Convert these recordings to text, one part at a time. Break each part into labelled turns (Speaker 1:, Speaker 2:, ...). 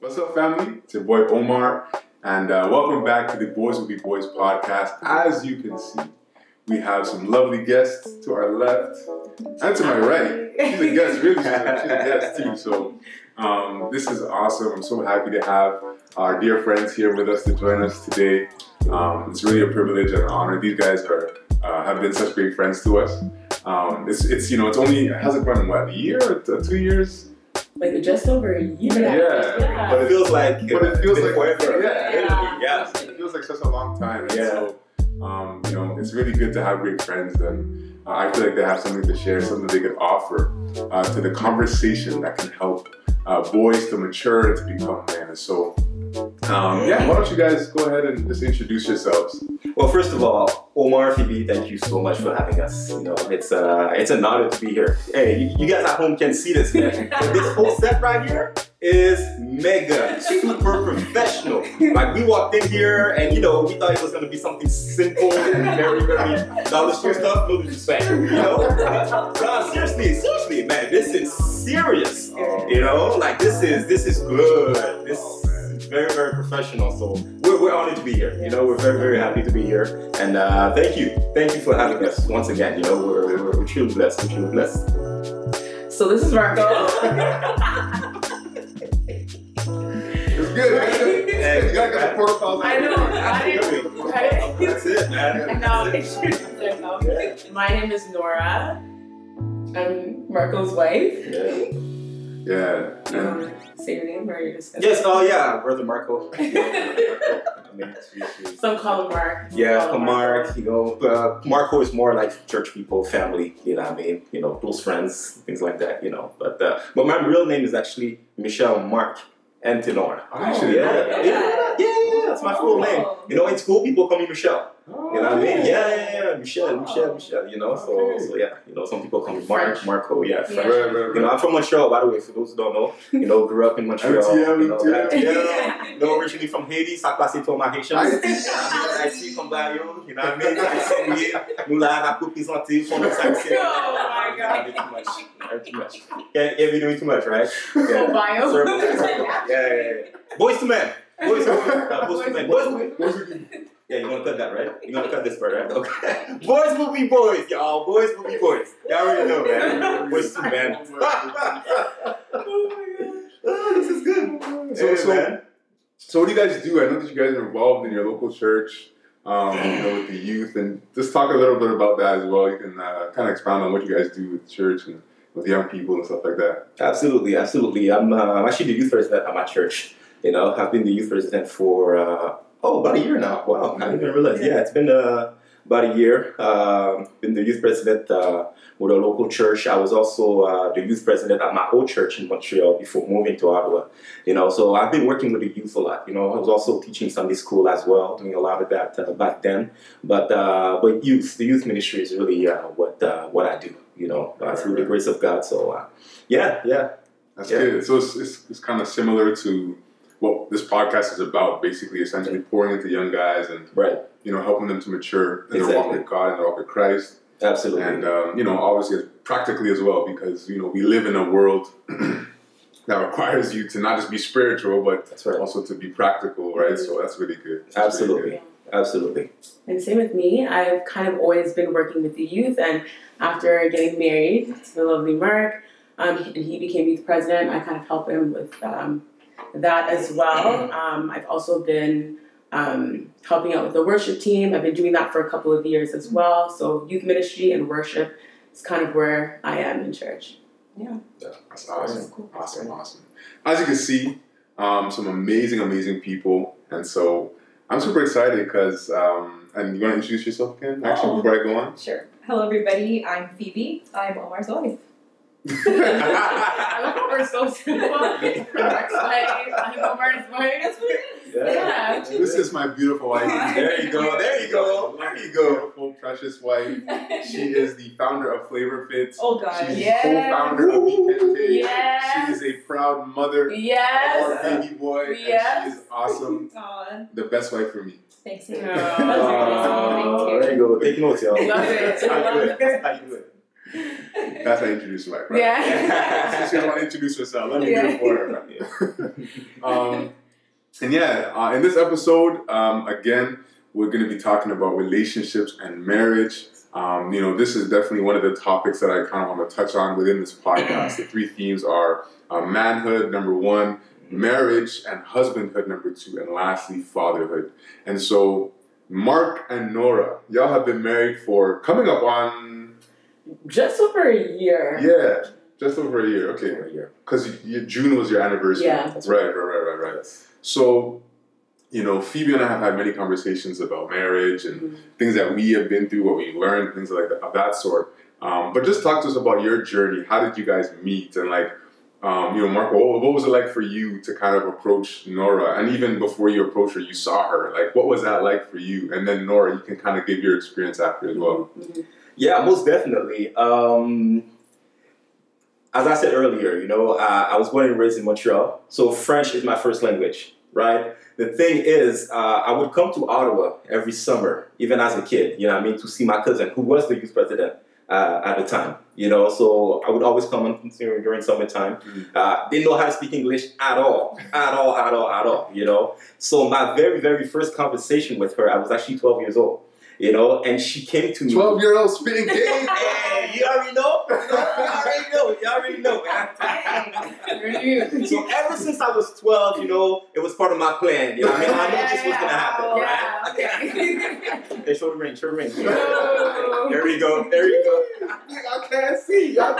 Speaker 1: What's up, family? It's your boy Omar, and uh, welcome back to the Boys Will Be Boys podcast. As you can see, we have some lovely guests to our left and to my right. She's a guest, really. She's a, she's a guest too. So um, this is awesome. I'm so happy to have our dear friends here with us to join us today. Um, it's really a privilege and an honor. These guys are uh, have been such great friends to us. Um, it's it's you know it's only it hasn't been what a year or t- two years.
Speaker 2: Like just over a year.
Speaker 1: Yeah.
Speaker 2: Yeah.
Speaker 1: But
Speaker 3: But
Speaker 1: it
Speaker 3: it feels like
Speaker 1: But it feels like
Speaker 3: forever.
Speaker 1: yeah,
Speaker 2: Yeah.
Speaker 3: Yeah.
Speaker 1: it feels like such a long time. And
Speaker 3: Yeah.
Speaker 1: So, um, you know, it's really good to have great friends, and uh, I feel like they have something to share, something they could offer uh, to the conversation that can help uh, boys to mature and to become men. And so, um, yeah, why don't you guys go ahead and just introduce yourselves? Um,
Speaker 3: Well, first of all, Omar Phoebe, thank you so much for having us. You know, it's uh, it's an honor to be here. Hey, you, you guys at home can see this, man. But this whole set right here is mega, super professional. Like we walked in here, and you know, we thought it was gonna be something simple and very, very dollar store stuff. No disrespect, you know. Nah, seriously, seriously, man, this is serious. You know, like this is this is good. This is very very professional. So we're, we're honored to be here. You know, we're very very happy to be here. And uh, thank you, thank you for having us once again. You know, we're, we're, we're truly blessed. We're truly blessed.
Speaker 2: So this is where I go.
Speaker 1: It's good.
Speaker 2: Right?
Speaker 1: you gotta get the protocols.
Speaker 2: I know, I Right?
Speaker 3: That's it, man.
Speaker 2: And now introduce yourself. My name is Nora. I'm Marco's wife.
Speaker 3: Yeah.
Speaker 1: Yeah.
Speaker 2: You
Speaker 1: And,
Speaker 2: want to say your name or you're just gonna-
Speaker 3: Yes. Oh yeah, brother Marco.
Speaker 2: Some call him Mark. some
Speaker 3: Yeah,
Speaker 2: call him
Speaker 3: Mark, you know, uh, Marco is more like church people, family, you know what I mean? You know, close friends, things like that, you know. But uh, but my real name is actually Michelle Mark Antinor.
Speaker 1: Oh, actually,
Speaker 3: yeah.
Speaker 1: yeah.
Speaker 3: Yeah, yeah, yeah, that's my full name. You know, in school, people call me Michelle. You know what I
Speaker 1: Oh.
Speaker 3: mean? Yeah, yeah, yeah, Michelle, Michelle, Michelle, you know. So, so yeah, you know, some people call me Mark, Marco, yeah,
Speaker 2: Yeah.
Speaker 3: French.
Speaker 1: Right, right,
Speaker 3: You know,
Speaker 1: right.
Speaker 3: I'm from Montreal, by the way, for those who don't know. You know, grew up in Montreal.
Speaker 1: MTL,
Speaker 3: you know,
Speaker 1: MTL.
Speaker 3: MTL. No, originally from Haiti, ça classé pour ma richesse.
Speaker 1: I see.
Speaker 3: I see comme bah, yo, you know what I mean? I see, nous là, on a représenté, on a
Speaker 2: Oh my God.
Speaker 3: Too much. Yeah, yeah, we doing too much, right?
Speaker 2: Oh,
Speaker 3: Yeah.
Speaker 2: bio.
Speaker 3: Sorry about that. yeah, yeah, yeah. Boys to men. Boys to men. Uh, boys to men. Boys to men. Yeah, you want to cut that, right? You want to cut this part, right? Okay. Boys will be boys, y'all. Boys will be boys. Y'all already know, man. Boys to men.
Speaker 2: Oh my god.
Speaker 3: Oh, this is good.
Speaker 1: So,
Speaker 3: Hey,
Speaker 1: so,
Speaker 3: man.
Speaker 1: So what do you guys do? I know that you guys are involved in your local church, um, you know, with the youth, and just talk a little bit about that as well. You can uh, kind of expound on what you guys do with church and with young people and stuff like that.
Speaker 3: Absolutely, absolutely. I'm, uh, I'm actually the youth president at my church. You know, I've been the youth president for uh, oh about a year now. Wow, I didn't even realize. Yeah, it's been uh, about a year. Um been the youth president uh, with a local church. I was also uh, the youth president at my old church in Montreal before moving to Ottawa. You know, so I've been working with the youth a lot. You know, I was also teaching Sunday school as well, doing a lot of that uh, back then. But uh, but youth, the youth ministry is really uh, what uh, what I do. You know, uh, through the grace of God. So. Uh, yeah, yeah,
Speaker 1: That's
Speaker 3: Yeah.
Speaker 1: good. So it's, it's, it's kind of similar to what this podcast is about, basically, essentially pouring into young guys and
Speaker 3: right.
Speaker 1: you know helping them to mature in their walk
Speaker 3: Exactly.
Speaker 1: with God and their walk with Christ.
Speaker 3: Absolutely.
Speaker 1: and um, you know obviously it's practically as well because you know we live in a world that requires you to not just be spiritual but
Speaker 3: That's right.
Speaker 1: also to be practical right so that's really good That's really
Speaker 3: Absolutely.
Speaker 2: Yeah.
Speaker 3: Absolutely.
Speaker 2: And same with me. I've kind of always been working with the youth, and after getting married to the lovely Mark, um, he- and he became youth president, I kind of helped him with um, that as well. Um, I've also been um, helping out with the worship team. I've been doing that for a couple of years as well. So youth ministry and worship is kind of where I am in church.
Speaker 1: good. that's awesome awesome awesome as you can see um, some amazing amazing people and so i'm super excited because um, and you want to introduce yourself again actually
Speaker 4: Oh.
Speaker 1: before i go on
Speaker 4: Sure. Hello, everybody. I'm Phoebe. I'm Omar's wife.
Speaker 2: I love how we're so simple. Mark's wife, I'm Omar's wife. Yeah.
Speaker 1: this is my beautiful wife
Speaker 3: There you go. There you go. There you go.
Speaker 1: beautiful precious wife she is the founder of flavor fits
Speaker 4: oh God.
Speaker 1: She's
Speaker 4: yes.
Speaker 1: co-founder of Weekend She
Speaker 2: Yes.
Speaker 1: is a proud mother of
Speaker 2: Yes.
Speaker 1: our baby boy, and
Speaker 2: Yes.
Speaker 1: she is awesome.
Speaker 4: Aw,
Speaker 1: The best wife for me.
Speaker 4: thanks.
Speaker 2: Aw.
Speaker 4: That's amazing.
Speaker 3: Uh, there you go. Take notes, y'all.
Speaker 2: Love it.
Speaker 3: That's how you do it. That's how you do it.
Speaker 1: That's how I introduced my brother.
Speaker 2: Yeah.
Speaker 1: Since she doesn't want to introduce herself, let me do it for her. um, and yeah, uh, in this episode, um, again, we're going to be talking about relationships and marriage. Um, you know, this is definitely one of the topics that I kind of want to touch on within this podcast. the three themes are uh, manhood, number one, marriage and husbandhood, number two, and lastly, fatherhood. And so, Mark and Nora, y'all have been married for coming up on,
Speaker 2: Just over a year.
Speaker 1: yeah, just over a year. Okay.
Speaker 3: Yeah.
Speaker 1: Because June was your anniversary.
Speaker 2: Yeah.
Speaker 1: Right, right, right, right, right. So, you know, Phoebe and I have had many conversations about marriage and
Speaker 2: Mhm.
Speaker 1: things that we have been through, what we've learned, things like that, of that sort. Um, but just talk to us about your journey. How did you guys meet? And like, um, you know, Marco, what, what was it like for you to kind of approach Nora? And even before you approached her, you saw her. Like, what was that like for you? And then Nora, you can kind of give your experience after as well.
Speaker 2: Mhm.
Speaker 3: Yeah, most definitely. Um, as I said earlier, you know, uh, I was born and raised in Montreal, so French is my first language, right? The thing is, uh, I would come to Ottawa every summer, even as a kid, you know what I mean, to see my cousin, who was the youth president uh, at the time, you know, so I would always come on during during summertime.
Speaker 1: Mhm.
Speaker 3: Uh, didn't know how to speak English at all, at all, at all, at all, you know. So my very, very first conversation with her, I was actually 12 years old, you know, and she came to me.
Speaker 1: 12 year old spitting game.
Speaker 3: Hey, you already know. You already know. You already know, man.
Speaker 2: Renewed.
Speaker 3: So ever since I was 12, you know, it was part of my plan. You know what I mean? I knew this was gonna happen,
Speaker 4: Oh, Yeah,
Speaker 3: right?
Speaker 4: okay.
Speaker 3: Hey, show the ring, show the ring.
Speaker 2: No.
Speaker 3: There we go, there we go.
Speaker 1: I can't see. Y'all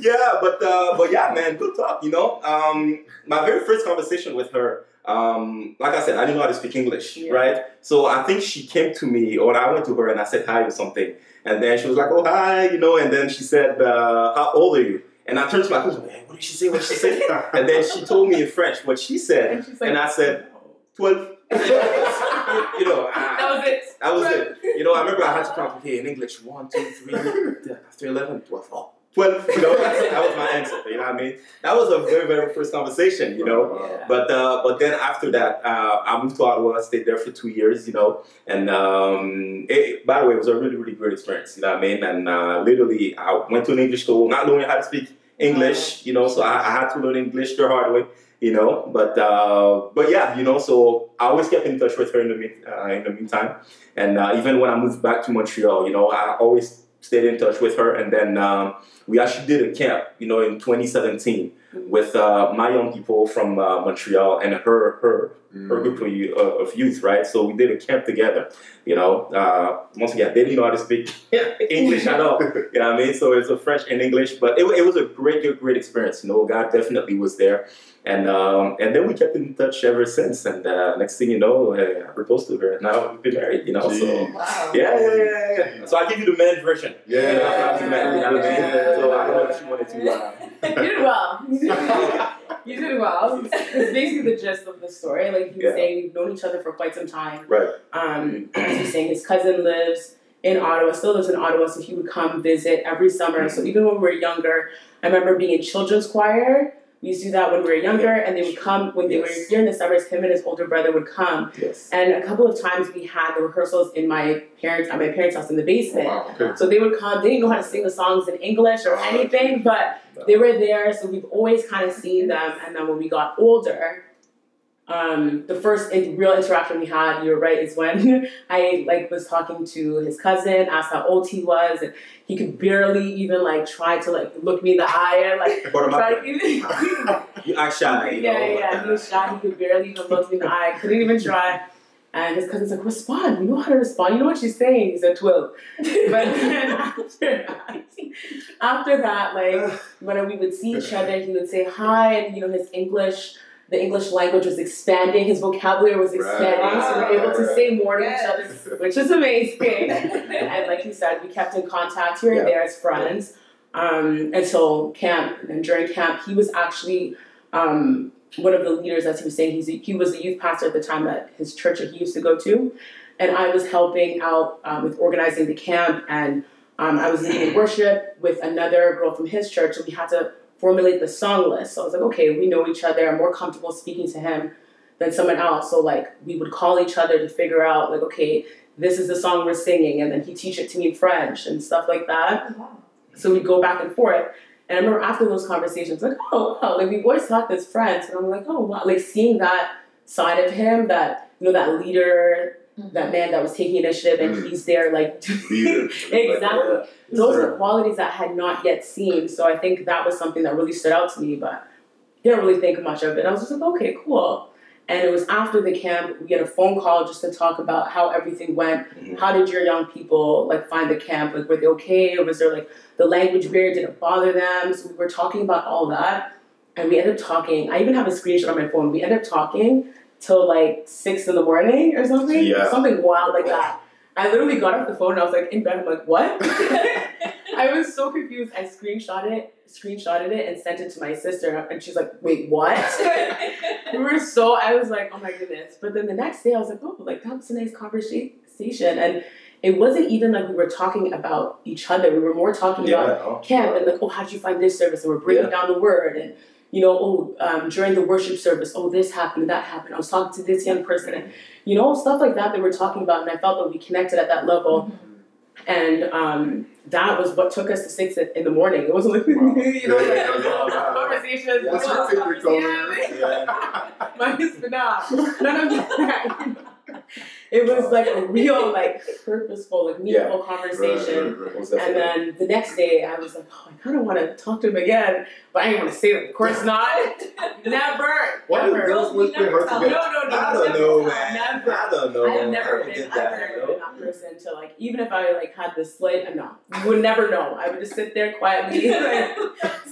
Speaker 3: Yeah, but uh, but yeah, man, good talk, you know. Um, my very first conversation with her, um, like I said, I didn't know how to speak English,
Speaker 2: Yeah.
Speaker 3: right? So I think she came to me or I went to her and I said hi or something. And then she was like, Oh hi, you know, and then she said, uh, how old are you? And I turned to my cousin, "Hey, what did she say? What did she say? And then she told me in French what she said,
Speaker 2: And she's like,
Speaker 3: and I said, 12. you know,
Speaker 4: That
Speaker 3: I,
Speaker 4: was it.
Speaker 3: that was it. You know, I remember I had to complicate in English 1, 2, 3, yeah, after 11, 12. Oh, 12. You know, that's- that was my answer. You know what I mean? That was a very, very first conversation, you know. But uh, but then after that, uh, I moved to Ottawa. I stayed there for two years, you know. And um, it, by the way, it was a really really great experience. You know what I mean? And uh, literally, I went to an English school, not knowing how to speak English, you know. So I, I had to learn English the hard way, you know. But uh, but yeah, you know. So I always kept in touch with her in the mean, uh, in the meantime, and uh, even when I moved back to Montreal, you know, I always stayed in touch with her. And then um, we actually did a camp, you know, in 2017 with uh, my young people from uh, Montreal and her her her group of, you- uh, of youth, right? So we did a camp together. You know, uh, once again, they didn't know how to speak English at all. You know what I mean? So it's a French and English, but it, wa- it was a great, great, great experience. You know, God definitely was there, and um, and then we kept in touch ever since. And uh, next thing you know, uh, I proposed to her, and now we've been married. You know, so.
Speaker 1: Jeez.
Speaker 4: Wow.
Speaker 3: Yeah, yeah, yeah, yeah, yeah. So I give you the man version.
Speaker 1: Yeah.
Speaker 3: You know, I give you the man, you know what I mean?
Speaker 1: Yeah.
Speaker 3: So I don't know if she wanted to. Uh,
Speaker 2: you did well. You did well. You did well. It's basically the gist of the story. Like he was
Speaker 3: Yeah.
Speaker 2: saying, we've known each other for quite some time.
Speaker 3: Right.
Speaker 2: Um, as he's saying, his cousin lives in Ottawa, still lives in Ottawa, so he would come visit every summer. So even when we were younger, I remember being in children's choir. We used to do that when we were younger, and they would come when they were
Speaker 3: Yes.
Speaker 2: here in the summers. Him and his older brother would come,
Speaker 3: yes.
Speaker 2: and a couple of times we had the rehearsals in my parents at my parents' house in the basement.
Speaker 1: Wow, okay.
Speaker 2: So they would come. They didn't know how to sing the songs in English or anything, but they were there. So we've always kind of seen them. And then when we got older, um, the first in- real interaction we had, you're right, is when I like was talking to his cousin, asked how old he was, and he could barely even like try to like look me in the eye and like
Speaker 3: What am I-
Speaker 2: try to even.
Speaker 3: You act shy. You
Speaker 2: yeah,
Speaker 3: know,
Speaker 2: yeah, yeah. He was shy. He could barely even look me in the eye. Couldn't even try. And his cousin's like, respond. You know how to respond. You know what she's saying. He said, 12. But then after, after that, like, when we would see each other, he would say hi. And, you know, his English, the English language was expanding. His vocabulary was expanding. So we were able to say more to each other,
Speaker 4: Yes.
Speaker 2: which is amazing and like you said, we kept in contact here
Speaker 3: Yeah.
Speaker 2: and there as friends um, until camp. And during camp, he was actually um, one of the leaders, as he was saying. He's a, he was a youth pastor at the time at his church that he used to go to, and I was helping out um, with organizing the camp, and um, I was leading worship with another girl from his church, and we had to formulate the song list. So I was like, okay, we know each other. I'm more comfortable speaking to him than someone else. So like, we would call each other to figure out like, okay, this is the song we're singing, and then he'd teach it to me in French and stuff like that.
Speaker 4: Wow.
Speaker 2: So we'd go back and forth. And I remember after those conversations, like, oh, wow, like we've always talked as friends. And I'm like, oh, wow, like seeing that side of him, that, you know, that leader, that man that was taking initiative, and
Speaker 1: Mm.
Speaker 2: he's there, like,
Speaker 1: Leader.
Speaker 2: exactly. Those
Speaker 3: Sure.
Speaker 2: are qualities that I had not yet seen. So I think that was something that really stood out to me, but didn't really think much of it. I was just like, okay, cool. And it was after the camp, we had a phone call just to talk about how everything went.
Speaker 3: Mhm.
Speaker 2: How did your young people like find the camp? Like were they okay? Or was there like the language barrier didn't bother them? So we were talking about all that. And we ended up talking. I even have a screenshot on my phone. We ended up talking till like six in the morning or something.
Speaker 3: Yeah.
Speaker 2: Something wild like that. I literally got off the phone and I was like in bed. I'm like, what? I was so confused. I screenshot it, screenshotted it, and sent it to my sister, and she's like, "Wait, what?" we were so. I was like, "Oh my goodness!" But then the next day, I was like, "Oh, like that was a nice conversation," and it wasn't even like we were talking about each other. We were more talking
Speaker 3: Yeah,
Speaker 2: about
Speaker 3: oh.
Speaker 2: camp and like, oh, how'd you find this service? And we're breaking down the word and you know, oh, um, during the worship service, oh, this happened, that happened. I was talking to this young person, and you know, stuff like that that we're talking about, and I felt that we connected at that level, and um, that was what took us to six in in the morning. It wasn't like
Speaker 1: Wow.
Speaker 2: you know,
Speaker 1: Yeah,
Speaker 2: like
Speaker 1: yeah, yeah.
Speaker 2: conversations.
Speaker 1: That's
Speaker 4: Yeah.
Speaker 1: your favorite color.
Speaker 3: Yeah.
Speaker 2: My spinach. None of that. It was like a real, like purposeful, like
Speaker 3: Yeah.
Speaker 2: meaningful
Speaker 1: Right,
Speaker 2: conversation.
Speaker 1: right,
Speaker 3: Most definitely.
Speaker 2: And then the next day, I was like, oh, I kind of want to talk to him again, but I didn't want to say that. Of course not. Never.
Speaker 1: Why do
Speaker 2: never.
Speaker 1: girls
Speaker 4: Girls, we
Speaker 1: always play hard
Speaker 4: never tell.
Speaker 1: together?
Speaker 2: no, no, no.
Speaker 3: I don't
Speaker 2: never.
Speaker 3: know, man.
Speaker 2: Never.
Speaker 3: I don't know.
Speaker 2: I have never
Speaker 3: I
Speaker 2: been.
Speaker 3: did
Speaker 2: I've
Speaker 3: that,
Speaker 2: never
Speaker 3: no.
Speaker 2: been that person to like, even if I like had this slight, no, you would never know. I would just sit there quietly. like,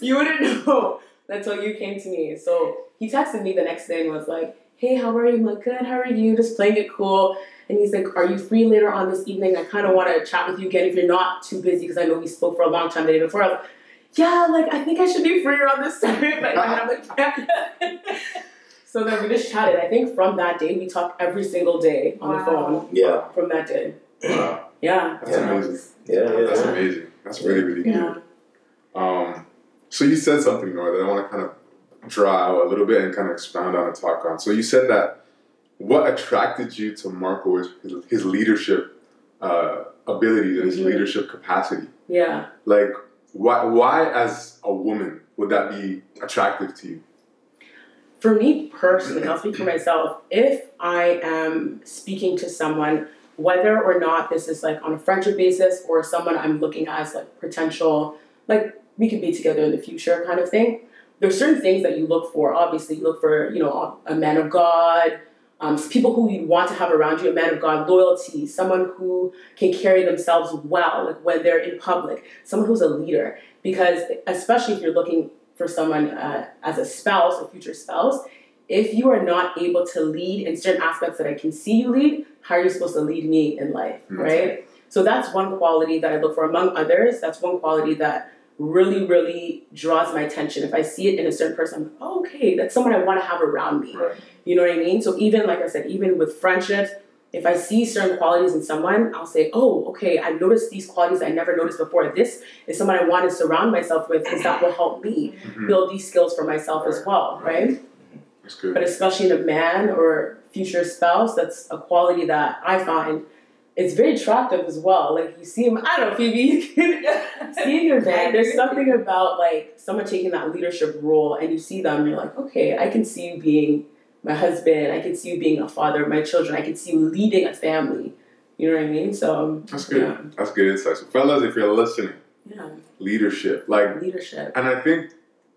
Speaker 2: you wouldn't know until you came to me. So he texted me the next day and was like, "Hey, how are you? I'm like, good. How are you? Just playing it cool." And he's like, "Are you free later on this evening? I kind of want to chat with you again if you're not too busy because I know we spoke for a long time the day before." I was like, "Yeah, like I think I should be free around this time." But I'm like, "Yeah." So then we just chatted. I think from that day we talked every single day on the
Speaker 4: Wow.
Speaker 2: phone.
Speaker 3: Yeah.
Speaker 2: From that day,
Speaker 1: Wow,
Speaker 2: yeah,
Speaker 1: that's
Speaker 3: Yeah.
Speaker 1: amazing.
Speaker 3: Yeah, yeah.
Speaker 1: That's amazing. That's really, really
Speaker 2: yeah.
Speaker 1: good. Um, so you said something, Nora, that I want to kind of draw out a little bit and kind of expound on and talk on. So you said that what attracted you to Marco is his, his leadership uh, abilities and his
Speaker 2: Mhm.
Speaker 1: leadership capacity.
Speaker 2: Yeah.
Speaker 1: Like, why, why as a woman would that be attractive to you?
Speaker 2: For me personally, I'll speak for myself. If I am speaking to someone, whether or not this is like on a friendship basis or someone I'm looking at as like potential, like we could be together in the future kind of thing, there's certain things that you look for. Obviously, you look for you know a man of God. Um, people who you want to have around you, a man of God, loyalty, someone who can carry themselves well, like when they're in public, someone who's a leader. Because especially if you're looking for someone uh, as a spouse, a future spouse, if you are not able to lead in certain aspects that I can see you lead, how are you supposed to lead me in life,
Speaker 1: Mhm.
Speaker 2: right? So that's one quality that I look for among others. That's one quality that really, really draws my attention. If I see it in a certain person, I'm like, oh, okay, that's someone I want to have around me.
Speaker 1: Right.
Speaker 2: You know what I mean? So even like I said, even with friendships, if I see certain qualities in someone, I'll say, oh, okay, I noticed these qualities I never noticed before. This is someone I want to surround myself with because that will help me
Speaker 1: Mhm.
Speaker 2: build these skills for myself as well, right?
Speaker 1: That's good.
Speaker 2: But especially in a man or future spouse, that's a quality that I find it's very attractive as well. Like you see him, I don't know, Phoebe, you can seeing a man, there's something about like someone taking that leadership role and you see them, you're like, okay, I can see you being my husband, I can see you being a father of my children, I can see you leading a family. You know what I mean? So
Speaker 1: That's good.
Speaker 2: Yeah.
Speaker 1: That's good insight. So, fellas, if you're listening,
Speaker 2: yeah,
Speaker 1: leadership, like
Speaker 2: leadership.
Speaker 1: and I think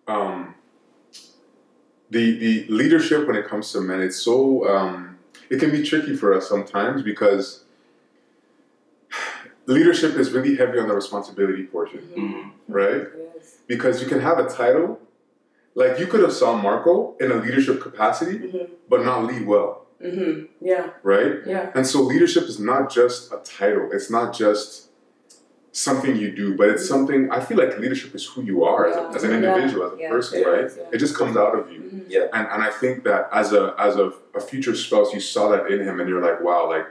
Speaker 1: um, the the leadership when it comes to men, it's so um, it can be tricky for us sometimes because leadership is really heavy on the responsibility portion,
Speaker 3: Mhm.
Speaker 1: right?
Speaker 2: Mm-hmm. Yes.
Speaker 1: Because you can have a title, like you could have saw Marco in a leadership capacity,
Speaker 4: Mm-hmm.
Speaker 2: Mhm.
Speaker 1: but not lead well,
Speaker 2: Mhm. Yeah.
Speaker 1: right?
Speaker 2: Yeah.
Speaker 1: And so leadership is not just a title. It's not just something you do, but it's something I feel like leadership is who you are as, a, as an
Speaker 4: Mm-hmm. Yeah.
Speaker 1: individual, as a
Speaker 4: Yeah.
Speaker 1: person,
Speaker 3: Yeah.
Speaker 1: right? It just comes out of you.
Speaker 2: Mhm.
Speaker 3: Yeah.
Speaker 1: And and I think that as a as a, a future spouse, you saw that in him and you're like, wow, like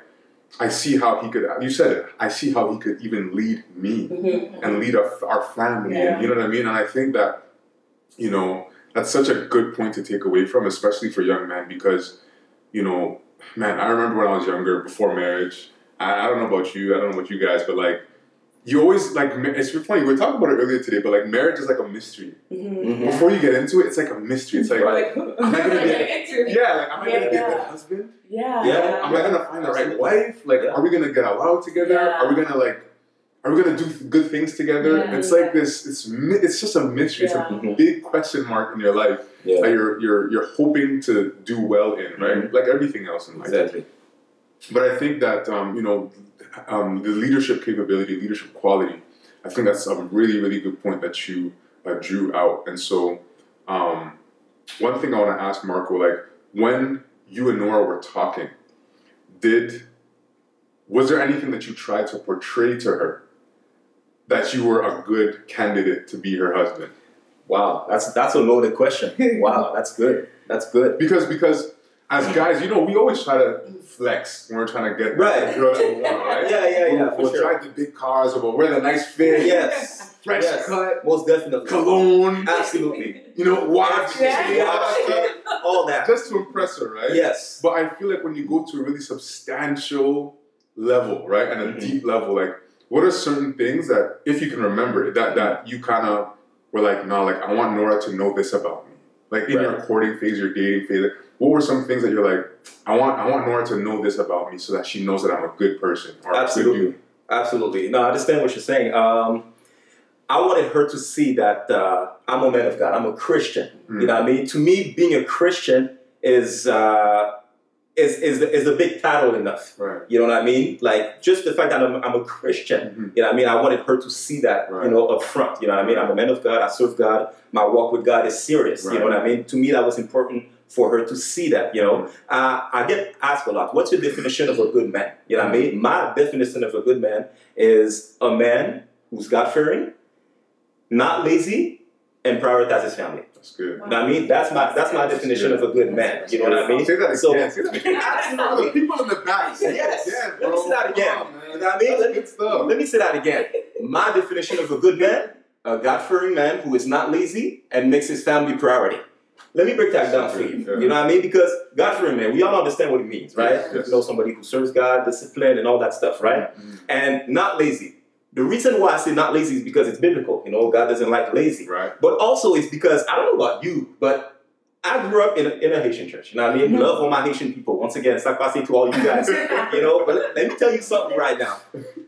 Speaker 1: I see how he could you said it, I see how he could even lead me
Speaker 2: Mhm.
Speaker 1: and lead our, our family.
Speaker 2: Yeah.
Speaker 1: And you know what I mean? And I think that, you know, that's such a good point to take away from, especially for young men, because, you know, man, I remember when I was younger, before marriage, I, I don't know about you. I don't know about you guys, but like, you always like. ma- It's funny. We were talking about it earlier today, but like, marriage is like a mystery.
Speaker 2: Mhm.
Speaker 3: Mhm.
Speaker 1: Before you get into it, it's like a mystery. It's like,
Speaker 3: Right.
Speaker 1: I'm not gonna get.
Speaker 4: Interview.
Speaker 1: Yeah, like, am I gonna get a good
Speaker 2: Yeah.
Speaker 1: husband?
Speaker 2: Yeah.
Speaker 3: Yeah.
Speaker 1: Am I gonna find the right
Speaker 3: Absolutely.
Speaker 1: wife? Like,
Speaker 3: Yeah.
Speaker 1: are we gonna get along together?
Speaker 2: Yeah.
Speaker 1: Are we gonna like? Are we gonna do good things together?
Speaker 4: Yeah.
Speaker 1: it's like this. It's mi- it's just a mystery.
Speaker 2: Yeah.
Speaker 1: It's a
Speaker 3: Mhm.
Speaker 1: big question mark in your life that
Speaker 3: Yeah. Mm-hmm.
Speaker 1: you're you're you're hoping to do well in, right? Like everything else in life.
Speaker 3: Exactly.
Speaker 1: But I think that um, you know um, the leadership capability, leadership quality. I think that's a really really good point that you uh, drew out. And so, um, one thing I want to ask Marco, like when you and Nora were talking, did was there anything that you tried to portray to her that you were a good candidate to be her husband?
Speaker 3: Wow. That's that's a loaded question. Wow. That's good. That's good.
Speaker 1: Because because as guys, you know, we always try to flex when we're trying to get
Speaker 3: Right.
Speaker 1: You know what I mean, right?
Speaker 3: Yeah. Yeah.
Speaker 1: We'll-
Speaker 3: Yeah.
Speaker 1: we'll
Speaker 3: For sure.
Speaker 1: try the big cars, or we'll wear the nice fit,
Speaker 3: Yes.
Speaker 1: fresh
Speaker 3: Yes.
Speaker 1: cut,
Speaker 3: Most definitely.
Speaker 1: cologne,
Speaker 3: Absolutely.
Speaker 1: you know, watch,
Speaker 2: Yeah.
Speaker 1: watch,
Speaker 3: All that.
Speaker 1: just to impress her, right?
Speaker 3: Yes.
Speaker 1: But I feel like when you go to a really substantial level, right, and a
Speaker 3: Mhm.
Speaker 1: deep level, like what are certain things that, if you can remember, it, that that you kind of were like, no, like I want Nora to know this about me, like in your courting phase, your dating phase. Like, what were some things that you're like, I want, I want Nora to know this about me, so that she knows that I'm a good person. Or a good
Speaker 3: Absolutely.
Speaker 1: dude.
Speaker 3: Absolutely. No, I understand what you're saying. Um, I wanted her to see that uh, I'm a man of God. I'm a Christian. You know what I mean? To me, being a Christian is uh, is is is a big title enough.
Speaker 1: Right.
Speaker 3: You know what I mean? Like just the fact that I'm, I'm a Christian.
Speaker 1: Mhm.
Speaker 3: You know what I mean? I wanted her to see that.
Speaker 1: Right.
Speaker 3: You know, up front. You know what I mean? I'm a man of God. I serve God. My walk with God is serious. You know
Speaker 1: Right.
Speaker 3: what I mean? To me, that was important for her to see that. You know, uh, I get asked a lot, what's your definition of a good man? You know what I mean? My definition of a good man is a man who's God fearing, not lazy, and prioritizes family.
Speaker 1: That's good.
Speaker 3: You know what I mean? That's my that's my definition of a good man. You know what I mean?
Speaker 1: Say that again.
Speaker 3: So-
Speaker 1: say that again. For the people in the back. Say
Speaker 3: Yes.
Speaker 1: that again,
Speaker 3: Let me
Speaker 1: bro.
Speaker 3: see that again.
Speaker 1: Come on, man.
Speaker 3: You know what I mean?
Speaker 1: That's
Speaker 3: Let me-
Speaker 1: good stuff.
Speaker 3: Let me say that again. My definition of a good man, a God fearing man who is not lazy and makes his family priority. Let me break that down for you. You know what I mean? Because God fearing man, we all understand what it means, right?
Speaker 1: Yes, yes.
Speaker 3: You know somebody who serves God, disciplined, and all that stuff, right?
Speaker 1: Mm,
Speaker 3: And not lazy. The reason why I say not lazy is because it's biblical. You know, God doesn't like lazy.
Speaker 1: Right.
Speaker 3: But also it's because I don't know about you, but I grew up in a, in a Haitian church. You know what I mean?
Speaker 2: Mhm.
Speaker 3: Love all my Haitian people. Once again, sacrifice to all you guys. you know, but let, let me tell you something right now.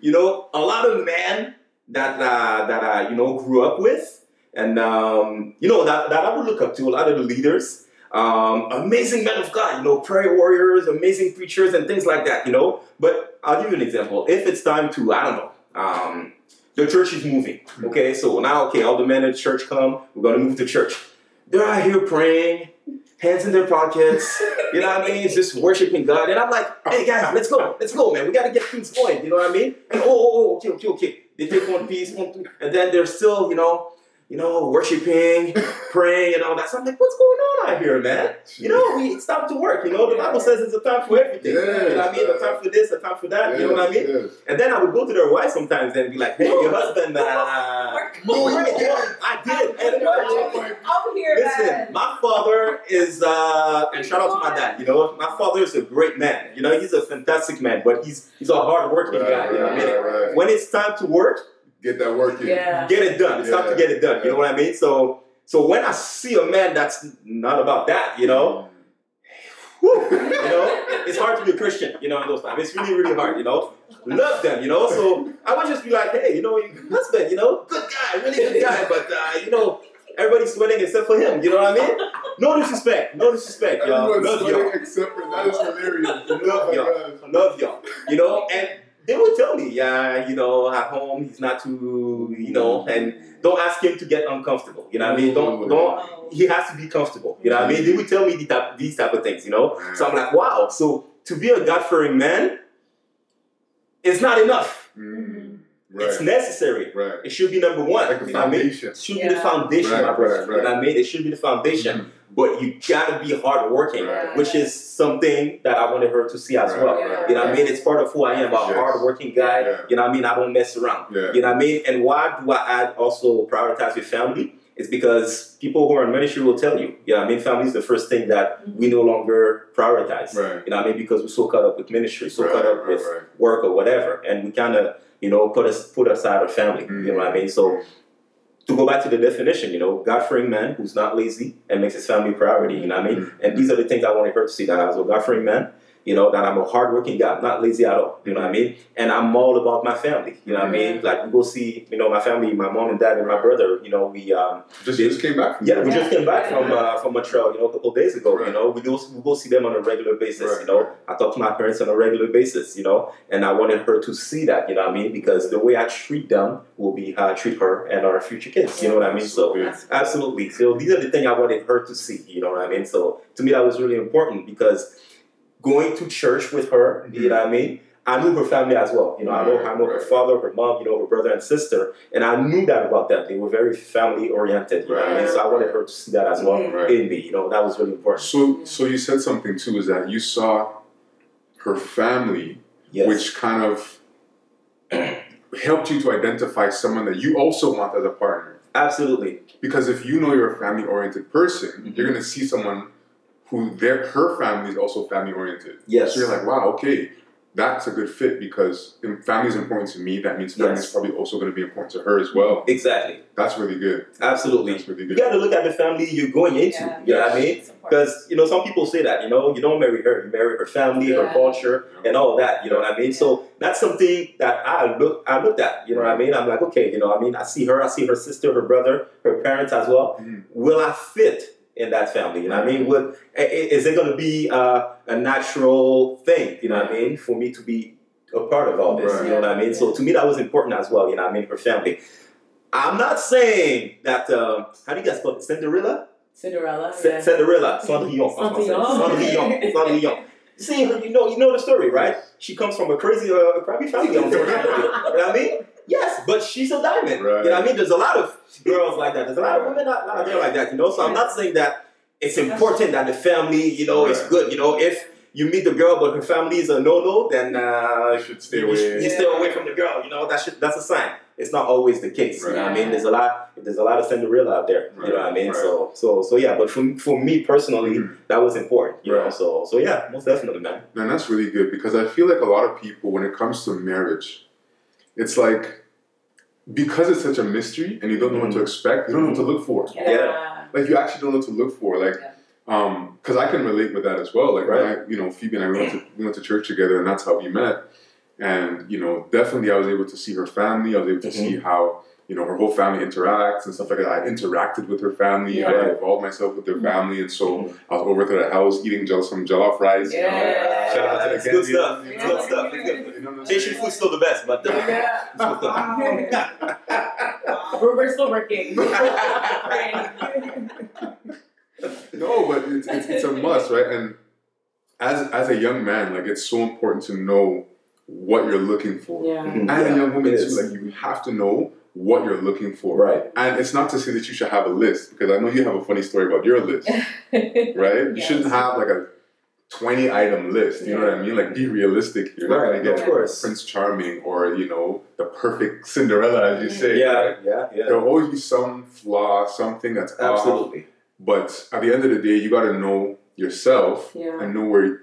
Speaker 3: You know, a lot of men that uh, that I you know grew up with, and um, you know that that I would look up to a lot of the leaders. Um, amazing men of God, you know, prayer warriors, amazing preachers, and things like that, you know. But I'll give you an example. If it's time to, I don't know, um, the church is moving. Okay, so now, okay, all the men in the church come. We're gonna move to church. They're out here praying, hands in their pockets. You know what I mean? Just worshiping God. And I'm like, hey guys, let's go, let's go, man. We gotta get things going. You know what I mean? And oh, oh, oh, okay, okay, okay. They take one piece, one, two, and then they're still, you know, you know, worshiping, praying, and all that. So I'm like, what's going on out here, man? You know, we stop to work. You know, the Bible says it's a time for everything. you know what I mean? A time for this, a time for that. you know what I mean? And then I would go to their wife sometimes and be like, hey, your husband, uh,
Speaker 1: No, you
Speaker 3: Right, yeah,
Speaker 1: don't.
Speaker 3: I did. And
Speaker 1: Oh
Speaker 3: uh,
Speaker 1: my
Speaker 4: I'll hear
Speaker 3: listen,
Speaker 4: that.
Speaker 3: my father is, uh, and shout out to my dad. You know, my father is a great man. You know, he's a fantastic man, but he's he's a hard working guy. You know what I mean?
Speaker 1: Right, right, right.
Speaker 3: When it's time to work,
Speaker 1: Get that work in.
Speaker 2: Yeah.
Speaker 3: get it done. It's time to get it done. You know what I mean? So, so when I see a man that's not about that, you know, whew, you know, it's hard to be a Christian, you know, in those times. It's really, really hard, you know. Love them, you know. So I would just be like, hey, you know, your husband, you know, good guy, really good guy, but uh, you know, everybody's sweating except for him. You know what I mean? No disrespect, no disrespect, y'all.
Speaker 1: Everyone's
Speaker 3: Love
Speaker 1: sweating
Speaker 3: y'all,
Speaker 1: except for that is hilarious.
Speaker 3: Love y'all.
Speaker 1: Oh
Speaker 3: love y'all. You know, and they would tell me, yeah, you know, at home he's not too, you know, and don't ask him to get uncomfortable. You know what I mean? Don't don't
Speaker 4: Wow.
Speaker 3: he has to be comfortable. You know what I mean? They would tell me the type, these type of things, you know? So I'm like, wow. So to be a God fearing man, it's not enough.
Speaker 1: my God. Mm,
Speaker 3: It's
Speaker 1: Right.
Speaker 3: necessary.
Speaker 1: Right.
Speaker 3: It should be number one.
Speaker 1: Like a
Speaker 3: you know what I mean?
Speaker 1: foundation.
Speaker 3: It should be the
Speaker 4: Yeah.
Speaker 3: foundation, my
Speaker 1: Right, Mm-hmm.
Speaker 3: brother.
Speaker 1: right,
Speaker 3: You know what I mean? It should be the foundation.
Speaker 1: Mm,
Speaker 3: But you gotta be hardworking,
Speaker 1: Right.
Speaker 3: which is something that I wanted her to see as
Speaker 1: Right,
Speaker 3: well.
Speaker 1: right,
Speaker 3: You know what I
Speaker 1: right.
Speaker 3: mean? It's part of who I am. I'm a
Speaker 1: Yes.
Speaker 3: hardworking guy.
Speaker 1: Yeah.
Speaker 3: You know what I mean? I don't mess around.
Speaker 1: Yeah.
Speaker 3: You know what I mean? And why do I add also prioritize your family? It's because people who are in ministry will tell you, you know, what I mean, family is the first thing that we no longer prioritize.
Speaker 1: Right.
Speaker 3: You know, what I mean, because we're so caught up with ministry, so
Speaker 1: right,
Speaker 3: caught up
Speaker 1: right,
Speaker 3: with
Speaker 1: right.
Speaker 3: work or whatever, and we kind of you know put us put aside our family. You know what
Speaker 1: Mm.
Speaker 3: I mean? So to go back to the definition, you know, God fearing man who's not lazy and makes his family a priority. You know what I mean? And these are the things I wanted her to see that I was a God fearing man. You know that I'm a hardworking guy, I'm not lazy at all. You know what I mean? And I'm all about my family. You know what I mean? Like we go see, you know, my family, my mom and dad and my brother. You know, we um,
Speaker 1: Just, just came back from
Speaker 3: yeah, we
Speaker 1: Europe.
Speaker 3: just came back from uh, from Montreal, you know, a couple of days ago. You
Speaker 1: Right.
Speaker 3: know, we go we go see them on a regular basis.
Speaker 1: Right.
Speaker 3: You know, I talk to my parents on a regular basis. You know, and I wanted her to see that. You know what I mean? Because the way I treat them will be how I treat her and our future kids. You know what I mean? So
Speaker 1: Yeah.
Speaker 2: That's-
Speaker 3: absolutely. So these are the things I wanted her to see. You know what I mean? So to me, that was really important because going to church with her. You know what I mean? I knew her family as well. You know, I know I know her
Speaker 1: Right.
Speaker 3: father, her mom, you know, her brother and sister, and I knew that about them. They were very family oriented. You know what I mean?
Speaker 1: Right.
Speaker 3: So I wanted her to see that as well
Speaker 1: Right.
Speaker 3: in me. You know, that was really important.
Speaker 1: So, so you said something too is that you saw her family,
Speaker 3: Yes.
Speaker 1: which kind of helped you to identify someone that you also want as a partner.
Speaker 3: Absolutely.
Speaker 1: Because if you know you're a family-oriented person,
Speaker 3: Mhm.
Speaker 1: you're gonna see someone who their her family is also family-oriented.
Speaker 3: Yes.
Speaker 1: So you're like, wow, okay, that's a good fit because family is important to me. That means family is
Speaker 3: Yes.
Speaker 1: probably also going to be important to her as well.
Speaker 3: exactly.
Speaker 1: That's really good.
Speaker 3: Absolutely.
Speaker 1: That's really
Speaker 3: You
Speaker 1: good.
Speaker 3: gotta look at the family you're going into.
Speaker 4: Yeah.
Speaker 3: You know what I mean?
Speaker 4: Support.
Speaker 3: Because you know, some people say that, you know, you don't marry her, you marry her family, her
Speaker 4: Yeah.
Speaker 3: culture, and all that. You know what I mean? So that's something that I look I looked at. You know what I mean? I'm like, okay, you know, what I mean, I see her, I see her sister, her brother, her parents as well.
Speaker 1: Mhm.
Speaker 3: Will I fit in that family? You know what I mean?
Speaker 4: Mm-hmm.
Speaker 3: Would i- i- is it going to be uh, a natural thing? You know what I mean? For me to be a part of all this. You know what I mean? So to me, that was important as well. You know what I mean? Her family. I'm not saying that. Um, how do you guys call it? Cinderella.
Speaker 2: Cinderella.
Speaker 3: C-
Speaker 2: yeah.
Speaker 3: Cinderella, Cendrillon, en français.
Speaker 2: Cendrillon.
Speaker 3: Cendrillon, Cendrillon. See, you know, you know the story, right? She comes from a crazy, uh, crabby family, unfortunately. you know what I mean? Yes, but she's a diamond. You know what I mean? There's a lot of girls like that. There's a lot of women out, out there like that. You know, so I'm not saying that it's important that the family, you know, is good. You know, if you meet the girl but her family is a no-no, then uh,
Speaker 1: I should stay
Speaker 3: you should-
Speaker 1: away.
Speaker 3: You stay away from the girl. You know that should, that's a sign. It's not always the case. You know what I mean?
Speaker 4: Right.
Speaker 3: There's a lot. There's a lot of Cinderella out there. You know what I mean?
Speaker 1: Right,
Speaker 3: So so so yeah. But for for me personally,
Speaker 1: Mhm.
Speaker 3: that was important. You know.
Speaker 1: Right.
Speaker 3: So so yeah, most definitely, man.
Speaker 1: Man, that's really good because I feel like a lot of people, when it comes to marriage, it's like because it's such a mystery and you don't know
Speaker 3: Mm-hmm.
Speaker 1: what to expect, you don't know what to look for.
Speaker 2: Yeah.
Speaker 1: Like you actually don't know what to look for. Like,
Speaker 4: Yeah.
Speaker 1: um, because I can relate with that as well. Like,
Speaker 3: Right.
Speaker 1: when I, you know, Phoebe and I we went to we went to church together, and that's how we met. And you know, definitely, I was able to see her family. I was able to
Speaker 3: Mhm.
Speaker 1: see how you know her whole family interacts and stuff like that. I interacted with her family. I
Speaker 3: Yeah.
Speaker 1: involved myyself with their family, and so
Speaker 3: Mhm.
Speaker 1: I was over to the house eating jell- some jollof rice. you know.
Speaker 4: Yeah.
Speaker 1: Shout out to the
Speaker 3: It's good
Speaker 1: Kenyan-
Speaker 3: stuff. It's good
Speaker 4: Yeah.
Speaker 3: stuff. It's good.
Speaker 1: You know what I'm saying?
Speaker 3: Asian food's still the best, but uh,
Speaker 2: Yeah.
Speaker 3: it's good stuff.
Speaker 2: We're, we're still working.
Speaker 1: No, but it's, it's, it's a must, right? And as as a young man, like it's so important to know what you're looking for.
Speaker 2: yeah.
Speaker 3: Mhm.
Speaker 1: As a
Speaker 3: Yeah,
Speaker 1: young woman
Speaker 3: it
Speaker 1: too,
Speaker 3: is.
Speaker 1: like you have to know what you're looking for.
Speaker 3: Right.
Speaker 1: And it's not to say that you should have a list, because I know you have a funny story about your list, right? You
Speaker 4: Yes.
Speaker 1: shouldn't have like a 20 item list, you know what I mean? Like be realistic. You're not
Speaker 3: Right.
Speaker 1: gonna
Speaker 3: Of
Speaker 1: get
Speaker 3: course.
Speaker 1: Prince Charming or, you know, the perfect Cinderella, as you say.
Speaker 3: Yeah.
Speaker 1: right?
Speaker 3: Yeah. Yeah.
Speaker 1: There'll always be some flaw, something that's off.
Speaker 3: Absolutely.
Speaker 1: But at the end of the day, you got to know yourself
Speaker 2: Yeah.
Speaker 1: and know where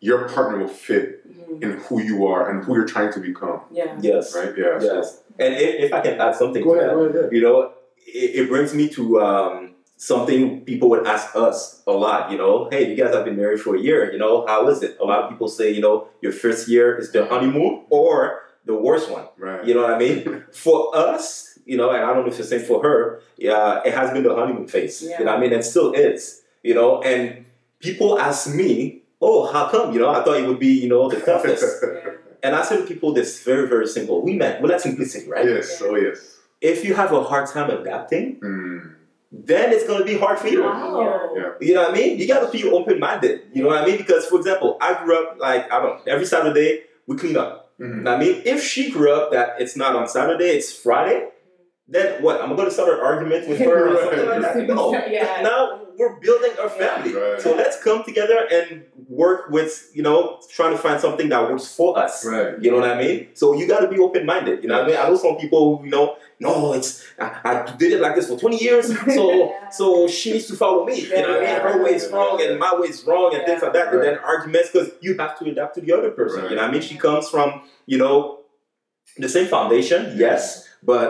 Speaker 1: your partner will fit
Speaker 2: Mhm.
Speaker 1: in who you are and who you're trying to become.
Speaker 2: Yeah.
Speaker 3: Yes.
Speaker 1: Right? Yeah. so-
Speaker 3: Yes. And if, if I can add something
Speaker 1: Go
Speaker 3: to that,
Speaker 1: ahead. Go ahead.
Speaker 3: you know it, it brings me to um, something people would ask us a lot you know hey you guys have been married for a year you know how is it a lot of people say you know your first year is the honeymoon or the worst one
Speaker 1: Right.
Speaker 3: you know what i mean for us you know and i don't know if it's the same for her yeah it has been the honeymoon phase you know what i mean it still is you know and people ask me oh how come you know i thought it would be you know the toughest and i tell people this very very simple we men we like simplicity right
Speaker 1: Yes. Oh, yes.
Speaker 3: if you have a hard time adapting
Speaker 1: Mm.
Speaker 3: then it's going to be hard for you.
Speaker 2: Wow.
Speaker 1: Yeah.
Speaker 3: You know what I mean? You got to be open minded. You know what I mean? Because, for example, I grew up like, I don't every Saturday we clean up. You
Speaker 1: Mhm.
Speaker 3: know what I mean? If she grew up that it's not on Saturday, it's Friday, Then what? I'm going to start an argument with her or something like that. No.
Speaker 1: oh.
Speaker 2: yeah.
Speaker 3: Now we're building a family.
Speaker 1: Right.
Speaker 3: So let's come together and work with, you know, trying to find something that works for us.
Speaker 1: Right.
Speaker 3: You know what I mean? So you got to be open minded. You know what I mean? I know some people who, you know, no, it's I, I did it like this for 20 years, so
Speaker 4: Yeah.
Speaker 3: so she needs to follow me. You know what I mean? Her way is wrong and my way is wrong and things like that. And then arguments because you have to adapt to the other person. You know what I mean? She comes from, you know, the same foundation, yes, but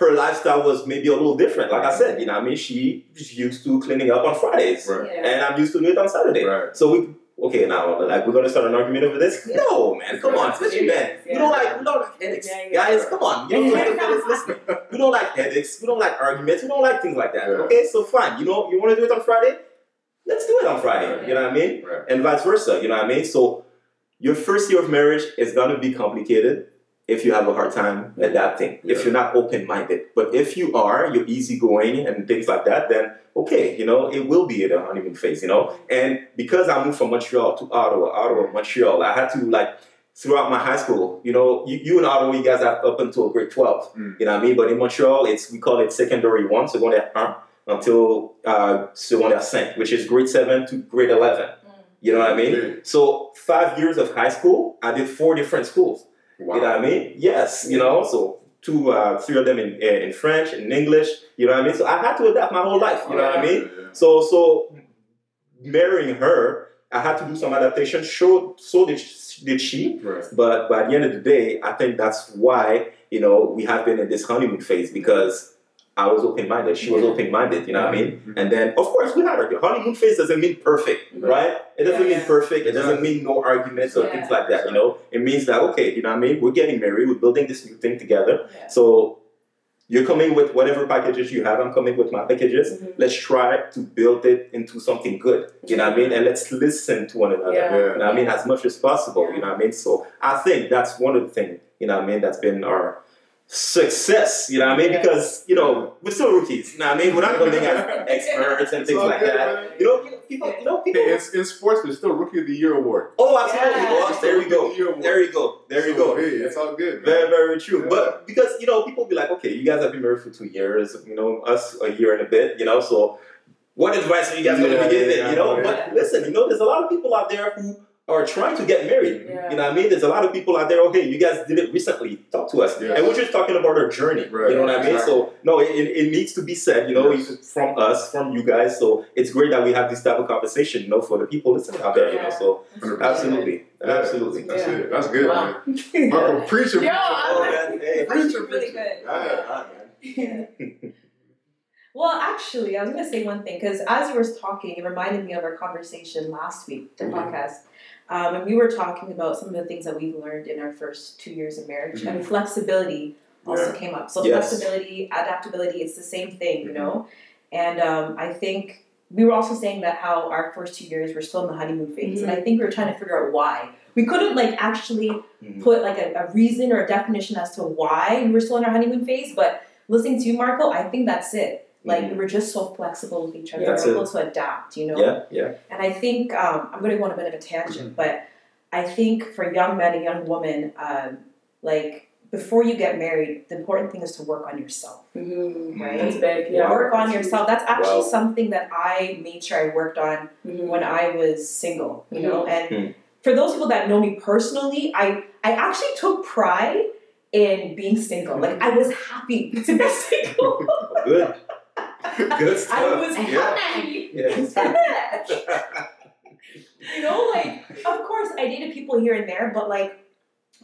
Speaker 3: her lifestyle was maybe a little different. Like I said, you know what I mean? She is used to cleaning up on Fridays.
Speaker 1: Right.
Speaker 4: Yeah.
Speaker 3: And I'm used to do it on Saturday.
Speaker 1: Right.
Speaker 3: So we okay now like we're gonna start an argument over this?
Speaker 4: Yeah.
Speaker 3: No man, come on,
Speaker 2: Yeah.
Speaker 3: especially men. We don't like we don't like headaches.
Speaker 2: Yeah, yeah.
Speaker 3: Guys, come on. You don't like fellas, listen. We don't like headaches, we don't like arguments, we don't like things like that.
Speaker 1: Yeah.
Speaker 3: Okay, so fine, you know you wanna do it on Friday? Let's do it on Friday.
Speaker 1: Right.
Speaker 3: You know what I mean?
Speaker 1: Right.
Speaker 3: And vice versa, you know what I mean? So your first year of marriage is gonna be complicated if you have a hard time adapting,
Speaker 1: Yeah.
Speaker 3: if you're not open minded. But if you are, you're easygoing and things like that, then okay, you know, it will be the honeymoon phase, you know. And because I moved from Montreal to Ottawa, Ottawa, Montreal, I had to like throughout my high school, you know, you, you in Ottawa, you guys have up until grade twelve,
Speaker 1: Mm.
Speaker 3: you know what I mean. But in Montreal, it's we call it secondary one, secondaire un, until uh, secondaire cinq, which is grade seven to grade eleven. You know what I mean?
Speaker 1: Okay.
Speaker 3: So five years of high school, I did four different schools.
Speaker 1: Wow.
Speaker 3: You know what I mean? Yes, you know, so two, uh, three of them in, in French and English, you know what I mean? So I had to adapt my whole life, you know what I mean?
Speaker 1: Yeah.
Speaker 3: So, so marrying her, I had to do some adaptation, so, so did, sh- did she.
Speaker 1: Right.
Speaker 3: But by the end of the day, I think that's why, you know, we have been in this honeymoon phase because I was open minded, she was
Speaker 2: Yeah.
Speaker 3: open minded, you know what I mean?
Speaker 1: Mhm.
Speaker 3: And then, of course, we had our honeymoon phase doesn't mean perfect,
Speaker 2: Mhm.
Speaker 3: right? It doesn't
Speaker 4: Yeah.
Speaker 3: mean perfect. It doesn't
Speaker 1: Exactly.
Speaker 3: mean no arguments or
Speaker 4: Yeah.
Speaker 3: things like that. You know, it means that okay, you know what I mean. We're getting married. We're building this new thing together.
Speaker 4: Yeah.
Speaker 3: So you're coming with whatever packages you have. I'm coming with my packages.
Speaker 4: Mm-hmm.
Speaker 2: Mhm.
Speaker 3: Let's try to build it into something good. You know what I mean? And let's listen to one another.
Speaker 2: Yeah.
Speaker 3: You know what I mean? As much as possible.
Speaker 2: Yeah.
Speaker 3: You know what I mean? So I think that's one of the things. You know what I mean? That's been our success. You know what I mean?
Speaker 2: Yeah.
Speaker 3: Because you know we're still rookies. You know what I mean? We're not building as experts and
Speaker 1: It's
Speaker 3: things
Speaker 1: all
Speaker 3: like
Speaker 1: good,
Speaker 3: that.
Speaker 1: man.
Speaker 3: You know, you know, people, you know, people.
Speaker 1: Hey, it's, in sports, there's still Rookie of the Year award.
Speaker 3: oh, absolutely.
Speaker 4: Yeah.
Speaker 3: Oh, there you go.
Speaker 1: Rookie of the Year award.
Speaker 3: There you go. There you
Speaker 1: So,
Speaker 3: go.
Speaker 1: Hey, it's all good. man.
Speaker 3: Very, very true.
Speaker 1: Yeah.
Speaker 3: But because you know, people be like, okay, you guys have been married for two years. You know, us a year and a bit. You know, so what advice are you guys going
Speaker 1: Yeah,
Speaker 3: to be giving?
Speaker 1: yeah,
Speaker 3: you know,
Speaker 1: yeah.
Speaker 3: but listen, you know, there's a lot of people out there who are trying to get married.
Speaker 2: Yeah.
Speaker 3: You know what I mean? There's a lot of people out there. Okay, you guys did it recently. Talk to us.
Speaker 1: Yeah.
Speaker 3: And we're just talking about our journey.
Speaker 1: Right.
Speaker 3: You know what I mean? So no, it, it, it needs to be said. You know,
Speaker 1: Yes.
Speaker 3: it's from us, from you guys. So it's great that we have this type of conversation. You know, for the people listening out there. You know,
Speaker 2: Yeah.
Speaker 3: so
Speaker 1: 100%.
Speaker 3: absolutely,
Speaker 1: Yeah.
Speaker 3: absolutely.
Speaker 1: That's
Speaker 2: Yeah.
Speaker 1: it. That's good,
Speaker 2: Wow.
Speaker 1: man. Marco, preacher.
Speaker 2: Yo, I'm
Speaker 3: Oh, man, hey.
Speaker 1: Preacher, preacher.
Speaker 4: Really good.
Speaker 1: Yeah.
Speaker 4: Yeah. Well, actually, I was gonna say one thing because as you were talking, it reminded me of our conversation last week, the
Speaker 3: Mm-hmm.
Speaker 1: Mhm.
Speaker 4: podcast, um, and we were talking about some of the things that we learned in our first two years of marriage, and flexibility also came up. So
Speaker 3: Mm-hmm. Yes. Mm-hmm.
Speaker 4: flexibility, adaptability, it's the same thing, you know. And um, I think we were also saying that how our first two years were still in the honeymoon phase, and I
Speaker 3: Mm-hmm.
Speaker 4: think we were trying to figure out why we couldn't like actually
Speaker 3: Mhm.
Speaker 4: put like a, a reason or a definition as to why we were still in our honeymoon phase. But listening to you, Marco, I think that's it. Like we were just so flexible with each other,
Speaker 3: Mm. That's
Speaker 4: we were able to adapt, you know.
Speaker 3: Yeah, Mm-hmm. yeah.
Speaker 4: And I think um, I'm going to go on a bit of a tangent, but I think for young men and young women, um, like before you get married, the important thing is to work on yourself,
Speaker 2: Mhm. That's
Speaker 1: Mm-hmm.
Speaker 4: right?
Speaker 2: big. Yeah.
Speaker 4: Work on yourself. That's actually
Speaker 3: Wow.
Speaker 4: something that I made sure I worked on
Speaker 2: Mhm.
Speaker 4: when I was single,
Speaker 2: Mm-hmm.
Speaker 4: you know. And
Speaker 3: Mhm.
Speaker 4: for those people that know me personally, I I actually took pride in being single. Like I was happy to be single.
Speaker 3: Good. Good stuff.
Speaker 4: I was
Speaker 3: yeah.
Speaker 4: happy.
Speaker 3: yeah.
Speaker 4: you know, like of course I dated people here and there, but like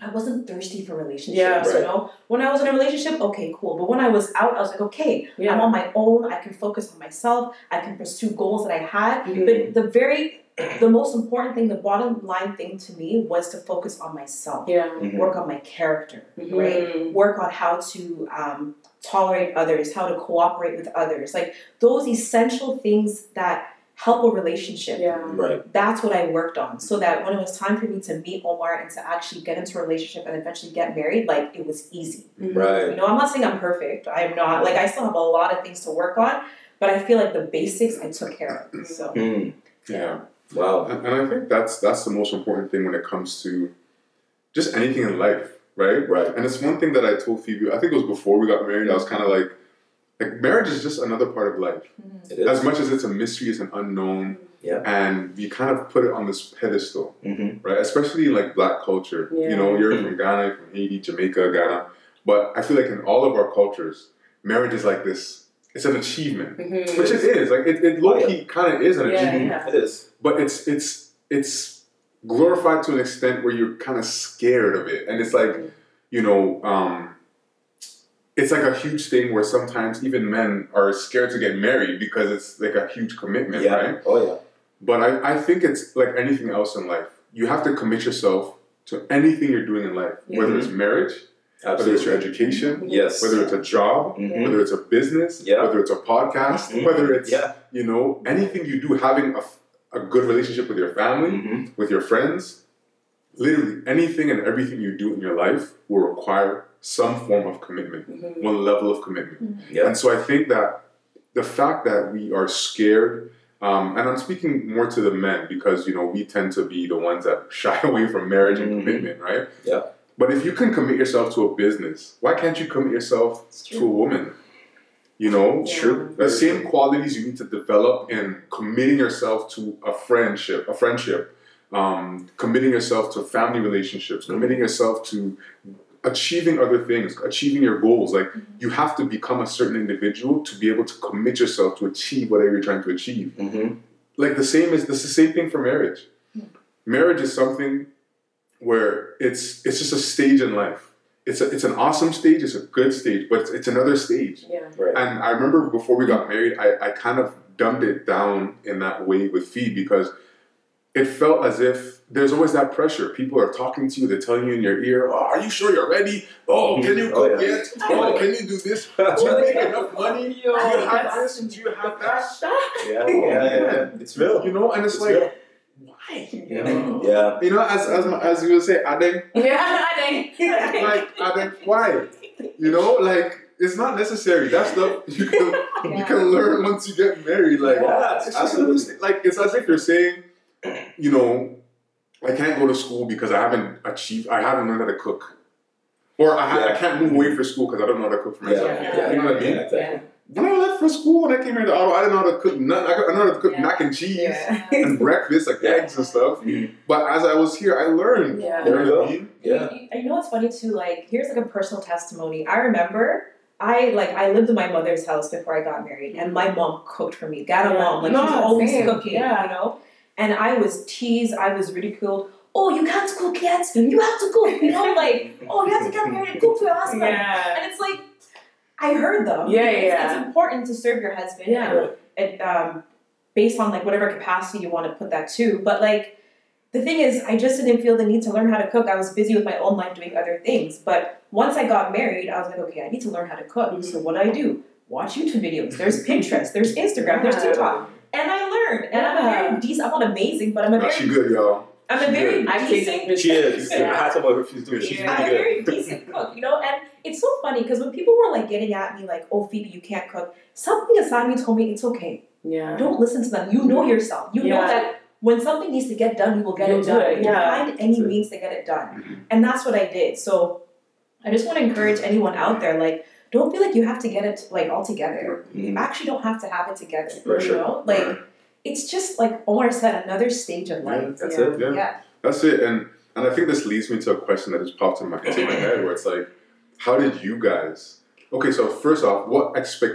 Speaker 4: I wasn't thirsty for relationships,
Speaker 2: Yeah.
Speaker 4: you know. When I was in a relationship, okay, cool. But when I was out, I was like, okay, I'm
Speaker 2: Yeah.
Speaker 4: on my own. I can focus on myself. I can pursue goals that I had.
Speaker 2: Mhm.
Speaker 4: But the very, the most important thing, the bottom line thing to me was to focus on myself.
Speaker 2: Yeah.
Speaker 3: Mhm.
Speaker 4: Work on my character,
Speaker 2: Mhm.
Speaker 4: right? Work on how to um, tolerate others, how to cooperate with others. Like those essential things that help a relationship.
Speaker 2: Yeah.
Speaker 3: Right.
Speaker 4: That's what I worked on. So that when it was time for me to meet Omar and to actually get into a relationship and eventually get married, like it was easy. You
Speaker 3: Right.
Speaker 4: know, I'm not saying I'm perfect. I'm not like I still have a lot of things to work on, but I feel like the basics I took care of. So
Speaker 3: Mm.
Speaker 1: Yeah.
Speaker 3: Wow.
Speaker 1: And, and I think that's that's the most important thing when it comes to just anything in life. right?
Speaker 3: Right.
Speaker 1: And it's one thing that I told Phoebe, I think it was before we got married, I was kind of like, like marriage is just another part of life.
Speaker 2: Mm-hmm.
Speaker 3: It
Speaker 1: As
Speaker 3: is.
Speaker 1: much as it's a mystery, it's an unknown.
Speaker 3: Yeah.
Speaker 1: And you kind of put it on this pedestal,
Speaker 3: Mhm.
Speaker 1: right? Especially in like black culture.
Speaker 2: Yeah.
Speaker 1: You know, you're from Ghana, you're from Haiti, Jamaica, Ghana. But I feel like in all of our cultures, marriage is like this. It's an achievement.
Speaker 2: Mhm.
Speaker 1: Which it is. Like it, it low key kind of is an
Speaker 2: Yeah,
Speaker 1: achievement.
Speaker 2: yeah.
Speaker 3: It is.
Speaker 1: But it's it's it's glorified to an extent where you're kind of scared of it. And it's like you know, um, it's like a huge thing where sometimes even men are scared to get married because it's like a huge commitment,
Speaker 3: yeah.
Speaker 1: right?
Speaker 3: Oh yeah.
Speaker 1: But I, I think it's like anything else in life. You have to commit yourself to anything you're doing in life, whether it's marriage, whether it's your
Speaker 3: Absolutely.
Speaker 1: education,
Speaker 3: Yes.
Speaker 1: whether it's a job,
Speaker 3: Mhm.
Speaker 1: whether it's a business,
Speaker 3: Yeah.
Speaker 1: whether it's a podcast,
Speaker 3: Mhm.
Speaker 1: whether it's,
Speaker 3: Yeah.
Speaker 1: you know, anything you do, having a, f- a good relationship with your family,
Speaker 3: Mhm.
Speaker 1: with your friends. Literally anything and everything you do in your life will require some form of commitment,
Speaker 2: Mhm.
Speaker 1: one level of commitment.
Speaker 3: Yeah.
Speaker 1: And so I think that the fact that we are scared, um, and I'm speaking more to the men because you know we tend to be the ones that shy away from marriage
Speaker 3: Mhm.
Speaker 1: and commitment, right?
Speaker 3: Yeah.
Speaker 1: But if you can commit yourself to a business, why can't you commit yourself
Speaker 4: It's
Speaker 1: to a woman? You know,
Speaker 2: Yeah.
Speaker 3: True.
Speaker 1: the
Speaker 3: Very
Speaker 1: same qualities you need to develop in committing yourself to a friendship, a friendship, um, committing yourself to family relationships,
Speaker 3: Mm-hmm.
Speaker 1: committing yourself to achieving other things, achieving your goals. Like you have to become a certain individual to be able to commit yourself to achieve whatever you're trying to achieve.
Speaker 3: true. Mhm.
Speaker 1: Like the same is this is the same thing for marriage. Marriage is something where it's it's just a stage in life. It's a, it's an awesome stage. It's a good stage, but it's, it's another stage.
Speaker 2: Yeah.
Speaker 3: Right.
Speaker 1: And I remember before we got married, I, I kind of dumbed it down in that way with Fee because it felt as if there's always that pressure. People are talking to you, they're telling you in your ear, Oh, are you sure you're ready? Oh, can you
Speaker 3: Oh,
Speaker 1: cook
Speaker 3: yeah.
Speaker 1: yet? Oh, can you do this? Do you make enough money? Do you
Speaker 2: Oh,
Speaker 1: have this and do you have that?
Speaker 3: yeah, yeah, yeah. It's real.
Speaker 1: You know, and it's,
Speaker 3: It's
Speaker 1: like,
Speaker 3: real.
Speaker 1: why?
Speaker 2: Yeah.
Speaker 3: Yeah.
Speaker 1: You know, as as, my, as you would say, I think
Speaker 2: Yeah, I think.
Speaker 1: like I think why? You know, like it's not necessary. That stuff you can you
Speaker 4: Yeah.
Speaker 1: can learn once you get married. Like,
Speaker 3: Yeah,
Speaker 1: it's just
Speaker 3: absolutely.
Speaker 1: Like, it's as if you're saying, you know, I can't go to school because I haven't achieved, I haven't learned how to cook. Or I, ha- I
Speaker 3: Yeah.
Speaker 1: can't move away for school because I don't know how to cook for
Speaker 3: Yeah.
Speaker 1: myself.
Speaker 3: Yeah.
Speaker 1: You know what I mean?
Speaker 3: Yeah.
Speaker 2: Yeah.
Speaker 1: When I left for school and I came here to Ottawa, I didn't know how to cook none. I could- I know how to cook
Speaker 4: Yeah.
Speaker 1: mac and cheese
Speaker 4: Yeah.
Speaker 1: and breakfast, like
Speaker 3: Yeah.
Speaker 1: eggs and stuff.
Speaker 3: Mhm.
Speaker 1: But as I was here, I learned.
Speaker 2: Yeah.
Speaker 1: You know what I
Speaker 3: Yeah.
Speaker 1: mean?
Speaker 3: Yeah.
Speaker 4: You know what's funny too? Like, here's like a personal testimony. I remember I like I lived in my mother's house before I got married, and my mom cooked for me. Got a
Speaker 2: Yeah.
Speaker 4: mom, like
Speaker 2: No,
Speaker 4: she's always
Speaker 2: same.
Speaker 4: cooking,
Speaker 2: Yeah.
Speaker 4: you know. And I was teased, I was ridiculed. Oh, you can't cook yet. You have to cook, you know, like, oh, you have to get married and cook for your husband.
Speaker 2: Yeah.
Speaker 4: And it's like I heard them.
Speaker 2: Yeah,
Speaker 4: It's-
Speaker 2: yeah.
Speaker 4: It's important to serve your husband.
Speaker 2: Yeah.
Speaker 4: and- And, um, based on like whatever capacity you want to put that to. But like the thing is, I just didn't feel the need to learn how to cook. I was busy with my own life doing other things. But once I got married, I was like, okay, I need to learn how to cook. So
Speaker 2: Mm-hmm.
Speaker 4: what do I do? Watch YouTube videos. There's Pinterest. There's Instagram. There's
Speaker 2: Yeah.
Speaker 4: TikTok. And I learned. And I'm a
Speaker 2: Yeah.
Speaker 4: very decent. I'm not amazing, but I'm a
Speaker 1: Nah, she
Speaker 4: very,
Speaker 1: good, y'all.
Speaker 4: I'm a
Speaker 1: she
Speaker 4: very
Speaker 1: good.
Speaker 2: I think
Speaker 4: decent
Speaker 2: it's-
Speaker 3: She is.
Speaker 2: Yeah.
Speaker 3: I had someone who she's doing. She's
Speaker 2: Yeah.
Speaker 4: I'm a
Speaker 3: really good.
Speaker 4: very decent cook, you know, and it's so funny because when people were like getting at me, like, "Oh, Phoebe, you can't cook," something inside me told me it's okay.
Speaker 2: Yeah.
Speaker 4: Don't listen to them. You know yourself. You know
Speaker 2: Yeah.
Speaker 4: that when something needs to get done, you will get
Speaker 2: You'll
Speaker 4: it
Speaker 2: do
Speaker 4: done.
Speaker 2: it,
Speaker 4: You
Speaker 2: yeah.
Speaker 4: find any
Speaker 3: That's it.
Speaker 4: means to get it done,
Speaker 3: Mm-hmm.
Speaker 1: Mhm.
Speaker 4: and that's what I did. So, I just want to encourage anyone out there, like, don't feel like you have to get it like all together. You
Speaker 3: Mhm.
Speaker 4: actually don't have to have it together.
Speaker 3: For
Speaker 4: you
Speaker 3: sure.
Speaker 4: know, like it's just like Omar said, another stage of life.
Speaker 3: That's
Speaker 2: Yeah.
Speaker 3: it.
Speaker 1: Yeah.
Speaker 4: Yeah.
Speaker 1: That's it, and and I think this leads me to a question that just popped in my into my head, where it's like, how did you guys? Okay, so first off, what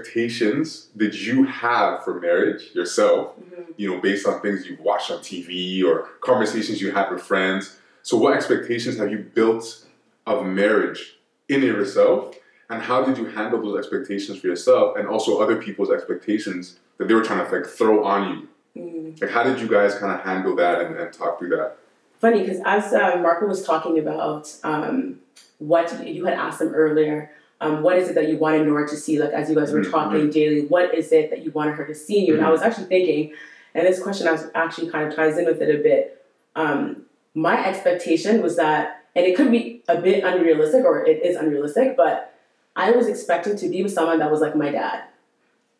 Speaker 1: expectations did you have for marriage yourself?
Speaker 2: Mhm.
Speaker 1: You know, based on things you've watched on TV or conversations you had with friends. So, what expectations have you built of marriage in yourself, and how did you handle those expectations for yourself, and also other people's expectations that they were trying to like throw on you?
Speaker 2: Mhm.
Speaker 1: Like, how did you guys kind of handle that and, and talk through that?
Speaker 2: Funny, because as uh, Marco was talking about um, what you had asked him earlier, um, what is it that you wanted Nora to see? Like as you guys were
Speaker 1: Mhm,
Speaker 2: talking daily, what is it that you wanted her to see in you? And I was actually thinking, and this question I was actually kind of ties in with it a bit. Um, my expectation was that, and it could be a bit unrealistic, or it is unrealistic, but I was expected to be with someone that was like my dad.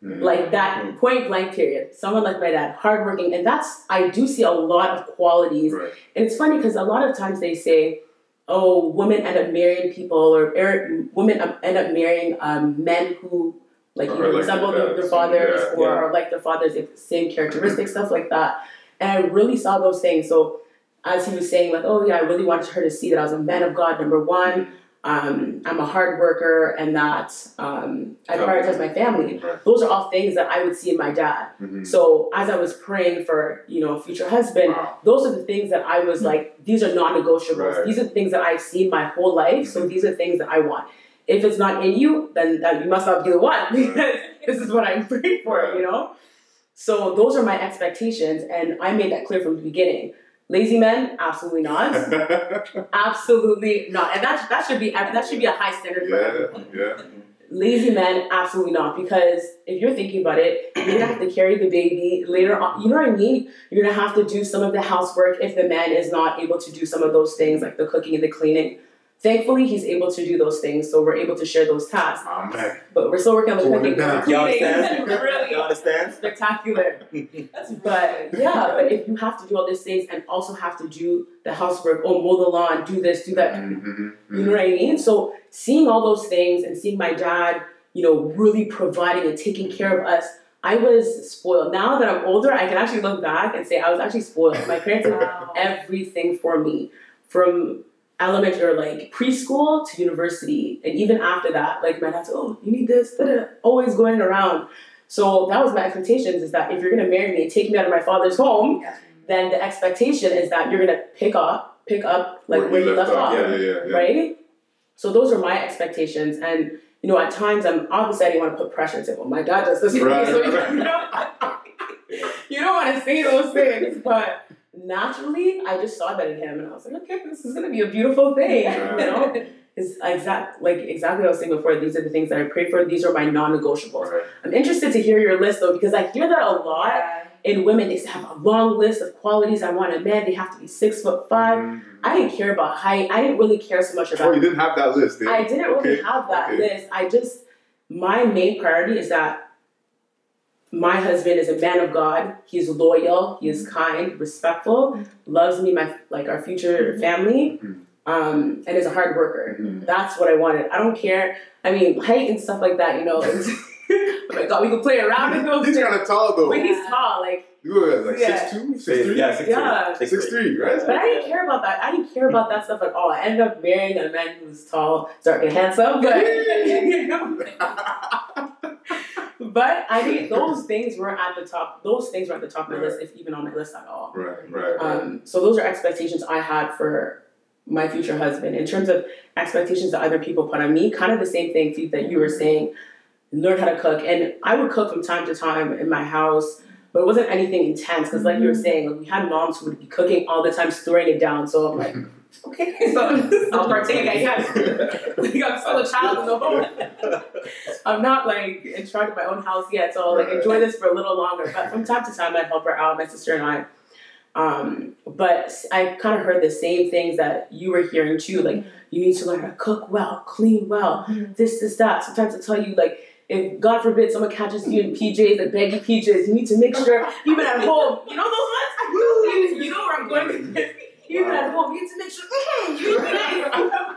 Speaker 1: Mhm.
Speaker 2: like that point blank period someone like my dad hardworking and that's i do see a lot of qualities
Speaker 1: Right.
Speaker 2: and it's funny because a lot of times they say oh, women end up marrying people, or er, women up- end up marrying um, men who like
Speaker 1: Are
Speaker 2: either
Speaker 1: like
Speaker 2: resemble
Speaker 1: their
Speaker 2: their, their
Speaker 1: dads,
Speaker 2: fathers
Speaker 1: yeah,
Speaker 2: or
Speaker 3: yeah.
Speaker 2: are like their fathers, if the same characteristics, stuff like that. And I really saw those things. So as he was saying, like, oh yeah, I really wanted her to see that I was a man of God, number one. Um, I'm a hard worker, and that um, I
Speaker 1: Yeah.
Speaker 2: prioritize my family.
Speaker 1: Right.
Speaker 2: Those are all things that I would see in my dad.
Speaker 1: Mhm.
Speaker 2: So as I was praying for, you know, a future husband,
Speaker 1: Wow.
Speaker 2: those are the things that I was like, these are non negotiables.
Speaker 1: Right. Hmm.
Speaker 2: These are the things that I've seen my whole life. So these are things that I want. If it's not in you, then that you must not be the one because this is what I'm praying for, you know? So those are my expectations, and I made that clear from the beginning. Lazy men, absolutely not. absolutely not. And that, that should be that should be a high standard for everyone.
Speaker 1: yeah, yeah.
Speaker 2: Mm-hmm. Lazy men, absolutely not. Because if you're thinking about it, you're gonna have to carry the baby later on. You know what I mean? You're gonna have to do some of the housework if the man is not able to do some of those things, like the cooking and the cleaning. Thankfully, he's able to do those things, so we're able to share those tasks.
Speaker 1: Oh, man.
Speaker 2: But we're still working on the
Speaker 1: Hold it
Speaker 2: cooking. and the
Speaker 1: down.
Speaker 3: Y'all
Speaker 2: cleaning.
Speaker 3: understand? You
Speaker 2: really
Speaker 3: understand?
Speaker 2: spectacular.
Speaker 4: That's
Speaker 2: But yeah, but if you have to do all these things and also have to do the housework or mow the lawn, do this, do that,
Speaker 1: Mhm,
Speaker 2: you know
Speaker 1: mhm.
Speaker 2: what I mean? So seeing all those things and seeing my dad, you know, really providing and taking care of us, I was spoiled. Now that I'm older, I can actually look back and say I was actually spoiled. My parents did
Speaker 4: wow.
Speaker 2: everything for me from elementary or like preschool to university. And even after that, like my dad's, oh, you need this, da-da-da," always going around. So that was my expectations is that if you're gonna marry me and take me out of my father's home, then the expectation is that you're gonna pick up, pick up like where, you left, off
Speaker 1: Yeah, yeah, yeah.
Speaker 2: right? So those are my expectations, and you know, at times I'm obviously I didn't want to put pressure and say, well, my dad does this, for me,"
Speaker 1: Right,
Speaker 2: so you
Speaker 1: right.
Speaker 2: don't, you don't want to say those things, but naturally I just saw that in him, and I was like, okay, this is gonna be a beautiful thing, you know. It's exact, like exactly what I was saying before. These are the things that I pray for. These are my non-negotiables.
Speaker 1: Right.
Speaker 2: I'm interested to hear your list though, because I hear that a lot
Speaker 4: Yeah.
Speaker 2: in women. They have a long list of qualities I want in a man. They have to be six foot five.
Speaker 1: Mhm.
Speaker 2: I didn't care about height. I didn't really care so much about
Speaker 1: Oh, you didn't have that list, did
Speaker 2: I
Speaker 1: you?
Speaker 2: didn't
Speaker 1: okay.
Speaker 2: really have that
Speaker 1: okay.
Speaker 2: list. I just my main priority is that my husband is a man of God. He's loyal. He is kind, respectful, loves me, my like our future family,
Speaker 1: Mhm.
Speaker 2: um, and is a hard worker.
Speaker 1: Mhm.
Speaker 2: That's what I wanted. I don't care. I mean, height and stuff like that. You know, it's, oh my God, we could play around with those.
Speaker 1: He's
Speaker 2: things.
Speaker 1: kind of tall though.
Speaker 2: But he's tall, like
Speaker 1: You were like
Speaker 2: Yeah.
Speaker 1: six two, six three,
Speaker 3: Yeah, six
Speaker 2: Yeah.
Speaker 3: three.
Speaker 1: six three, right?
Speaker 2: but I didn't care about that. I didn't care about that stuff at all. I ended up marrying a man who was tall, dark, and handsome, but you know, But I didn't. Those things weren't at the top. Those things were at the top of my list, if even on my list at all.
Speaker 1: right, right, right.
Speaker 2: Um, so those are expectations I had for my future husband. In terms of expectations that other people put on me, kind of the same thing Feet, that you were saying. Learn how to cook, and I would cook from time to time in my house, but it wasn't anything intense because, like you were saying, like, we had moms who would be cooking all the time, storing it down. So I'm like, okay, so I'll partake, I guess. like I'm still a child in the home. I'm not like in charge of my own house yet, so I'll like
Speaker 1: Right.
Speaker 2: enjoy this for a little longer. But from time to time, I help her out, my sister and I. Um, but I kind of heard the same things that you were hearing too. Like you need to learn how to cook well, clean well, this, this, that. Sometimes I tell you like. If God forbid someone catches you in PJs, like baggy PJs, you need to make sure, even at home, you know those ones? I know you, you know where I'm going with this. Even at home, you need to make sure, mm, you look nice.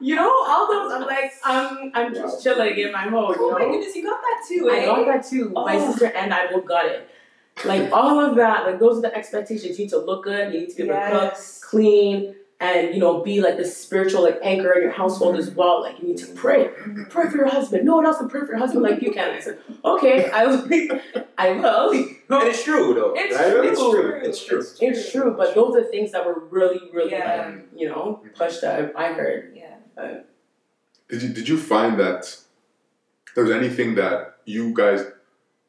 Speaker 2: You know, all those, I'm like, um, I'm just chilling in my home, you
Speaker 4: Oh my
Speaker 2: know?
Speaker 4: goodness, you got that too, eh?
Speaker 2: I got that too. My
Speaker 4: Oh.
Speaker 2: sister and I both got it.
Speaker 1: Um,
Speaker 2: Like all of that, like those are the expectations. You need to look good, you need to be able to cook,
Speaker 4: Yes.
Speaker 2: clean, and you know, be like the spiritual like anchor in your household as
Speaker 4: Mm-hmm.
Speaker 2: well. Like you need to pray. Pray for your husband. No one else can pray for your husband like you can. I said, okay, I will I will.
Speaker 3: And it's true though.
Speaker 2: It's
Speaker 3: right? It's
Speaker 2: true.
Speaker 3: true. It's true.
Speaker 2: It's true, but those are things that were really, really
Speaker 4: Yeah.
Speaker 2: like, you know, pushed that I, I heard.
Speaker 4: Yeah.
Speaker 1: Did you did you find that there was anything that you guys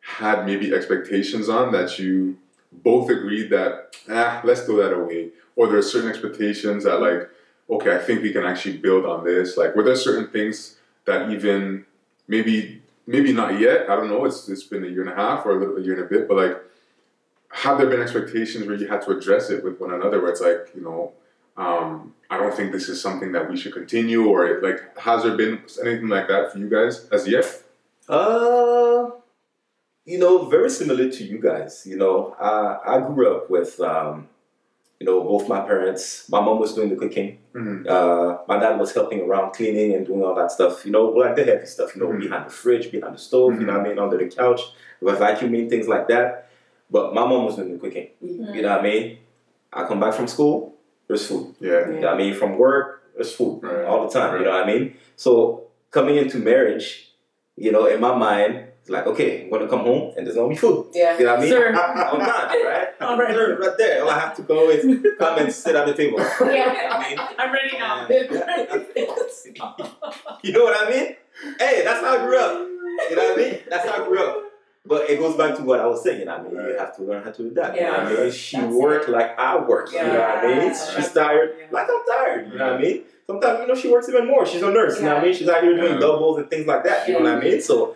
Speaker 1: had maybe expectations on that you both agreed that ah let's throw that away, or there are certain expectations that like okay I think we can actually build on this. Like were there certain things that even maybe maybe not yet I don't know it's it's been a year and a half or a little a year and a bit, but like have there been expectations where you had to address it with one another where it's like you know um, I don't think this is something that we should continue, or like, has there been anything like that for you guys as yet?
Speaker 3: Uh, you know, very similar to you guys. You know, I, I grew up with um, You know, both my parents, my mom was doing the cooking.
Speaker 1: Mhm.
Speaker 3: Uh, my dad was helping around cleaning and doing all that stuff, you know, like the heavy stuff, you know,
Speaker 1: Mhm.
Speaker 3: behind the fridge, behind the stove, you know what I mean,
Speaker 1: Mm-hmm.
Speaker 3: under the couch, with vacuuming, things like that. But my mom was doing the cooking,
Speaker 5: Mm-hmm.
Speaker 3: you know what I mean? I come back from school, there's food.
Speaker 1: Yeah.
Speaker 3: You know what I mean? From work, there's food
Speaker 1: Right.
Speaker 3: all the time, you know what I mean? So coming into marriage, you know, in my mind, it's like, okay, I'm gonna come home and there's gonna be food.
Speaker 5: Yeah.
Speaker 3: You know what I mean?
Speaker 5: Sir.
Speaker 3: On time, right?
Speaker 5: All right.
Speaker 3: Sir, right there. All I have to go is come and sit at the table.
Speaker 5: Yeah.
Speaker 3: I mean,
Speaker 5: I'm ready now.
Speaker 3: you know what I mean? Hey, that's how I grew up. You know what I mean? That's how I grew up. But it goes back to what I was saying. I mean, you have to learn how to do that. You know what I mean? She
Speaker 6: That's
Speaker 3: worked like I work. You know what I mean?
Speaker 6: Yeah.
Speaker 3: She's tired like I'm tired. You know what I mean? Sometimes you know she works even more. She's a nurse. You know what I mean? She's out here doing
Speaker 1: Yeah.
Speaker 3: doubles and things like that. You know what I mean? So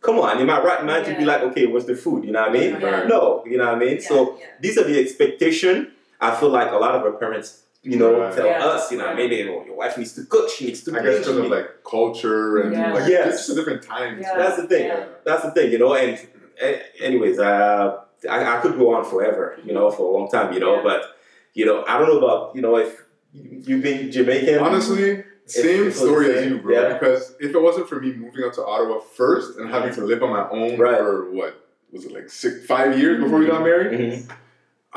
Speaker 3: come on, in my right mind to be
Speaker 6: Yeah.
Speaker 3: like, okay, what's the food? You know what I mean?
Speaker 1: Yeah.
Speaker 3: No, you know what I mean? So these are the expectation I feel like a lot of our parents, you know,
Speaker 1: Right.
Speaker 3: tell
Speaker 5: Yeah.
Speaker 3: us, you know, maybe oh, your wife needs to cook, she needs to
Speaker 1: I
Speaker 3: clean.
Speaker 1: guess
Speaker 3: she
Speaker 1: because of
Speaker 3: needs-"
Speaker 1: like culture and
Speaker 5: Yeah.
Speaker 1: like
Speaker 3: Yes.
Speaker 1: it's just a different time.
Speaker 5: Yeah.
Speaker 3: That's the thing.
Speaker 1: Yeah.
Speaker 3: That's the thing, you know. And a- anyways, uh, I, I could go on forever, you know, for a long time, you know.
Speaker 5: Yeah.
Speaker 3: But you know, I don't know about you know if you you being Jamaican.
Speaker 1: Honestly, same
Speaker 3: it's the
Speaker 1: story as
Speaker 3: same.
Speaker 1: you, bro.
Speaker 3: Yeah.
Speaker 1: Because if it wasn't for me moving out to Ottawa first and having to live on my own
Speaker 3: Right.
Speaker 1: for what was it like six, five years before we got married,
Speaker 3: Mhm.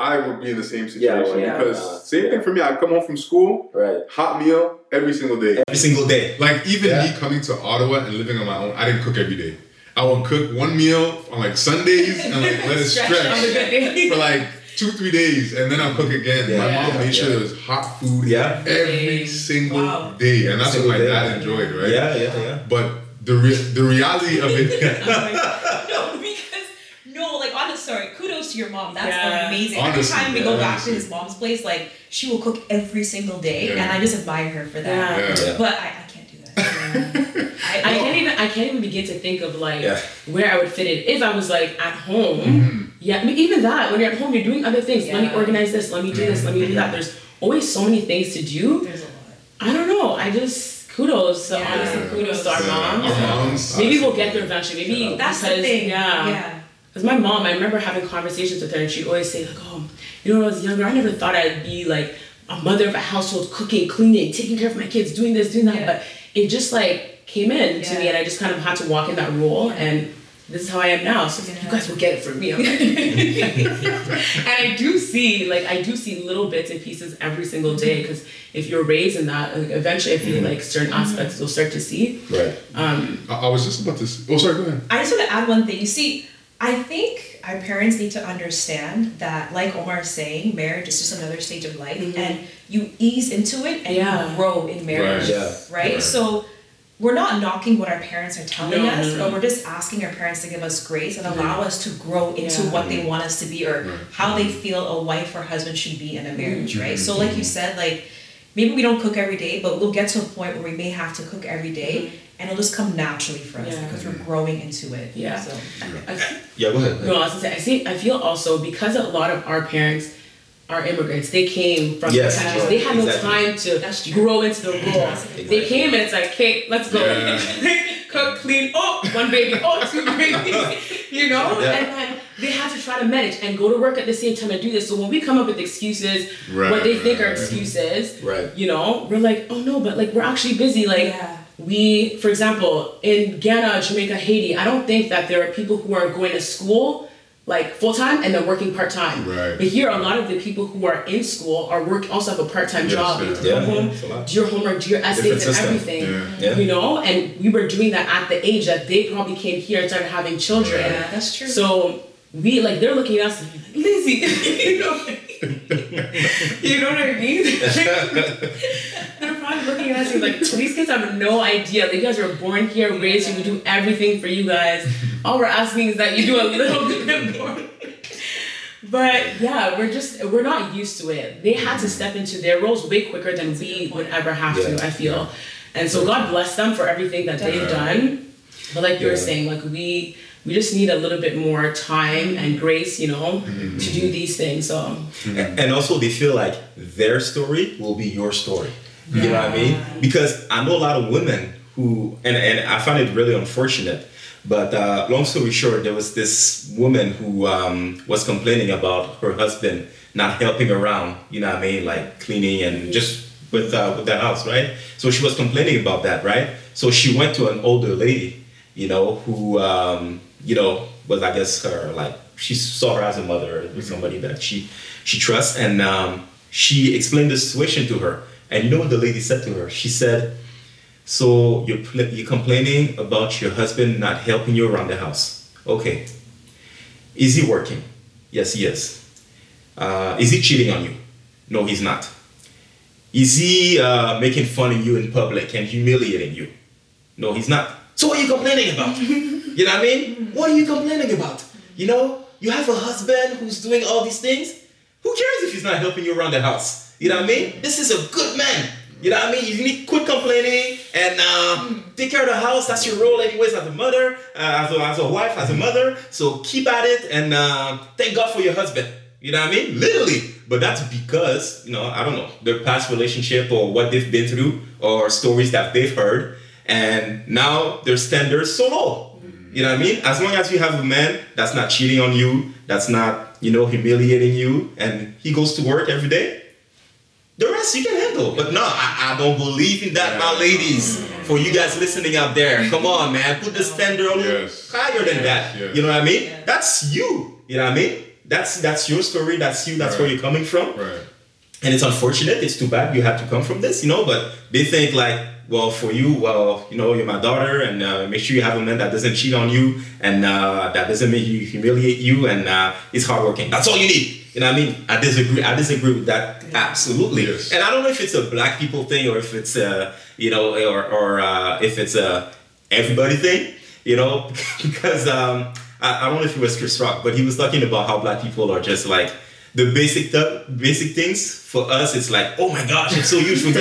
Speaker 1: I would be in the same
Speaker 3: Yeah, well,
Speaker 1: situation.
Speaker 5: yeah.
Speaker 1: Because
Speaker 3: Uh,
Speaker 1: same
Speaker 3: yeah.
Speaker 1: thing for me. I come home from school,
Speaker 3: right?
Speaker 1: hot meal every single day.
Speaker 3: Every single day.
Speaker 1: Like even
Speaker 3: Yeah.
Speaker 1: me coming to Ottawa and living on my own, I didn't cook every day. I would cook one meal on like Sundays and like let it
Speaker 5: On the
Speaker 1: stretch
Speaker 5: good day.
Speaker 1: for like two three days, and then I'll cook again. My
Speaker 5: Yeah.
Speaker 1: mom made sure
Speaker 3: Yeah.
Speaker 1: there was hot food
Speaker 3: Yeah.
Speaker 1: every
Speaker 5: Dang.
Speaker 1: single
Speaker 5: Wow.
Speaker 1: day, and that's what
Speaker 3: Single
Speaker 1: my
Speaker 3: day.
Speaker 1: dad enjoyed, right?
Speaker 3: Yeah, yeah, yeah.
Speaker 1: But the re- the reality of
Speaker 4: I'm
Speaker 1: it,
Speaker 4: like, no, because no, like honest sorry, kudos to your mom. That's
Speaker 5: Yeah.
Speaker 4: amazing.
Speaker 1: Honestly,
Speaker 4: Every time we
Speaker 1: yeah,
Speaker 4: go back
Speaker 1: honestly.
Speaker 4: to his mom's place, like she will cook every single day,
Speaker 1: Yeah.
Speaker 4: and I just admire her for that.
Speaker 5: Yeah.
Speaker 1: yeah.
Speaker 4: But I, I can't do that.
Speaker 2: I, I can't e- even I can't even begin to think of like
Speaker 3: Yeah.
Speaker 2: where I would fit in if I was like at home.
Speaker 1: Mhm.
Speaker 2: Yeah, I mean, even that when you're at home, you're doing other things. Let me
Speaker 4: Yeah.
Speaker 2: organize this. Let me do this. Let me do
Speaker 1: Mm-hmm.
Speaker 2: that. There's always so many things to do.
Speaker 4: There's a lot.
Speaker 2: I don't know. I just kudos. So
Speaker 4: Yeah.
Speaker 2: honestly,
Speaker 1: Yeah.
Speaker 2: kudos to our
Speaker 1: Yeah.
Speaker 2: moms.
Speaker 1: Our moms. uh,
Speaker 2: Maybe we'll get there eventually. Maybe
Speaker 4: That's
Speaker 2: because-
Speaker 4: the thing.
Speaker 2: Yeah.
Speaker 4: yeah.
Speaker 2: Because my mom, I remember having conversations with her, and she'd always say, like, oh, you know, when I was younger, I never thought I'd be like a mother of a household, cooking, cleaning, taking care of my kids, doing this, doing that.
Speaker 4: Yeah.
Speaker 2: But it just like came in to
Speaker 4: Yeah.
Speaker 2: me, and I just kind of had to walk in that role. And this is how I am now. So it's like,
Speaker 4: Yeah.
Speaker 2: you guys will get it from me. I'm like, and I do see, like, I do see little bits and pieces every single day.
Speaker 4: Mm-hmm.
Speaker 2: Because if you're raised in that, like, eventually, I feel like certain
Speaker 4: Mm-hmm.
Speaker 2: aspects you'll start to see.
Speaker 3: Right.
Speaker 2: Um,
Speaker 1: I, I was just about to. s- Oh, sorry, go ahead.
Speaker 4: I just want to add one thing. You see, I think our parents need to understand that, like Omar is saying, marriage is just another stage of life, and you ease into it
Speaker 2: Mm-hmm.
Speaker 4: and
Speaker 2: Yeah.
Speaker 4: you grow in marriage,
Speaker 1: Right.
Speaker 3: Yeah.
Speaker 4: right?
Speaker 1: Right.
Speaker 4: So we're not knocking what our parents are telling
Speaker 2: No,
Speaker 4: us,
Speaker 2: no, no.
Speaker 4: but we're just asking our parents to give us grace and allow us to grow into
Speaker 2: Yeah. Mm-hmm.
Speaker 4: what they want us to be or how they feel a wife or husband should be in a marriage, right? So, like you said, like maybe we don't cook every day, but we'll get to a point where we may have to cook every day, and it'll just come naturally for us
Speaker 2: Mm-hmm. Yeah.
Speaker 4: because we're growing into it.
Speaker 2: Yeah.
Speaker 4: So.
Speaker 2: I-
Speaker 3: Yeah. Go ahead.
Speaker 2: No, I was gonna say, I see. I feel also because a lot of our parents are immigrants. They came from
Speaker 3: Yes,
Speaker 2: other countries. They had
Speaker 3: exactly.
Speaker 2: no time
Speaker 4: That's
Speaker 2: to
Speaker 4: true.
Speaker 2: grow into the role.
Speaker 3: Exactly.
Speaker 2: They came and it's like, okay, let's go.
Speaker 1: Yeah.
Speaker 2: Cook, clean. Oh, one baby. Oh, two babies. You know,
Speaker 3: Yeah.
Speaker 2: and then they have to try to manage and go to work at the same time and do this. So when we come up with excuses,
Speaker 1: Right,
Speaker 2: what they think
Speaker 1: right,
Speaker 2: are
Speaker 1: right.
Speaker 2: excuses,
Speaker 3: Right.
Speaker 2: you know, we're like, oh no, but like we're actually busy. Like
Speaker 4: Yeah.
Speaker 2: we, for example, in Ghana, Jamaica, Haiti, I don't think that there are people who are going to school like full time and then working part time.
Speaker 1: Right.
Speaker 2: But here, a lot of the people who are in school are work also have a part time
Speaker 1: Yes,
Speaker 2: job.
Speaker 1: yeah.
Speaker 2: They have to
Speaker 3: Yeah.
Speaker 2: come home,
Speaker 3: It's a lot.
Speaker 2: do your homework, do your
Speaker 3: Different
Speaker 2: essays, and
Speaker 3: system.
Speaker 2: everything.
Speaker 1: Yeah.
Speaker 3: Yeah.
Speaker 2: You know, and we were doing that at the age that they probably came here and started having children.
Speaker 1: Right.
Speaker 4: Yeah, that's true.
Speaker 2: So we like they're looking at us like Lizzie, you know, you know what I mean? they're probably looking at us and like these kids have no idea. Like, you guys were born here, raised here, we do everything for you guys. All we're asking is that you do a little bit more. But yeah, we're just we're not used to it. They had to step into their roles way quicker than we would ever have to.
Speaker 3: Yeah.
Speaker 2: I feel, and so God bless them for everything that they've done. But like you were
Speaker 3: Yeah.
Speaker 2: saying, like we we just need a little bit more time and grace, you know, to do these things. So
Speaker 3: and also they feel like their story will be your story you know what i mean because i know a lot of women who and, and i find it really unfortunate but uh, long story short there was this woman who um, was complaining about her husband not helping around, you know what I mean, like cleaning and just with uh, with the house, right? So she was complaining about that, right? So she went to an older lady, you know, who um, you know was I guess her like she saw her as a mother, it was somebody that she she trusts, and um, she explained the situation to her. And you know what the lady said to her? She said, "So you're pl- you're complaining about your husband not helping you around the house, okay? Is he working? Yes, he is. Uh, is he cheating on you? No, he's not. Is he uh, making fun of you in public and humiliating you? No, he's not. So what are you complaining about? you know what I mean? What are you complaining about? You know, you have a husband who's doing all these things. Who cares if he's not helping you around the house? You know what I mean? This is a good man. You know what I mean? You need quit complaining and uh, take care of the house. That's your role, anyways, as a mother, uh, as, a, as a wife, as a mother. So keep at it and uh, thank God for your husband. You know what I mean? Literally. But that's because, you know, I don't know, their past relationship or what they've been through or stories that they've heard. And now their standards so low. You know what I mean? As long as you have a man that's not cheating on you, that's not, you know, humiliating you, and he goes to work every day, the rest you can handle. But no, I, I don't believe in that, my ladies. For you guys listening out there, come on, man. Put the standard a little
Speaker 1: Yes.
Speaker 3: higher than that.
Speaker 1: yes.
Speaker 3: You know what I mean?
Speaker 7: Yeah.
Speaker 3: That's you. You know what I mean? That's that's your story. That's you. That's where
Speaker 1: Right.
Speaker 3: you're coming from.
Speaker 1: Right.
Speaker 3: And it's unfortunate. It's too bad you had to come from this. You know, but they think like, well, for you, well, you know, you're my daughter, and uh, make sure you have a man that doesn't cheat on you, and uh, that doesn't make you humiliate you, and uh, is hardworking. That's all you need. You know what I mean? I disagree. I disagree with that absolutely.
Speaker 1: Yes.
Speaker 3: And I don't know if it's a black people thing or if it's a you know or or uh, if it's a everybody thing, you know, because um, I, I don't know if it was Chris Rock, but he was talking about how black people are just like the basic th- basic things for us. It's like, oh my gosh, it's so useful.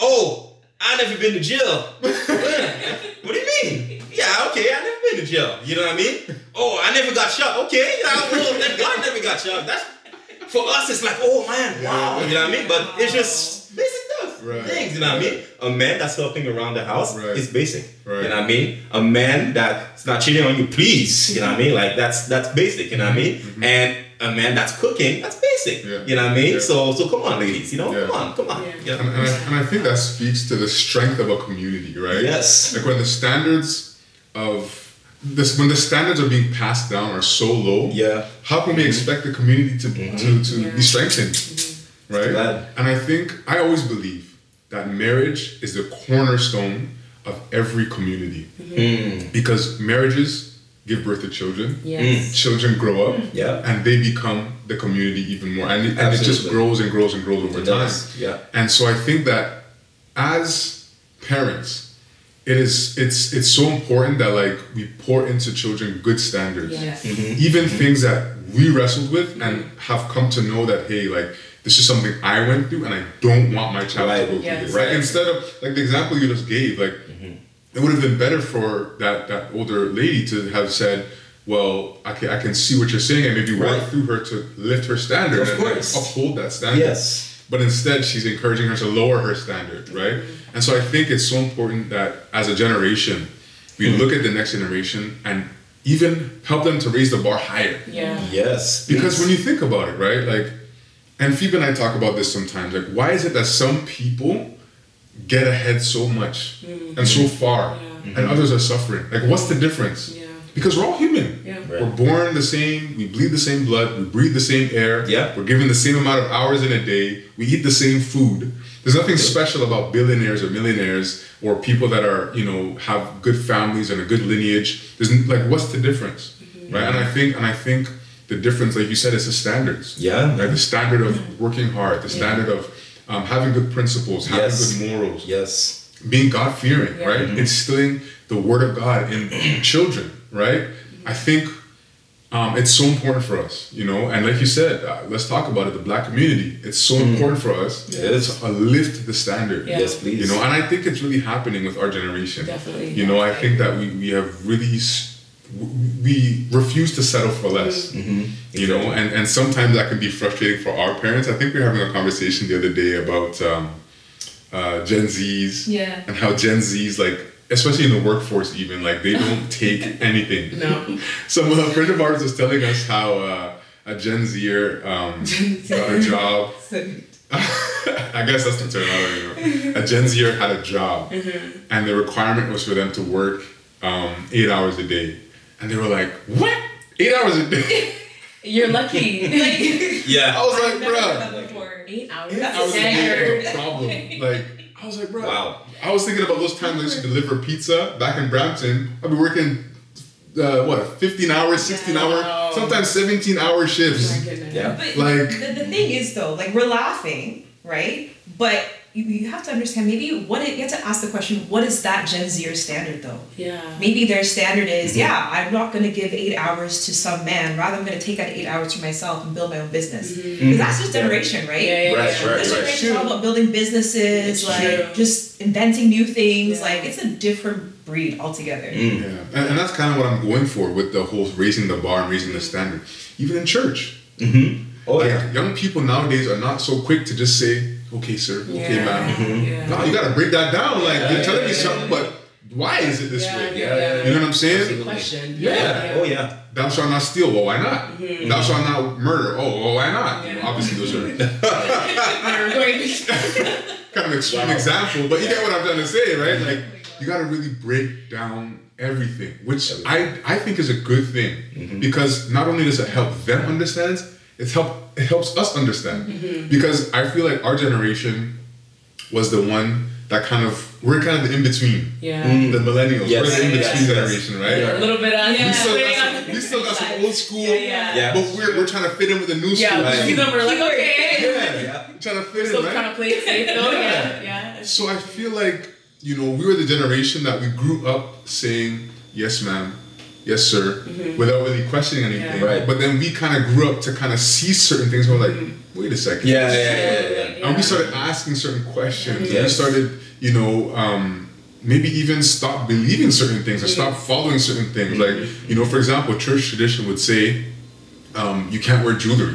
Speaker 3: oh, I never been to jail. what do you mean? Yeah, okay, I never been to jail. You know what I mean? Oh, I never got shot. Okay, yeah, well, thank God I never got shot. That's for us. It's like, oh man, wow. You know what I mean? But it's just basic stuff,
Speaker 1: Right.
Speaker 3: things. You know what I mean? A man that's helping around the house
Speaker 1: Right.
Speaker 3: is basic.
Speaker 1: Right.
Speaker 3: You know what I mean? A man that's not cheating on you, please. You know what I mean? Like that's that's basic. You know what I mean? And a man that's cooking, that's basic.
Speaker 1: Mm-hmm. Yeah.
Speaker 3: You know what I mean?
Speaker 1: Yeah.
Speaker 3: So so come on, ladies. You know,
Speaker 1: Yeah.
Speaker 3: come on, come on.
Speaker 8: Yeah.
Speaker 3: You know?
Speaker 1: And, and, I, and I think that speaks to the strength of a community, right?
Speaker 3: Yes.
Speaker 1: Like when the standards of this, when the standards are being passed down are so low.
Speaker 3: Yeah. Mm-hmm.
Speaker 1: How can we expect the community to to, to be strengthened, right?
Speaker 3: Glad.
Speaker 1: And I think I always believe that marriage is the cornerstone of every community
Speaker 3: Mm-hmm.
Speaker 1: because marriages give birth to children.
Speaker 2: Yes.
Speaker 1: Children grow up,
Speaker 3: Yeah.
Speaker 1: and they become the community even more, and it, and it just
Speaker 3: Absolutely.
Speaker 1: grows and grows and grows over
Speaker 3: It
Speaker 1: time.
Speaker 3: does, yeah.
Speaker 1: And so I think that as parents, it is it's it's so important that like we pour into children good standards. Mm-hmm.
Speaker 8: Yes.
Speaker 3: Mm-hmm.
Speaker 1: Even things that we wrestled with and have come to know that hey, like this is something I went through and I don't want my child
Speaker 3: Right.
Speaker 1: to go through
Speaker 8: Yes.
Speaker 1: this.
Speaker 3: Right. Mm-hmm.
Speaker 1: Like instead of like the example you just gave, like it would have been better for that that older lady to have said well, I can, I can see what you're saying, and maybe work
Speaker 3: Right.
Speaker 1: through her to lift her standard
Speaker 3: Of
Speaker 1: and
Speaker 3: course.
Speaker 1: uphold that standard.
Speaker 3: Yes.
Speaker 1: But instead, she's encouraging her to lower her standard, right? And so I think it's so important that as a generation, we look at the next generation and even help them to raise the bar higher.
Speaker 2: Yeah.
Speaker 3: Yes.
Speaker 1: Because
Speaker 3: yes.
Speaker 1: when you think about it, right? Like, and Phoebe and I talk about this sometimes. Like, why is it that some people get ahead so much and so far, and others are suffering? Like, what's the difference?
Speaker 2: Yeah.
Speaker 1: Because we're all human.
Speaker 2: Yeah.
Speaker 1: We're born the same, we bleed the same blood, we breathe the same air,
Speaker 3: Yeah.
Speaker 1: we're given the same amount of hours in a day, we eat the same food. There's nothing special about billionaires or millionaires or people that are, you know, have good families and a good lineage. There's n- like what's the difference? Right? And I think and I think the difference, like you said, is the standards.
Speaker 3: Yeah.
Speaker 1: Right? The standard of working hard, the standard of um, having good principles, having
Speaker 3: Yes.
Speaker 1: good morals,
Speaker 3: Yes.
Speaker 1: being God fearing, right? Instilling the Word of God in children, right? I think um, it's so important for us, you know. And like you said, uh, let's talk about it. The Black community, it's so important for us
Speaker 3: It is.
Speaker 1: to uh, lift the standard,
Speaker 2: Yeah.
Speaker 3: Yes, please.
Speaker 1: you know. And I think it's really happening with our generation.
Speaker 2: Definitely.
Speaker 1: You know, I think that we we have really s- w- we refuse to settle for less.
Speaker 2: Mm-hmm.
Speaker 1: You know, and, and sometimes that can be frustrating for our parents. I think we were having a conversation the other day about um, uh, Gen Zs
Speaker 4: Yeah.
Speaker 1: and how Gen Zs like especially in the workforce even like they don't take anything.
Speaker 8: No.
Speaker 1: Some a friend of ours was telling us how uh, a Gen Zer um, got a job. I guess that's the term. I don't even know. A Gen Zer had a job, and the requirement was for them to work um, eight hours a day, and they were like, "What? Eight hours a day?"
Speaker 2: You're lucky. like,
Speaker 1: I
Speaker 3: Yeah.
Speaker 1: was like, "Bruh,
Speaker 4: That before.
Speaker 2: eight hours.
Speaker 1: eight
Speaker 2: That's
Speaker 1: hours a
Speaker 2: standard.
Speaker 1: day is no problem." Like, I was like, "Bruh,
Speaker 3: Wow.
Speaker 1: I was thinking about those times I used to deliver pizza back in Brampton. I'd be working, uh, what, 15 hours, 16
Speaker 2: Wow.
Speaker 1: hour, sometimes 17 hour
Speaker 2: Oh
Speaker 1: shifts.
Speaker 2: my goodness.
Speaker 3: Yeah.
Speaker 4: But
Speaker 1: Like-
Speaker 4: the, the thing is though, like we're laughing, right? But you, you have to understand maybe what it, you have to ask the question, what is that Gen Zer standard though?
Speaker 2: Yeah.
Speaker 4: Maybe their standard is, yeah, I'm not gonna give eight hours to some man. Rather, I'm gonna take that eight hours to myself and build my own business. Because that's just generation, right?
Speaker 2: Mm-hmm. Yeah, yeah,
Speaker 3: Right,
Speaker 2: yeah.
Speaker 3: right,
Speaker 4: This
Speaker 3: right.
Speaker 4: generation is all about building businesses,
Speaker 2: It's
Speaker 4: like
Speaker 2: true.
Speaker 4: just inventing new things.
Speaker 2: Yeah.
Speaker 4: Like it's a different breed altogether.
Speaker 1: Yeah. And, and that's kind of what I'm going for with the whole raising the bar and raising the standard. Even in church.
Speaker 3: Mm-hmm. Oh
Speaker 1: like,
Speaker 3: yeah.
Speaker 1: Young people nowadays are not so quick to just say, okay, sir, okay, ma'am. No, you got to break that down. Like,
Speaker 3: Yeah,
Speaker 1: you're telling me
Speaker 3: yeah,
Speaker 1: something, but why is it this
Speaker 2: Yeah,
Speaker 1: way?
Speaker 3: Yeah, yeah,
Speaker 1: You know what I'm saying?
Speaker 3: Absolutely.
Speaker 2: Question.
Speaker 1: Yeah.
Speaker 3: Oh yeah.
Speaker 1: Thou shalt not steal. Well, why not? Thou shalt not murder. Oh, well, why not?
Speaker 2: Yeah.
Speaker 1: Obviously, those are
Speaker 2: yeah.
Speaker 1: kind of extreme
Speaker 3: Wow. Mm-hmm.
Speaker 1: example, but you get what I'm trying to say, right? Like you got to really break down everything, which I I think is a good thing
Speaker 3: Mm-hmm.
Speaker 1: because not only does it help them understand, it's help it helps us understand because I feel like our generation was the one that kind of we're kind of the in between.
Speaker 2: Yeah.
Speaker 1: The millennials,
Speaker 3: Mm. Yes.
Speaker 1: we're the in between
Speaker 3: Yes, yes.
Speaker 1: generation, right?
Speaker 2: A
Speaker 3: Yeah.
Speaker 2: little bit of.
Speaker 1: We,
Speaker 2: Yeah.
Speaker 1: still
Speaker 2: Waiting
Speaker 1: got
Speaker 2: on-
Speaker 1: some, we still got some old school,
Speaker 2: Yeah.
Speaker 3: Yeah.
Speaker 1: but we're, we're trying to fit in with the new
Speaker 2: Yeah.
Speaker 1: school.
Speaker 2: we
Speaker 3: Right.
Speaker 2: see them, we're like,
Speaker 9: Keyword.
Speaker 2: okay.
Speaker 3: Yeah.
Speaker 1: We're trying to fit
Speaker 2: Still
Speaker 1: in, right?
Speaker 2: trying to play it safe though. Yeah. Yeah.
Speaker 1: So I feel like, you know, we were the generation that we grew up saying, yes, ma'am, yes, sir, without really questioning anything.
Speaker 3: Yeah. Right.
Speaker 1: But then we kind of grew up to kind of see certain things. We're like, wait a second.
Speaker 3: Yeah. Yeah. Yeah.
Speaker 1: And we started asking certain questions. And we
Speaker 3: Yes.
Speaker 1: started, you know, um, maybe even stop believing certain things or stop
Speaker 3: Mm-hmm.
Speaker 1: following certain things. Like, you know, for example, church tradition would say, um, you can't wear jewelry.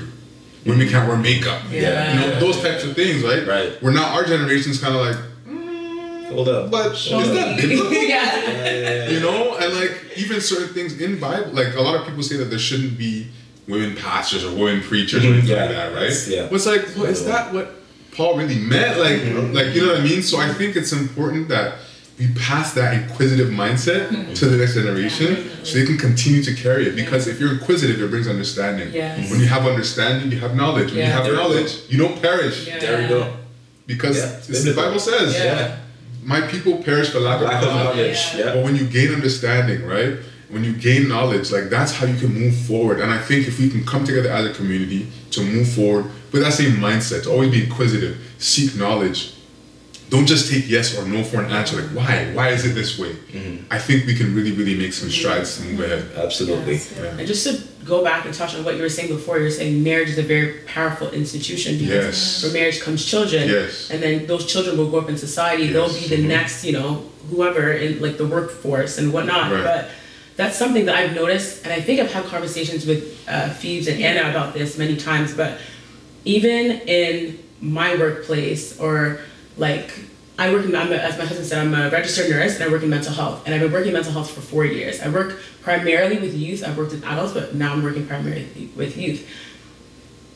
Speaker 1: Women can't wear makeup.
Speaker 3: Yeah.
Speaker 1: You know, those types of things, right?
Speaker 3: Right.
Speaker 1: We're now, our generation's kind of like,
Speaker 3: yeah. Hold up.
Speaker 1: but is
Speaker 3: Hold up.
Speaker 1: that biblical?
Speaker 2: Yeah.
Speaker 3: Yeah, yeah, yeah.
Speaker 1: You know, and like even certain things in Bible, like a lot of people say that there shouldn't be women pastors or women preachers or
Speaker 3: Mhm,
Speaker 1: anything
Speaker 3: yeah,
Speaker 1: like that, right?
Speaker 3: that's- yeah.
Speaker 1: But it's like, well, is that what Paul really meant? Like,
Speaker 3: Mm-hmm.
Speaker 1: like you know what I mean? So I think it's important that we pass that inquisitive mindset
Speaker 2: Mm-hmm.
Speaker 1: to the next generation so they can continue to carry it. Because if you're inquisitive, it brings understanding.
Speaker 2: Yes.
Speaker 1: When you have understanding, you have knowledge. When
Speaker 2: Yeah.
Speaker 1: you have
Speaker 3: There you go.
Speaker 1: knowledge, you don't perish.
Speaker 2: Yeah.
Speaker 3: There we go.
Speaker 1: Because
Speaker 3: Yeah,
Speaker 1: it's the
Speaker 3: biblical.
Speaker 1: Bible says,
Speaker 2: Yeah.
Speaker 1: my people perish for lack of
Speaker 3: Lack of
Speaker 1: knowledge.
Speaker 3: knowledge.
Speaker 2: Yeah.
Speaker 3: Yeah.
Speaker 1: But when you gain understanding, right? When you gain knowledge, like that's how you can move forward. And I think if we can come together as a community to move forward with that same mindset, to always be inquisitive, seek knowledge. Don't just take yes or no for an answer. Like, why? Why is it this way?
Speaker 2: Mm-hmm.
Speaker 1: I think we can really, really make some strides to move ahead.
Speaker 3: Absolutely.
Speaker 1: Yeah.
Speaker 2: And just to go back and touch on what you were saying before, you're saying marriage is a very powerful institution because
Speaker 1: Yes.
Speaker 2: from marriage comes children.
Speaker 1: Yes.
Speaker 2: And then those children will grow up in society. They'll be
Speaker 1: Yes. Mm-hmm.
Speaker 2: the next, you know, whoever in like the workforce and whatnot.
Speaker 1: Right.
Speaker 2: But that's something that I've noticed, and I think I've had conversations with uh, Phoebes and Anna about this many times. But even in my workplace or like I work in, I'm a, as my husband said, I'm a registered nurse and I work in mental health. And I've been working in mental health for four years. I work primarily with youth. I've worked with adults, but now I'm working primarily with youth.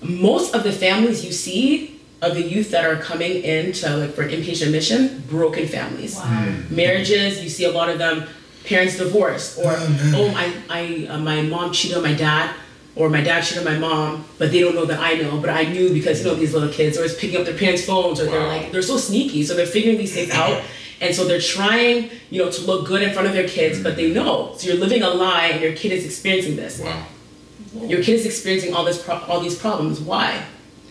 Speaker 2: Most of the families you see of the youth that are coming in to like for an inpatient admission, broken families marriages you see a lot of them parents divorced or oh, I, I uh, my mom cheated on my dad or my dad cheated on my mom but they don't know that i know but i knew because you know these little kids or it's picking up their parents phones or they're like they're so sneaky so they're figuring these things out and so they're trying you know to look good in front of their kids but they know so you're living a lie and your kid is experiencing this
Speaker 1: Wow.
Speaker 2: your kid is experiencing all this pro- all these problems why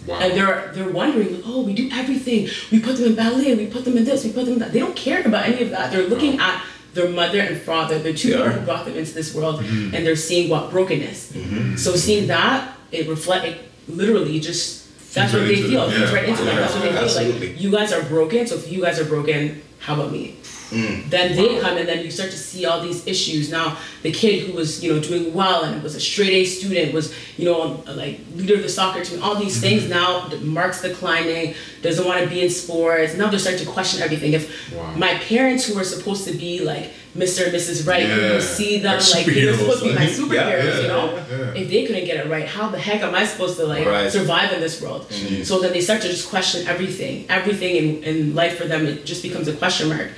Speaker 1: Wow.
Speaker 2: and they're they're wondering, like, oh, we do everything. We put them in ballet. We put them in this. We put them in that. They don't care about any of that. They're looking at their mother and father, the two
Speaker 3: They
Speaker 2: people
Speaker 3: are.
Speaker 2: who brought them into this world, and they're seeing what brokenness. So seeing that, it reflect, it literally just that's
Speaker 1: Feeds right
Speaker 2: what they
Speaker 1: into
Speaker 2: feel.
Speaker 1: them,
Speaker 2: Feeds
Speaker 1: yeah.
Speaker 2: right into them. That's what they feel
Speaker 3: Absolutely.
Speaker 2: like. You guys are broken. So if you guys are broken, how about me? Then they come and then you start to see all these issues. Now the kid who was you know doing well and was a straight A student was you know like leader of the soccer team. All these things now marks declining. Doesn't want to be in sports. Now they start to question everything. If
Speaker 1: Wow.
Speaker 2: my parents who were supposed to be like Mr. and Mrs. Right.
Speaker 1: Yeah.
Speaker 2: You see them
Speaker 10: Like
Speaker 2: like, they're
Speaker 10: superheroes,
Speaker 2: supposed to be my
Speaker 10: like,
Speaker 2: superheroes, you know? If they couldn't get it right, how the heck am I supposed to like
Speaker 3: Right.
Speaker 2: survive in this world?
Speaker 1: Jeez.
Speaker 2: So then they start to just question everything. Everything in, in life for them it just becomes a question mark.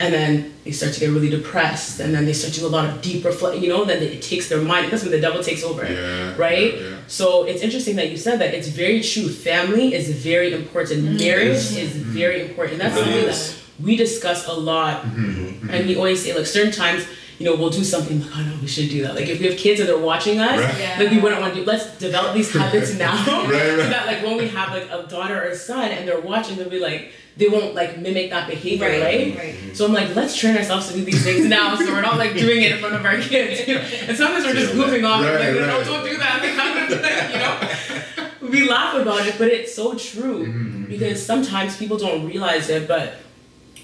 Speaker 2: And then they start to get really depressed and then they start to do a lot of deep reflect you know, then it takes their mind that's when the devil takes over.
Speaker 1: Yeah,
Speaker 2: Right?
Speaker 1: yeah, yeah.
Speaker 2: So it's interesting that you said that. It's very true. Family is very important. Marriage is
Speaker 1: Mm-hmm.
Speaker 2: very important. That's
Speaker 3: It really
Speaker 2: something
Speaker 3: is.
Speaker 2: that we discuss a lot.
Speaker 1: Mm-hmm.
Speaker 2: And we always say, like, certain times, you know, we'll do something like, oh no, we should do that. Like, if we have kids and they're watching us,
Speaker 1: Right.
Speaker 4: Yeah.
Speaker 2: like, we wouldn't want to do, let's develop these habits now.
Speaker 1: Right,
Speaker 2: So
Speaker 1: right.
Speaker 2: that, like, when we have, like, a daughter or son and they're watching, they'll be like, they won't, like, mimic that behavior, right?
Speaker 4: right.
Speaker 2: So I'm like, let's train ourselves to do these things now, so we're not like doing it in front of our kids. And sometimes we're just goofing off,
Speaker 1: Right,
Speaker 2: and like, no,
Speaker 1: right.
Speaker 2: don't do that. Like, how do I do that? You know, we laugh about it, but it's so true
Speaker 1: Mm-hmm,
Speaker 2: because sometimes people don't realize it. But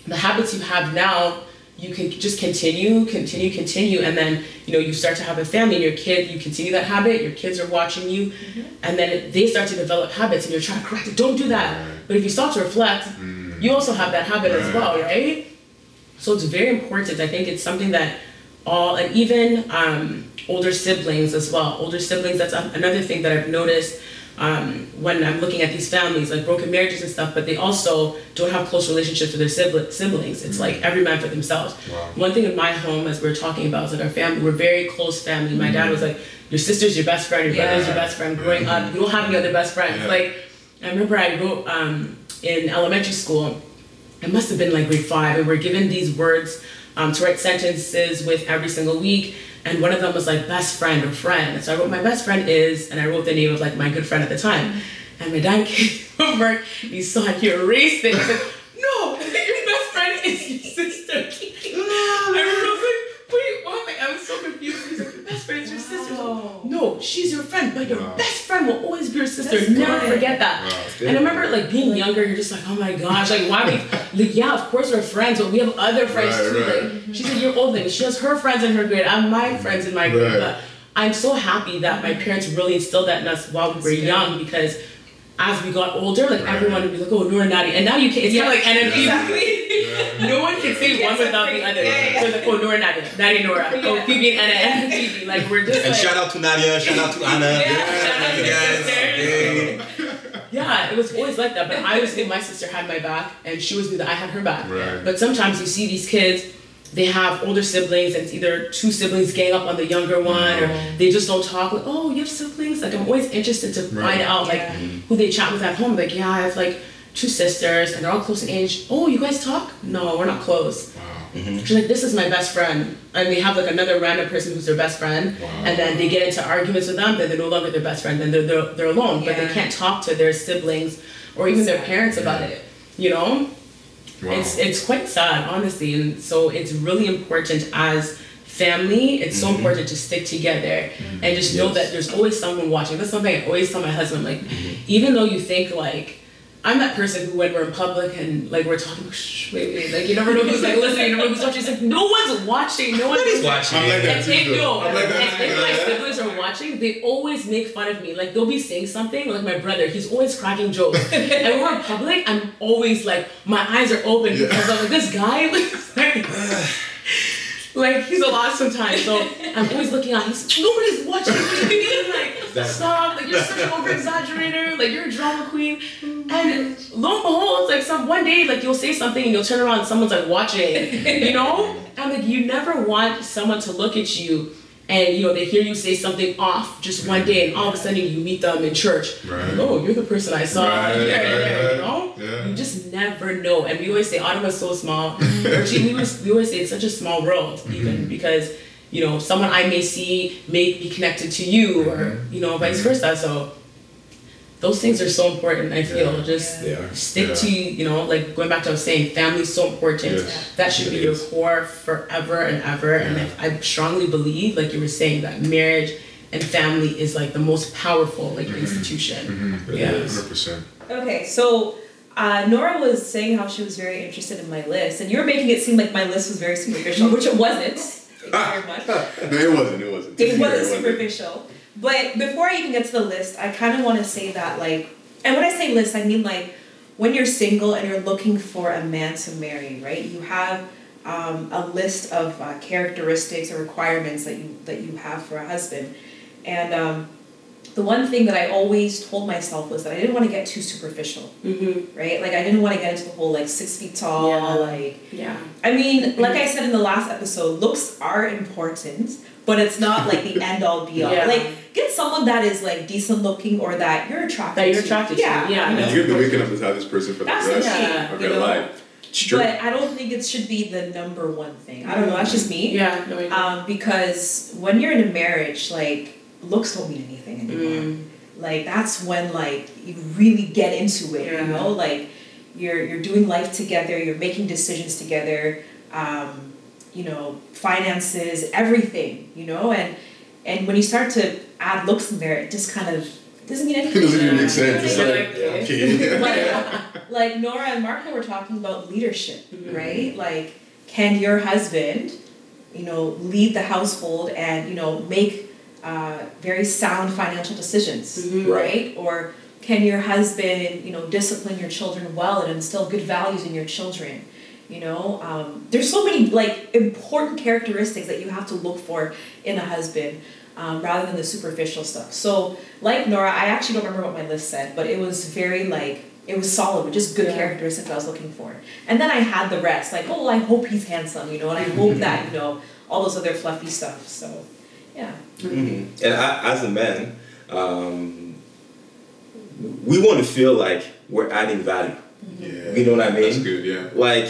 Speaker 2: the habits you have now, you can just continue, continue, continue, and then you know you start to have a family. And your kid, you continue that habit. Your kids are watching you,
Speaker 1: Mm-hmm.
Speaker 2: and then they start to develop habits, and you're trying to correct it. Don't do that. But if you stop to reflect,
Speaker 1: Mm.
Speaker 2: you also have that habit as well, right? So it's very important. I think it's something that all and even um, older siblings as well. Older siblings. That's a- another thing that I've noticed um, when I'm looking at these families, like broken marriages and stuff. But they also don't have close relationships with their sibli- siblings. It's like every man for themselves. One thing in my home, as we were talking about, is like our family. We're very close family. My dad was like, "Your sister's your best friend. Your brother's your best friend." Growing up, you don't have any other best friends.
Speaker 1: Yeah.
Speaker 2: Like I remember I wrote um, in elementary school it must have been like grade five, and we're given these words um, to write sentences with every single week. And one of them was like best friend or friend. And so I wrote my best friend is, and I wrote the name of like my good friend at the time.
Speaker 4: Mm-hmm.
Speaker 2: And my dad came over and he saw it, he erased it. He's like, no, your best friend is your sister. I remember I was like, wait, what? I was so confused. He's like, your best friend is your sister. I was like,
Speaker 4: Wow.
Speaker 2: no, she's your friend, but your
Speaker 1: Wow.
Speaker 2: best friend will always be your sister.
Speaker 4: That's
Speaker 2: Never
Speaker 4: good.
Speaker 2: forget that.
Speaker 1: Wow.
Speaker 2: And I remember like being younger, you're just like, oh my gosh, like why we like yeah, of course we're friends, but we have other friends
Speaker 1: Right,
Speaker 2: too.
Speaker 1: right.
Speaker 2: Like she's a year older than me. She has her friends in her grade. I have my friends in my grade.
Speaker 1: Right.
Speaker 2: But I'm so happy that my parents really instilled that in us while we were young because as we got older, like
Speaker 1: Right.
Speaker 2: everyone would be like, oh Nora Natty. And now you can it's
Speaker 4: Yeah.
Speaker 2: kinda like NFP.
Speaker 1: Yeah.
Speaker 2: No one can say
Speaker 4: Yeah,
Speaker 2: one without the
Speaker 4: separate.
Speaker 2: other.
Speaker 4: Yeah, yeah.
Speaker 2: So it's like, oh Nora Natty, Natty Nora, oh
Speaker 4: Yeah.
Speaker 2: Phoebe and Anna and Phoebe. Like we're just
Speaker 3: And
Speaker 2: like,
Speaker 3: shout out to Nadia, shout out to Anna.
Speaker 2: Yeah, shout out to
Speaker 3: you
Speaker 2: your
Speaker 3: guys.
Speaker 2: sisters.
Speaker 3: Hey.
Speaker 2: Yeah, it was always like that. But I always knew my sister had my back, and she always knew that I had her back.
Speaker 1: Right.
Speaker 2: But sometimes you see these kids, they have older siblings, and it's either two siblings gang up on the younger one, or they just don't talk. Like, oh, you have siblings? Like, I'm always interested to
Speaker 1: Right.
Speaker 2: find out, like,
Speaker 4: Yeah.
Speaker 2: who they chat with at home. Like, yeah, I have, like, two sisters, and they're all close in age. Oh, you guys talk? No, we're not close. She's like, this is my best friend. And they have like another random person who's their best friend. And then they get into arguments with them, then they're no longer their best friend, then they're, they're, they're alone. But they
Speaker 4: Yeah.
Speaker 2: can't talk to their siblings or even their parents about it. You know?
Speaker 1: Wow.
Speaker 2: It's, it's quite sad, honestly. And so it's really important as family, it's so important to stick together and just know that there's always someone watching. That's something I always tell my husband. Like, even though you think, like, I'm that person who, when we're in public and like we're talking, shh, wait, wait, like you never know who's like listening, you never know who's watching. It's like no one's watching, no one's
Speaker 3: Nobody's
Speaker 2: watching.
Speaker 3: watching.
Speaker 1: I'm like
Speaker 3: it.
Speaker 1: that
Speaker 2: If they
Speaker 1: too. though.
Speaker 2: know,
Speaker 1: I'm like that
Speaker 2: if,
Speaker 1: too.
Speaker 2: if my siblings are watching, they always make fun of me. Like they'll be saying something, like my brother, he's always cracking jokes. and when we're in public, I'm always like, my eyes are open
Speaker 1: Yeah.
Speaker 2: because I'm like, this guy, like, like he's a lot sometimes. So I'm always looking out. He's nobody's watching. What do you mean? Like
Speaker 3: Exactly.
Speaker 2: stop. Like you're such an over exaggerator. Like you're a drama queen. And lo and behold, it's like some one day, like you'll say something and you'll turn around and someone's like watching. You know? I'm like, you never want someone to look at you. And you know they hear you say something off just one day, and all of a sudden you meet them in church.
Speaker 1: Right.
Speaker 2: Oh, you're the person I saw.
Speaker 1: Right,
Speaker 2: Yeah, yeah,
Speaker 1: right,
Speaker 2: yeah,
Speaker 1: right.
Speaker 2: you know,
Speaker 1: Yeah.
Speaker 2: you just never know. And we always say Ottawa is so small. Or gee, we, always, we always say it's such a small world,
Speaker 1: Mm-hmm.
Speaker 2: even because you know someone I may see may be connected to you, or
Speaker 1: Mm-hmm.
Speaker 2: you know vice versa. So those things are so important. I feel
Speaker 1: Yeah.
Speaker 2: just
Speaker 3: They are.
Speaker 2: stick
Speaker 1: Yeah.
Speaker 2: to you know like going back to what I was saying, family's so important.
Speaker 1: Yes.
Speaker 2: That should be
Speaker 3: It
Speaker 2: your
Speaker 3: is.
Speaker 2: core forever and ever.
Speaker 1: Yeah.
Speaker 2: And I, I strongly believe, like you were saying, that marriage and family is like the most powerful like
Speaker 1: Mm-hmm.
Speaker 2: institution.
Speaker 1: Mm.
Speaker 2: Yeah.
Speaker 3: It is.
Speaker 1: 100%.
Speaker 4: Okay, so uh, Nora was saying how she was very interested in my list, and you were making it seem like my list was very superficial, which it wasn't. Thank you very much.
Speaker 1: No, it wasn't. It wasn't.
Speaker 4: It wasn't
Speaker 1: Yeah,
Speaker 4: superficial. But before I even get to the list, I kind of want to say that, like, and when I say list, I mean, like, when you're single and you're looking for a man to marry, right? You have um, a list of uh, characteristics or requirements that you that you have for a husband, and um, the one thing that I always told myself was that I didn't want to get too superficial,
Speaker 2: Mm-hmm.
Speaker 4: right? Like I didn't want to get into the whole like six feet tall,
Speaker 2: Yeah.
Speaker 4: like
Speaker 1: Mm-hmm.
Speaker 2: Yeah.
Speaker 4: I mean, like I said in the last episode, looks are important, but it's not like the end all be all.
Speaker 2: Yeah.
Speaker 4: Like, get someone that is like decent looking or that you're attracted
Speaker 2: That you're
Speaker 4: to.
Speaker 2: attracted to,
Speaker 4: Yeah.
Speaker 2: yeah.
Speaker 4: you know?
Speaker 1: And you have to wake up beside this person for the
Speaker 4: That's
Speaker 1: rest
Speaker 4: the key,
Speaker 2: Yeah.
Speaker 1: of
Speaker 4: you
Speaker 1: your
Speaker 4: know?
Speaker 1: life.
Speaker 4: But I don't think it should be the number one thing. I don't know, that's just me.
Speaker 2: Yeah. No, I-
Speaker 4: Um, because when you're in a marriage, like, looks don't mean anything anymore.
Speaker 2: Mm.
Speaker 4: like that's when like you really get into it
Speaker 2: Yeah.
Speaker 4: you know like you're you're doing life together you're making decisions together um, you know finances everything you know and and when you start to add looks in there it just kind of doesn't mean
Speaker 1: It
Speaker 4: anything
Speaker 1: doesn't even
Speaker 2: Yeah.
Speaker 1: make sense. It's
Speaker 4: Yeah.
Speaker 1: like,
Speaker 11: Yeah.
Speaker 1: okay.
Speaker 4: like, like Nora and Marco were talking about leadership,
Speaker 2: Mhm.
Speaker 4: right? Like, can your husband, you know, lead the household and you know make uh, very sound financial decisions,
Speaker 2: Mhm.
Speaker 4: right? Or can your husband, you know, discipline your children well and instill good values in your children? You know, um, there's so many like important characteristics that you have to look for in a husband, um, rather than the superficial stuff. So like Nora, I actually don't remember what my list said, but it was very like it was solid with just good
Speaker 2: Yeah.
Speaker 4: characteristics I was looking for. And then I had the rest, like, oh I hope he's handsome, you know, and I hope that, you know, all those other fluffy stuff. So yeah.
Speaker 3: hmm And I, as a man, um, we want to feel like we're adding value.
Speaker 1: Yeah.
Speaker 3: You know what I mean?
Speaker 1: That's good, yeah.
Speaker 3: Like,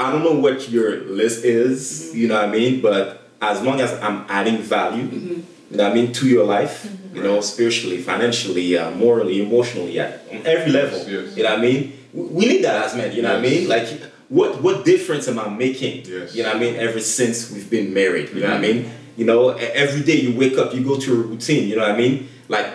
Speaker 3: I don't know what your list
Speaker 1: Mm-hmm.
Speaker 3: is, you know what I mean? But as long as I'm adding value,
Speaker 1: Mm-hmm.
Speaker 3: you know what I mean, to your life, you know, spiritually, financially, uh, morally, emotionally, at on every level,
Speaker 1: Yes.
Speaker 3: you know what I mean? We we need that as men, you know what
Speaker 1: Yes.
Speaker 3: I mean? Like, what, what difference am I making,
Speaker 1: Yes.
Speaker 3: you know what I mean, ever since we've been married, you know what I
Speaker 1: Mhm.
Speaker 3: mean? You know, e- every day you wake up, you go to a routine, you know what I mean? Like,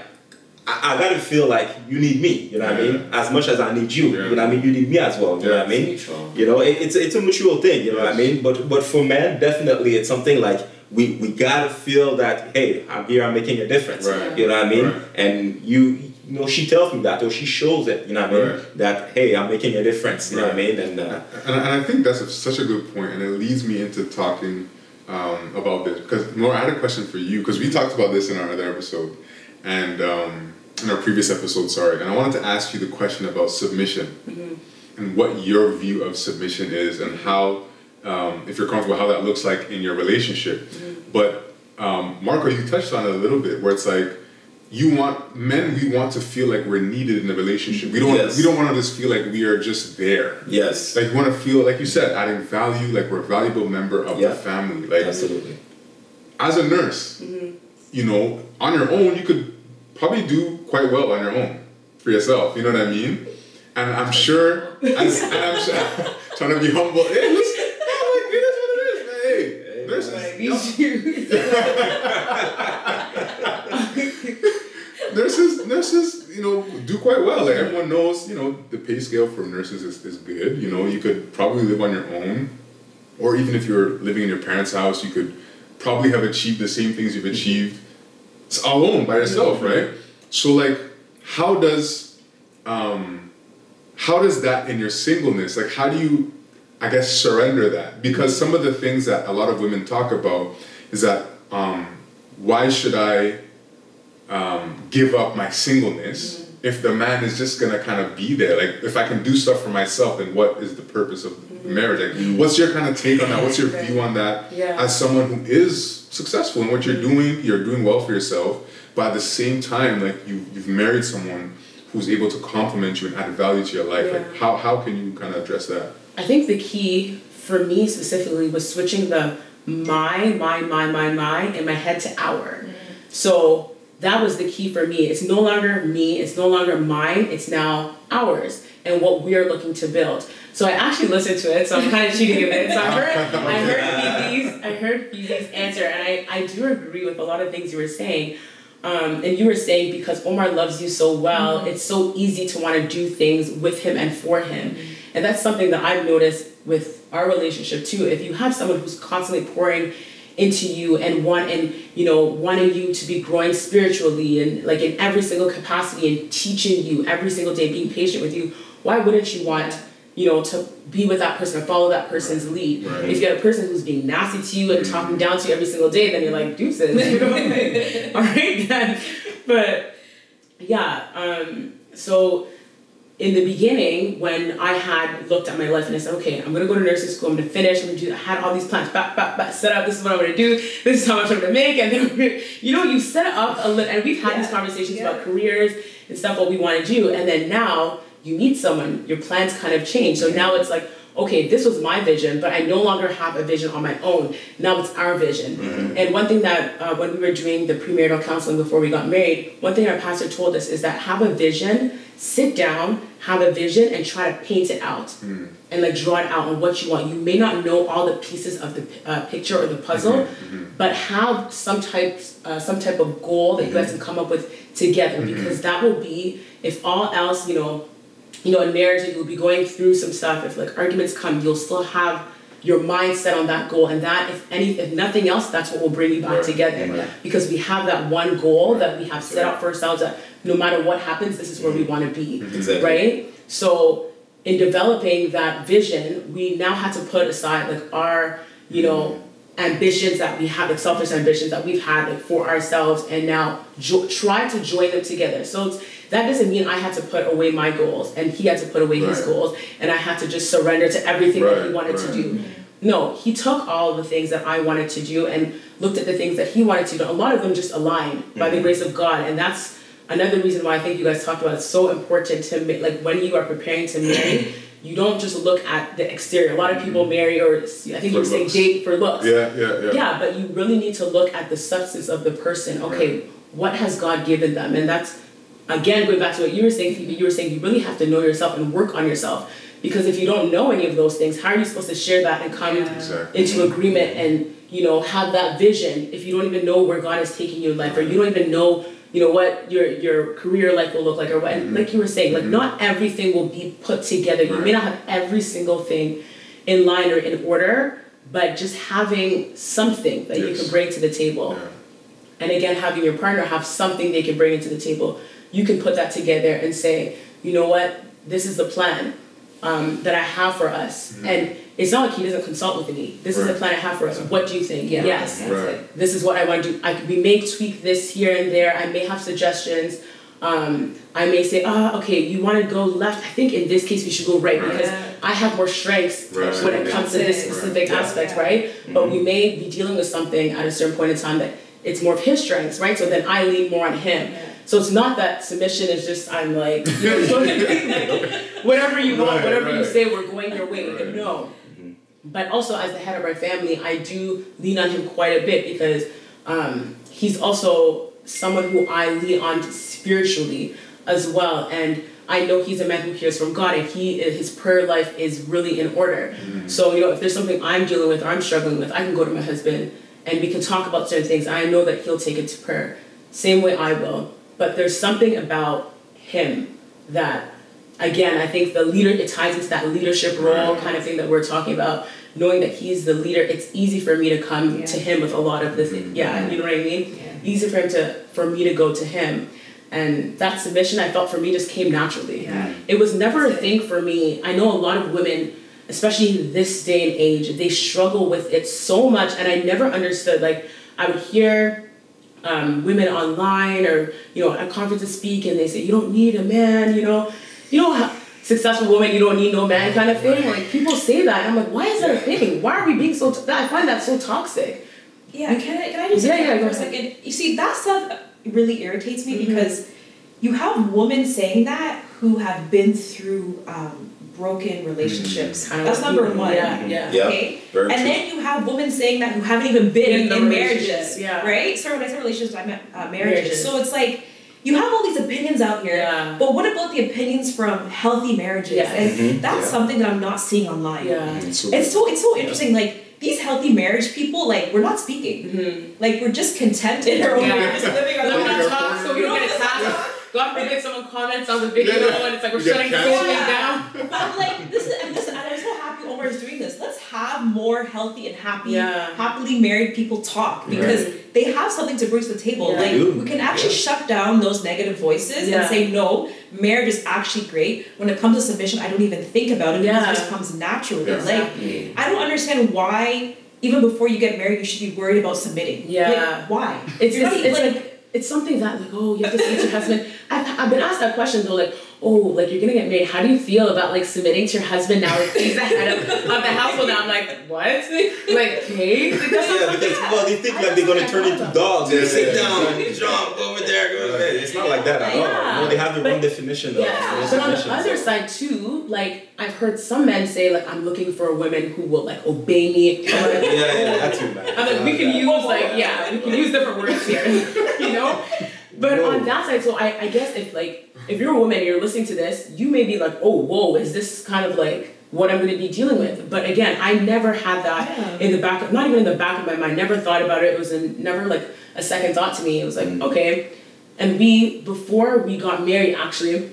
Speaker 3: I, I gotta feel like you need me, you know what I mean? As much as I need you,
Speaker 1: Yeah.
Speaker 3: you know what I mean? You need me as well, you know what I
Speaker 1: Yeah.
Speaker 3: mean?
Speaker 2: Mutual.
Speaker 3: You know, it, it's it's a mutual thing. You know what I
Speaker 1: Yes.
Speaker 3: mean? But but for men, definitely, it's something like we we gotta feel that hey, I'm here, I'm making a difference.
Speaker 1: Right.
Speaker 3: You know what I mean?
Speaker 1: Right.
Speaker 3: And you. You know, she tells me that, or she shows it. You know what I mean?
Speaker 1: Right.
Speaker 3: That hey, I'm making a difference. You know what I mean? And uh,
Speaker 1: And, and I think that's a, such a good point, and it leads me into talking um, about this because Nora, I had a question for you because we talked about this in our other episode, and um, in our previous episode, sorry, and I wanted to ask you the question about submission and what your view of submission is and how, um, if you're comfortable, how that looks like in your relationship. But um, Marco, you touched on it a little bit where it's like. You want men. We want to feel like we're needed in a relationship. We don't.
Speaker 3: Yes.
Speaker 1: We don't want to just feel like we are just there.
Speaker 3: yes,
Speaker 1: Like you want to feel, like you said, adding value, like we're a valuable member of
Speaker 3: Yeah.
Speaker 1: the family. Like
Speaker 3: absolutely.
Speaker 1: as a nurse, you know, on your own, you could probably do quite well on your own for yourself. You know what I mean? And I'm sure, and, and I'm sure, trying to be humble. Hey, listen, like, it is what it is, man. Hey,
Speaker 3: Hey,
Speaker 1: nurses,
Speaker 3: man.
Speaker 1: nurses, nurses, you know, do quite well. Like everyone knows, you know, the pay scale for nurses is, is good. You know, you could probably live on your own, or even if you're living in your parents' house, you could probably have achieved the same things you've achieved s- alone by yourself, right? So like, how does, um, how does that in your singleness? Like, how do you, I guess, surrender that? Because some of the things that a lot of women talk about is that um, why should I um, give up my singleness if the man is just gonna kind of be there? Like, if I can do stuff for myself, then what is the purpose of marriage? Like, what's your kind of take on that? What's your view on that?
Speaker 2: Mm-hmm. Yeah. Mm-hmm.
Speaker 1: As someone who is successful in what you're doing, you're doing well for yourself. But at the same time, like you, you've married someone who's able to complement you and add value to your life. Like,
Speaker 2: Yeah.
Speaker 1: how how can you kind of address that?
Speaker 2: I think the key for me specifically was switching the my, my, my, my, my, and my head to our. So that was the key for me. It's no longer me, it's no longer mine, it's now ours and what we are looking to build. So I actually listened to it, so I'm kind of cheating a bit. So I heard, I heard Phoebe's, I heard Phoebe's answer, and I, I do agree with a lot of things you were saying. Um, and you were saying because Omar loves you so well, it's so easy to want to do things with him and for him. And that's something that I've noticed with our relationship too. If you have someone who's constantly pouring into you and want and you know wanting you to be growing spiritually and like in every single capacity and teaching you every single day, being patient with you, why wouldn't you want you know, to be with that person, follow that person's lead.
Speaker 1: Right. Mm-hmm.
Speaker 2: If you got a person who's being nasty to you and talking down to you every single day, then you're like, deuces. You know? All right, then. But yeah, um, so in the beginning, when I had looked at my life and I said, okay, I'm gonna go to nursing school, I'm gonna finish, I'm gonna do, I had all these plans, back, back, back, set up, this is what I'm gonna do, this is how much I'm gonna make, and then, we're- you know, you set up a li- and we've had these conversations
Speaker 4: Yeah.
Speaker 2: about careers and stuff, what we wanna do, and then now you meet someone, your plans kind of change. So now it's like, okay, this was my vision, but I no longer have a vision on my own. Now it's our vision. And one thing that uh, when we were doing the premarital counseling before we got married, one thing our pastor told us is that have a vision, sit down, have a vision, and try to paint it out and like draw it out on what you want. You may not know all the pieces of the uh, picture or the puzzle, but have some types, uh, some type of goal that you guys can come up with together
Speaker 1: Mm-hmm.
Speaker 2: because that will be if all else, you know, you know, in marriage, you'll be going through some stuff. If like arguments come, you'll still have your mindset on that goal, and that, if any, if nothing else, that's what will bring you back
Speaker 1: Right.
Speaker 2: together
Speaker 1: Right.
Speaker 2: because we have that one goal that we have set
Speaker 1: Right. Mm-hmm.
Speaker 2: out for ourselves. That no matter what happens, this is where we want to be,
Speaker 3: Exactly.
Speaker 2: right? So, in developing that vision, we now had to put aside like our, you know. Ambitions that we have, like selfish ambitions that we've had like, for ourselves, and now jo- try to join them together. So it's, that doesn't mean I had to put away my goals and he had to put away his
Speaker 1: Right.
Speaker 2: goals and I had to just surrender to everything that
Speaker 1: Right,
Speaker 2: he wanted
Speaker 1: right.
Speaker 2: to do. No, he took all the things that I wanted to do and looked at the things that he wanted to do. A lot of them just aligned by
Speaker 1: Mm-hmm.
Speaker 2: the grace of God, and that's another reason why I think you guys talked about it's so important to ma- like when you are preparing to marry. You don't just look at the exterior. A lot of people marry, or I think you
Speaker 1: Mm-hmm. For
Speaker 2: were saying
Speaker 1: looks.
Speaker 2: date for looks.
Speaker 1: Yeah, yeah, yeah.
Speaker 2: Yeah, but you really need to look at the substance of the person. Okay, what has God given them? And that's, again, going back to what you were saying, Phoebe, you were saying you really have to know yourself and work on yourself. Because if you don't know any of those things, how are you supposed to share that and come
Speaker 1: Exactly.
Speaker 2: into agreement and, you know, have that vision if you don't even know where God is taking you in life or you don't even know, you know, what your your career life will look like or what
Speaker 1: Mm-hmm.
Speaker 2: and like you were saying, like not everything will be put together. You
Speaker 1: Right.
Speaker 2: may not have every single thing in line or in order, but just having something that you
Speaker 1: Yes.
Speaker 2: can bring to the table.
Speaker 1: Yeah.
Speaker 2: And again, having your partner have something they can bring into the table. You can put that together and say, you know what, this is the plan um, that I have for us. And it's not like he doesn't consult with me. This is
Speaker 1: Right.
Speaker 2: the plan I have for us. What do you think?
Speaker 12: Mm-hmm. Yeah.
Speaker 2: Yes
Speaker 12: That's
Speaker 1: Right.
Speaker 12: it.
Speaker 2: this is what I want to do. I, we may tweak this here and there. I may have suggestions. Um, I may say, ah, okay, you want to go left. I think in this case we should go right because
Speaker 12: Yeah.
Speaker 2: I have more strengths
Speaker 1: Right. Mm-hmm.
Speaker 2: when it comes to this
Speaker 12: Right.
Speaker 2: specific
Speaker 12: Yeah.
Speaker 2: aspect,
Speaker 12: Yeah.
Speaker 2: right? But we may be dealing with something at a certain point in time that it's more of his strengths, right? So then I lean more on him.
Speaker 12: Yeah.
Speaker 2: So it's not that submission is just I'm like, you know, whatever you want,
Speaker 1: Right,
Speaker 2: whatever you
Speaker 1: right.
Speaker 2: say, we're going your way.
Speaker 1: Right. Mm-hmm.
Speaker 2: No. But also, as the head of our family, I do lean on him quite a bit because um, he's also someone who I lean on spiritually as well. And I know he's a man who hears from God, and he his prayer life is really in order.
Speaker 1: Mm-hmm.
Speaker 2: So you know, if there's something I'm dealing with or I'm struggling with, I can go to my husband, and we can talk about certain things. I know that he'll take it to prayer, same way I will. But there's something about him that again, I think the leader, it ties into that leadership role kind of thing that we're talking about. Knowing that he's the leader, it's easy for me to come
Speaker 12: Yeah.
Speaker 2: to him with a lot of the thi- Yeah, you know what I mean? Easy for him to, for me to go to him. And that submission I felt for me just came naturally.
Speaker 12: Yeah.
Speaker 2: It was never a thing for me. I know a lot of women, especially in this day and age, they struggle with it so much, and I never understood. Like I would hear um, women online or you know at conferences speak, and they say, "You don't need a man," you know, you know. How, Successful woman, you don't need no man, kind of thing. Like people say that, and I'm like, why is that a thing? Why are we being so? T- I find that so toxic.
Speaker 4: Yeah, can I, can I just
Speaker 2: Yeah,
Speaker 4: interrupt
Speaker 2: yeah, go
Speaker 4: for a
Speaker 2: ahead. Mm-hmm.
Speaker 4: second? You see, that stuff really irritates me because you have women saying that who have been through um, broken relationships.
Speaker 2: Kind of
Speaker 4: That's
Speaker 2: like
Speaker 4: number
Speaker 2: people-
Speaker 4: one.
Speaker 2: Yeah, yeah.
Speaker 13: Yeah,
Speaker 4: Okay.
Speaker 13: very
Speaker 4: and
Speaker 13: true.
Speaker 4: then you have women saying that who haven't even been
Speaker 2: In
Speaker 4: in,
Speaker 2: the relationships,
Speaker 4: marriages,
Speaker 2: yeah.
Speaker 4: right? Sorry, when I said relationships, I meant uh, marriages.
Speaker 2: Marriages.
Speaker 4: So it's like you have all these opinions out here,
Speaker 2: Yeah.
Speaker 4: but what about the opinions from healthy marriages?
Speaker 2: Yeah.
Speaker 4: And
Speaker 3: Mhm,
Speaker 4: that's
Speaker 3: yeah.
Speaker 4: something that I'm not seeing online.
Speaker 2: Yeah.
Speaker 4: It's so it's so interesting. Like these healthy marriage people, like we're not speaking.
Speaker 2: Mhm.
Speaker 4: Like we're just content in our own.
Speaker 2: Yeah.
Speaker 4: We're just Mm-hmm. living our
Speaker 2: Let me
Speaker 4: lives.
Speaker 2: not talk so we don't get attacked. God forbid someone comments on the video
Speaker 1: Yeah, yeah.
Speaker 2: and it's like we're
Speaker 1: You get
Speaker 2: shutting the whole
Speaker 1: canceled.
Speaker 2: thing down.
Speaker 4: I'm like, this is, I'm just, and I'm so happy Omar is doing this. Let's
Speaker 12: have more healthy and happy,
Speaker 2: Yeah.
Speaker 12: happily married people talk because they have something to bring to the table.
Speaker 2: Yeah.
Speaker 12: Like
Speaker 13: They do.
Speaker 12: we can actually shut down those negative voices and
Speaker 2: Yeah.
Speaker 12: say no. Marriage is actually great. When it comes to submission, I don't even think about it
Speaker 2: Yeah.
Speaker 12: because it just comes naturally.
Speaker 1: Yeah.
Speaker 12: Like I don't understand why even before you get married you should be worried about submitting.
Speaker 2: Yeah.
Speaker 12: Like, why?
Speaker 2: It's,
Speaker 12: You're
Speaker 2: it's,
Speaker 12: not
Speaker 2: it's
Speaker 12: even-
Speaker 2: like, it's something that like oh you have to submit to your husband. I've, I've been asked that question though like oh like you're gonna get married. How do you feel about like submitting to your husband now? Like he's the head of, of the household. Now I'm like what? Like okay. Like, that's not
Speaker 13: Yeah,
Speaker 2: something
Speaker 13: because
Speaker 2: that-
Speaker 13: well, they think
Speaker 2: I
Speaker 13: like they're
Speaker 2: don't
Speaker 13: gonna turn
Speaker 2: know
Speaker 13: into
Speaker 2: about
Speaker 13: dogs. They
Speaker 1: Yeah,
Speaker 13: sit
Speaker 1: yeah,
Speaker 13: down,
Speaker 1: exactly.
Speaker 13: jump over there. Go over there. It's not like that at
Speaker 2: Yeah.
Speaker 13: all. No, they have their own
Speaker 2: But-
Speaker 13: definition of
Speaker 2: Yeah,
Speaker 13: those
Speaker 2: but on the
Speaker 13: definitions.
Speaker 2: other side too, like I've heard some men say, like I'm looking for women who will like obey me.
Speaker 13: yeah, yeah, yeah, that's too bad.
Speaker 2: I'm like, we can
Speaker 13: Yeah.
Speaker 2: use like yeah, we can use different words here, you know. But
Speaker 13: Whoa.
Speaker 2: on that side, so I, I guess if like if you're a woman, and you're listening to this, you may be like, oh whoa, is this kind of like what I'm going to be dealing with? But again, I never had that in the back, not even in the back of my mind. Never thought about it. It was a, never like a second thought to me. It was like okay, and we before we got married actually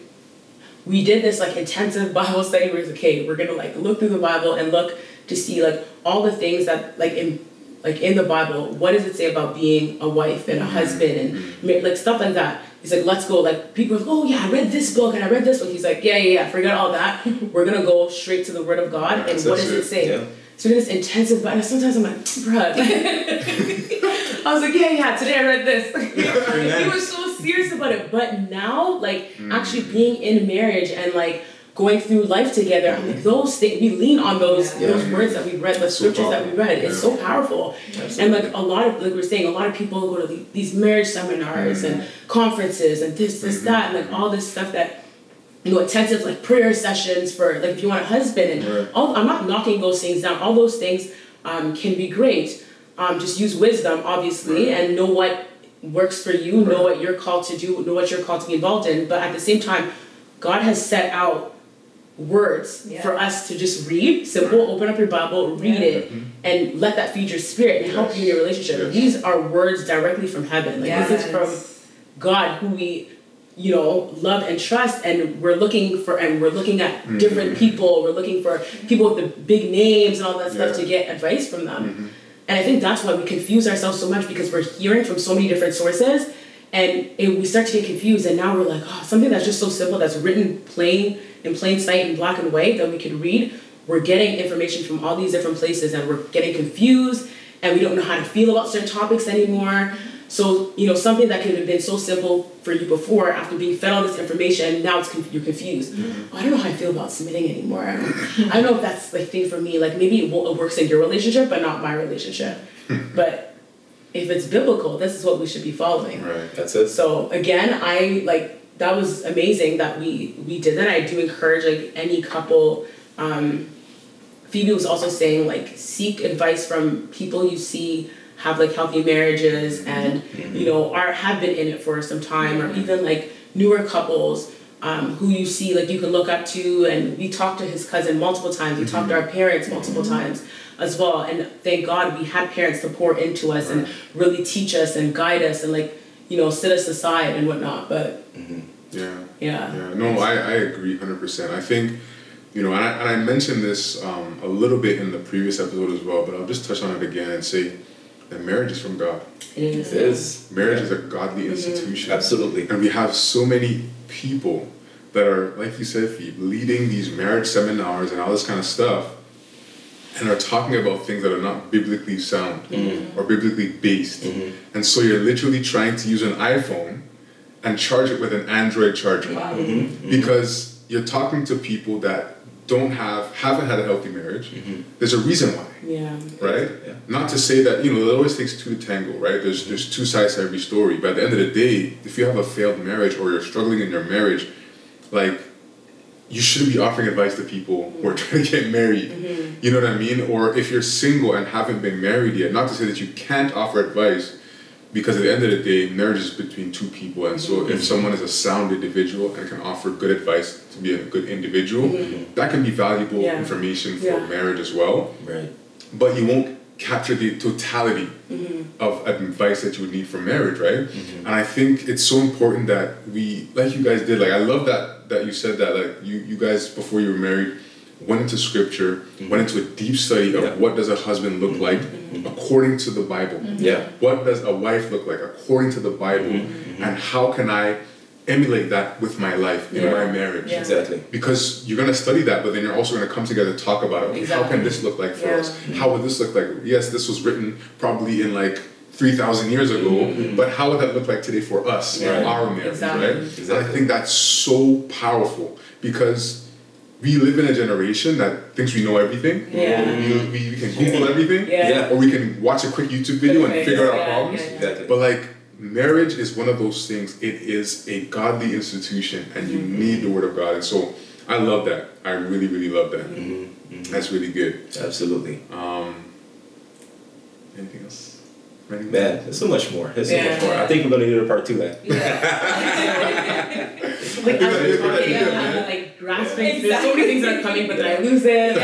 Speaker 2: we did this like intensive Bible study where it's like, okay, we're gonna like look through the Bible and look to see like all the things that like in like in the Bible, what does it say about being a wife and a husband and ma- like stuff like that. He's like, let's go. Like people are like, oh yeah, I read this book and I read this one. He's like, yeah, yeah, yeah, forget all that. We're gonna go straight to the Word of God and
Speaker 1: That's
Speaker 2: what does
Speaker 1: it,
Speaker 2: it say?
Speaker 13: yeah.
Speaker 2: So then it's intensive, but sometimes I'm like, bruh. I was like, yeah, yeah, today I read this.
Speaker 13: Amen.
Speaker 2: He was so serious about it. But now, like, actually being in marriage and like going through life together, I'm like, those things, we lean on those
Speaker 1: Yeah.
Speaker 2: those words that we read, the
Speaker 1: So
Speaker 2: scriptures that we read. It's
Speaker 1: powerful.
Speaker 2: so powerful. And like a lot of, like we're saying, a lot of people go to the- these marriage seminars and conferences and this, this, that, and like all this stuff that. You know, intensive like prayer sessions for like if you want a husband and
Speaker 1: Right.
Speaker 2: all. I'm not knocking those things down. All those things um, can be great. Um, just use wisdom, obviously,
Speaker 1: Right.
Speaker 2: and know what works for you, know what you're called to do, know what you're called to be involved in. But at the same time, God has set out words
Speaker 12: Yeah.
Speaker 2: for us to just read. Simple, open up your Bible, read
Speaker 12: Yeah.
Speaker 2: it, and let that feed your spirit and help you in your relationship.
Speaker 1: Mm-hmm. Yes.
Speaker 2: These are words directly from heaven. Like this is from
Speaker 12: Yes.
Speaker 2: God who we you know love and trust and we're looking for and we're looking at different people we're looking for people with the big names and all that stuff
Speaker 1: Yeah.
Speaker 2: to get advice from them and i think that's why we confuse ourselves so much because we're hearing from so many different sources and it, we start to get confused and now we're like oh something that's just so simple that's written plain in plain sight in black and white that we could read we're getting information from all these different places and we're getting confused and we don't know how to feel about certain topics anymore. So, you know, something that could have been so simple for you before, after being fed all this information, now it's conf- you're confused. Oh, I don't know how I feel about submitting anymore. I don't, I don't know if that's like thing for me. Like maybe it, will it works in your relationship, but not my relationship. but if it's biblical, this is what we should be following.
Speaker 1: Right.
Speaker 13: That's it.
Speaker 2: So again, I like that was amazing that we we did that. I do encourage like any couple. Um, Phoebe was also saying like seek advice from people you see have like healthy marriages and you know are have been in it for some time or even like newer couples. Um, who you see like you can look up to and we talked to his cousin multiple times we talked to our parents multiple times as well and thank god we had parents to pour into us and really teach us and guide us and like you know, set us aside and whatnot. But
Speaker 1: Yeah.
Speaker 2: yeah,
Speaker 1: Yeah, no, I, I agree 100%. I think, you know, and I, and I mentioned this um, a little bit in the previous episode as well, but I'll just touch on it again and say that marriage is from God.
Speaker 2: it is.
Speaker 13: It is.
Speaker 1: Marriage is a godly institution.
Speaker 13: Absolutely.
Speaker 1: And we have so many people that are, like you said, Phoebe, leading these marriage seminars and all this kind of stuff and are talking about things that are not biblically sound or biblically based. And so you're literally trying to use an iPhone and charge it with an Android charger because you're talking to people that don't have, haven't had a healthy marriage. There's a reason why
Speaker 2: Yeah,
Speaker 1: right?
Speaker 13: Yeah.
Speaker 1: Not to say that you know it always takes two to tango, right? There's there's two sides to every story. But at the end of the day, if you have a failed marriage or you're struggling in your marriage, like you shouldn't be offering advice to people who are trying to get married.
Speaker 2: Mm-hmm.
Speaker 1: You know what I mean? Or if you're single and haven't been married yet, not to say that you can't offer advice. Because at the end of the day, marriage is between two people, and so
Speaker 2: Mm-hmm.
Speaker 1: if someone is a sound individual and can offer good advice to be a good individual, that can be valuable
Speaker 2: Mm-hmm. Yeah.
Speaker 1: information for
Speaker 2: Yeah.
Speaker 1: marriage as well
Speaker 13: Right.
Speaker 1: but you won't capture the totality of advice that you would need for marriage, right?
Speaker 3: Mm-hmm.
Speaker 1: And I think it's so important that we, like you guys did, like I love that that you said that, like you you guys before you were married, went into scripture, went into a deep study of
Speaker 3: Mm-hmm. Yeah. Mm-hmm.
Speaker 1: what does a husband look like according to the Bible.
Speaker 3: Yeah. Mm-hmm.
Speaker 1: What does a wife look like according to the Bible, and how can I emulate that with my life in
Speaker 2: Yeah.
Speaker 1: my marriage?
Speaker 2: Yeah.
Speaker 3: Exactly.
Speaker 1: because you're going to study that but then you're also going to come together and talk about okay, how
Speaker 2: Exactly.
Speaker 1: can this look like for
Speaker 2: Yeah.
Speaker 1: us how would this look like yes this was written probably in like 3000 years ago but how would that look like today for us
Speaker 2: Yeah.
Speaker 1: in our marriage
Speaker 2: Exactly.
Speaker 1: right and i
Speaker 3: Exactly.
Speaker 1: think that's so powerful because we live in a generation that thinks we know everything
Speaker 2: Yeah.
Speaker 1: we, we, we can google everything
Speaker 2: Yeah.
Speaker 1: or we can watch a quick youtube video and
Speaker 2: Perfect.
Speaker 1: figure out
Speaker 2: Yeah,
Speaker 1: problems
Speaker 2: yeah, yeah.
Speaker 3: Exactly.
Speaker 1: but like marriage is one of those things. It is a godly institution, and you
Speaker 2: Mm-hmm.
Speaker 1: need the word of God. And so I love that. I really, really love that.
Speaker 2: Mm-hmm.
Speaker 1: That's really good.
Speaker 3: Absolutely.
Speaker 1: Um, anything else? Ready?
Speaker 3: Man, there's so much more. There's so
Speaker 2: Yeah.
Speaker 3: much more. I think we're gonna do a part two, man.
Speaker 1: I
Speaker 2: Like
Speaker 1: think
Speaker 2: I
Speaker 1: that's
Speaker 2: was talking,
Speaker 1: good,
Speaker 2: I'm
Speaker 1: man.
Speaker 2: like grasping. There's so many things that are coming, but then I lose it.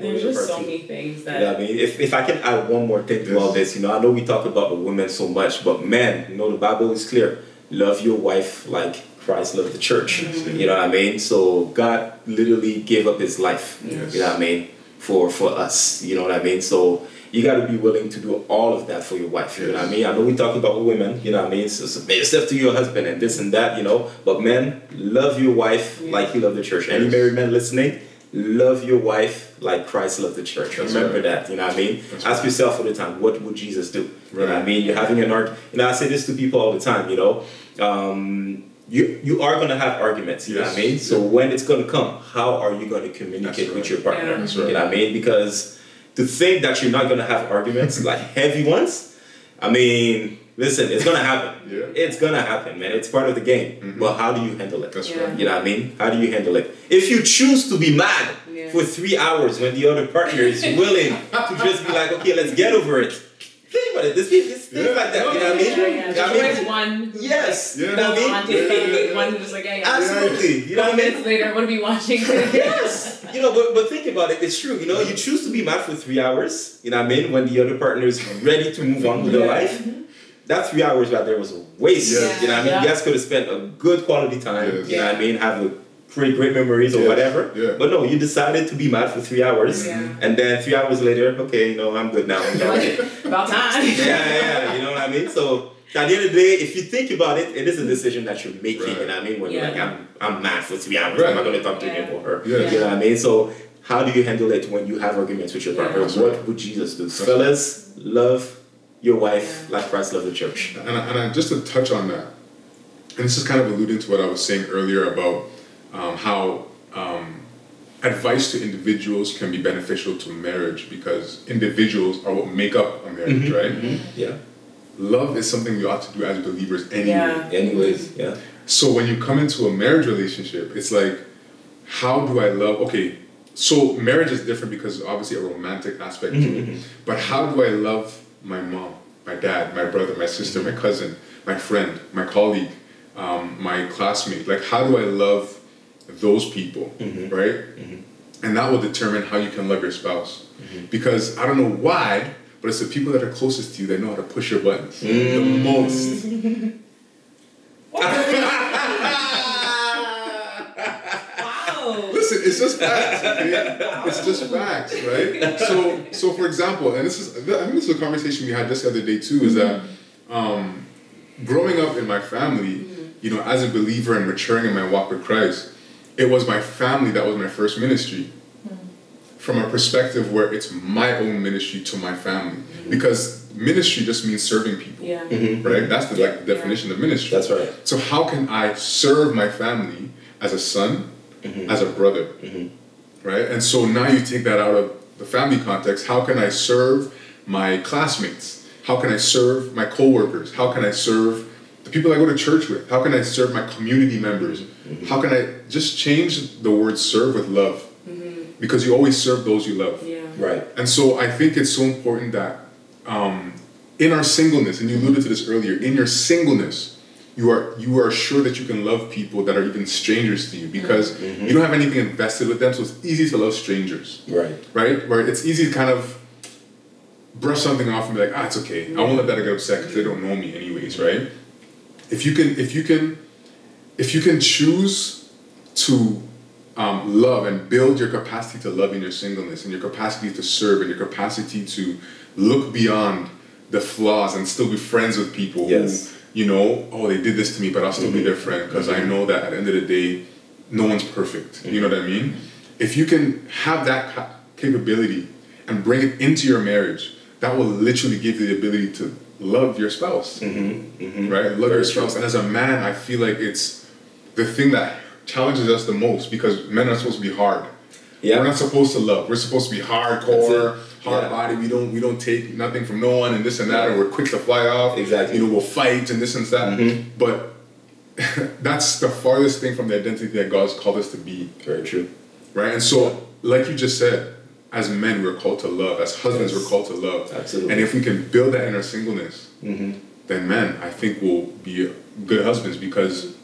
Speaker 2: There's just so many things that.
Speaker 3: Yeah, I mean, if, if I can add one more thing to all this, you know, I know we talk about the women so much, but man, you know, the Bible is clear. Love your wife like Christ loved the church. You know what I mean? So God literally gave up his life,
Speaker 1: Yes.
Speaker 3: you know what I mean, for for us. You know what I mean? So you gotta be willing to do all of that for your wife. You know what I
Speaker 1: Yes.
Speaker 3: mean? I know we talk about women, you know what I mean? So submit yourself to your husband and this and that, you know. But men, love your wife like he loved the church. Any
Speaker 1: Yes.
Speaker 3: married men listening, love your wife like Christ loved the church.
Speaker 1: That's
Speaker 3: Remember
Speaker 1: right.
Speaker 3: that, you know what I mean?
Speaker 1: That's
Speaker 3: Ask yourself all the time, what would Jesus do? You know what I
Speaker 1: Right.
Speaker 3: mean? You're having an argument. And I say this to people all the time, you know. Um, you, you are going to have arguments, you know what I
Speaker 1: Yes.
Speaker 3: mean? So when it's going to come, how are you going to communicate
Speaker 1: That's
Speaker 3: with
Speaker 1: right.
Speaker 3: your partner?
Speaker 2: Yeah.
Speaker 1: That's
Speaker 3: You know
Speaker 1: right.
Speaker 3: what I mean? Because to think that you're not going to have arguments, like heavy ones, I mean, listen, it's going to happen.
Speaker 1: Yeah. Mm-hmm.
Speaker 3: It's going to happen, man. It's part of the game. But how do you handle it?
Speaker 1: That's
Speaker 2: Yeah.
Speaker 1: right.
Speaker 3: You know what I mean? How do you handle it? If you choose to be mad
Speaker 2: Yeah.
Speaker 3: for three hours when the other partner is willing to just be like, okay, let's get over it. Think about it. This things, it's things
Speaker 1: Yeah.
Speaker 3: like that. You know what I
Speaker 2: Yeah,
Speaker 3: mean?
Speaker 2: yeah, yeah.
Speaker 3: You know what I
Speaker 2: There's
Speaker 3: mean?
Speaker 2: one. who's
Speaker 3: Yes.
Speaker 1: Yeah.
Speaker 3: You know what I
Speaker 2: on
Speaker 3: mean?
Speaker 2: to
Speaker 1: Yeah.
Speaker 2: thing, One who's like, yeah, yeah.
Speaker 3: Absolutely. You know what I mean?
Speaker 2: Minutes later, I'm gonna be watching.
Speaker 3: yes. You know, but, but think about it. It's true. You know, you choose to be mad for three hours. You know what I mean? When the other partner is ready to move on with
Speaker 2: Yeah.
Speaker 3: their life. That three hours right there was a waste.
Speaker 1: Yes.
Speaker 3: You know what I mean?
Speaker 2: Yeah.
Speaker 3: You guys could have spent a good quality time.
Speaker 1: Yes.
Speaker 3: You know what I mean? Have a pretty great memories or
Speaker 1: Yes.
Speaker 3: whatever.
Speaker 1: Yeah.
Speaker 3: But no, you decided to be mad for three hours.
Speaker 2: Yeah.
Speaker 3: And then three hours later, okay, you know, I'm good now. You know what I mean?
Speaker 2: About time.
Speaker 3: yeah, yeah, yeah, you know what I mean? So at the end of the day, if you think about it, it is a decision that you're making, you know what I mean? When
Speaker 2: Yeah.
Speaker 3: you're like, I'm, I'm mad for three hours, I'm
Speaker 1: Right.
Speaker 3: not going to talk to him or her.
Speaker 1: Yeah.
Speaker 3: You know what I mean? So how do you handle it when you have arguments with your
Speaker 2: Yeah.
Speaker 3: partner?
Speaker 1: That's
Speaker 3: What
Speaker 1: right.
Speaker 3: would Jesus do?
Speaker 1: right.
Speaker 3: Fellas, love your wife like Christ loved the church.
Speaker 1: And, I- and I, just to touch on that, and this is kind of alluding to what I was saying earlier about um, how um, advice to individuals can be beneficial to marriage because individuals are what make up a marriage,
Speaker 2: Mm-hmm.
Speaker 3: Mhm.
Speaker 1: right?
Speaker 3: Yeah.
Speaker 1: Love is something we ought to do as believers anyway.
Speaker 2: Yeah.
Speaker 3: Anyways, yeah.
Speaker 1: So when you come into a marriage relationship, it's like, how do I love? Okay, so marriage is different because there's obviously a romantic aspect to it. But how do I love my mom, my dad, my brother, my sister, my cousin, my friend, my colleague, um, my classmate? Like, how do I love those people, right? And that will determine how you can love your spouse. Because I don't know why, but it's the people that are closest to you that know how to push your buttons the most.
Speaker 4: Wow.
Speaker 1: Listen, it's just facts. Okay? It's just facts, right? So, so for example, and this is I think this is a conversation we had just the other day too. Is that um, growing up in my family, you know, as a believer and maturing in my walk with Christ, it was my family that was my first ministry. From a perspective where it's my own ministry to my family, because ministry just means serving people,
Speaker 2: Yeah.
Speaker 1: right? That's the like definition of ministry.
Speaker 3: That's right.
Speaker 1: So how can I serve my family as a son, as a brother, right? And so now you take that out of the family context. How can I serve my classmates? How can I serve my coworkers? How can I serve the people I go to church with? How can I serve my community members? How can I just change the word serve with love? Because you always serve those you love.
Speaker 2: Yeah.
Speaker 3: Right.
Speaker 1: And so I think it's so important that um, in our singleness, and you alluded to this earlier, in your singleness, you are you are sure that you can love people that are even strangers to you because you don't have anything invested with them, so it's easy to love strangers,
Speaker 3: Right.
Speaker 1: right? Where it's easy to kind of brush something off and be like, ah, it's okay. I won't let that get upset because they don't know me anyways, right? If you can, if you can, if you can choose to um, love and build your capacity to love in your singleness and your capacity to serve and your capacity to look beyond the flaws and still be friends with people
Speaker 3: Yes.
Speaker 1: who, you know, oh, they did this to me, but I'll still be their friend because I know that at the end of the day, no one's perfect. You know what I mean? If you can have that ca- capability and bring it into your marriage, that will literally give you the ability to love your spouse right? Love your spouse. And as a man, I feel like it's the thing that challenges us the most because men are supposed to be hard.
Speaker 3: Yeah.
Speaker 1: We're not supposed to love. We're supposed to be hardcore,
Speaker 3: That's it.
Speaker 1: hard
Speaker 3: Yeah.
Speaker 1: body. We don't we don't take nothing from no one and this and that, and we're quick to fly off.
Speaker 3: Exactly. Mm-hmm.
Speaker 1: You know, we'll fight and this and that. But that's the farthest thing from the identity that God's called us to be
Speaker 3: Very true.
Speaker 1: right? And so, like you just said, as men, we're called to love. As husbands,
Speaker 3: Yes.
Speaker 1: we're called to love.
Speaker 3: Absolutely. Mm-hmm.
Speaker 1: And if we can build that in our singleness, then men, I think, will be good husbands because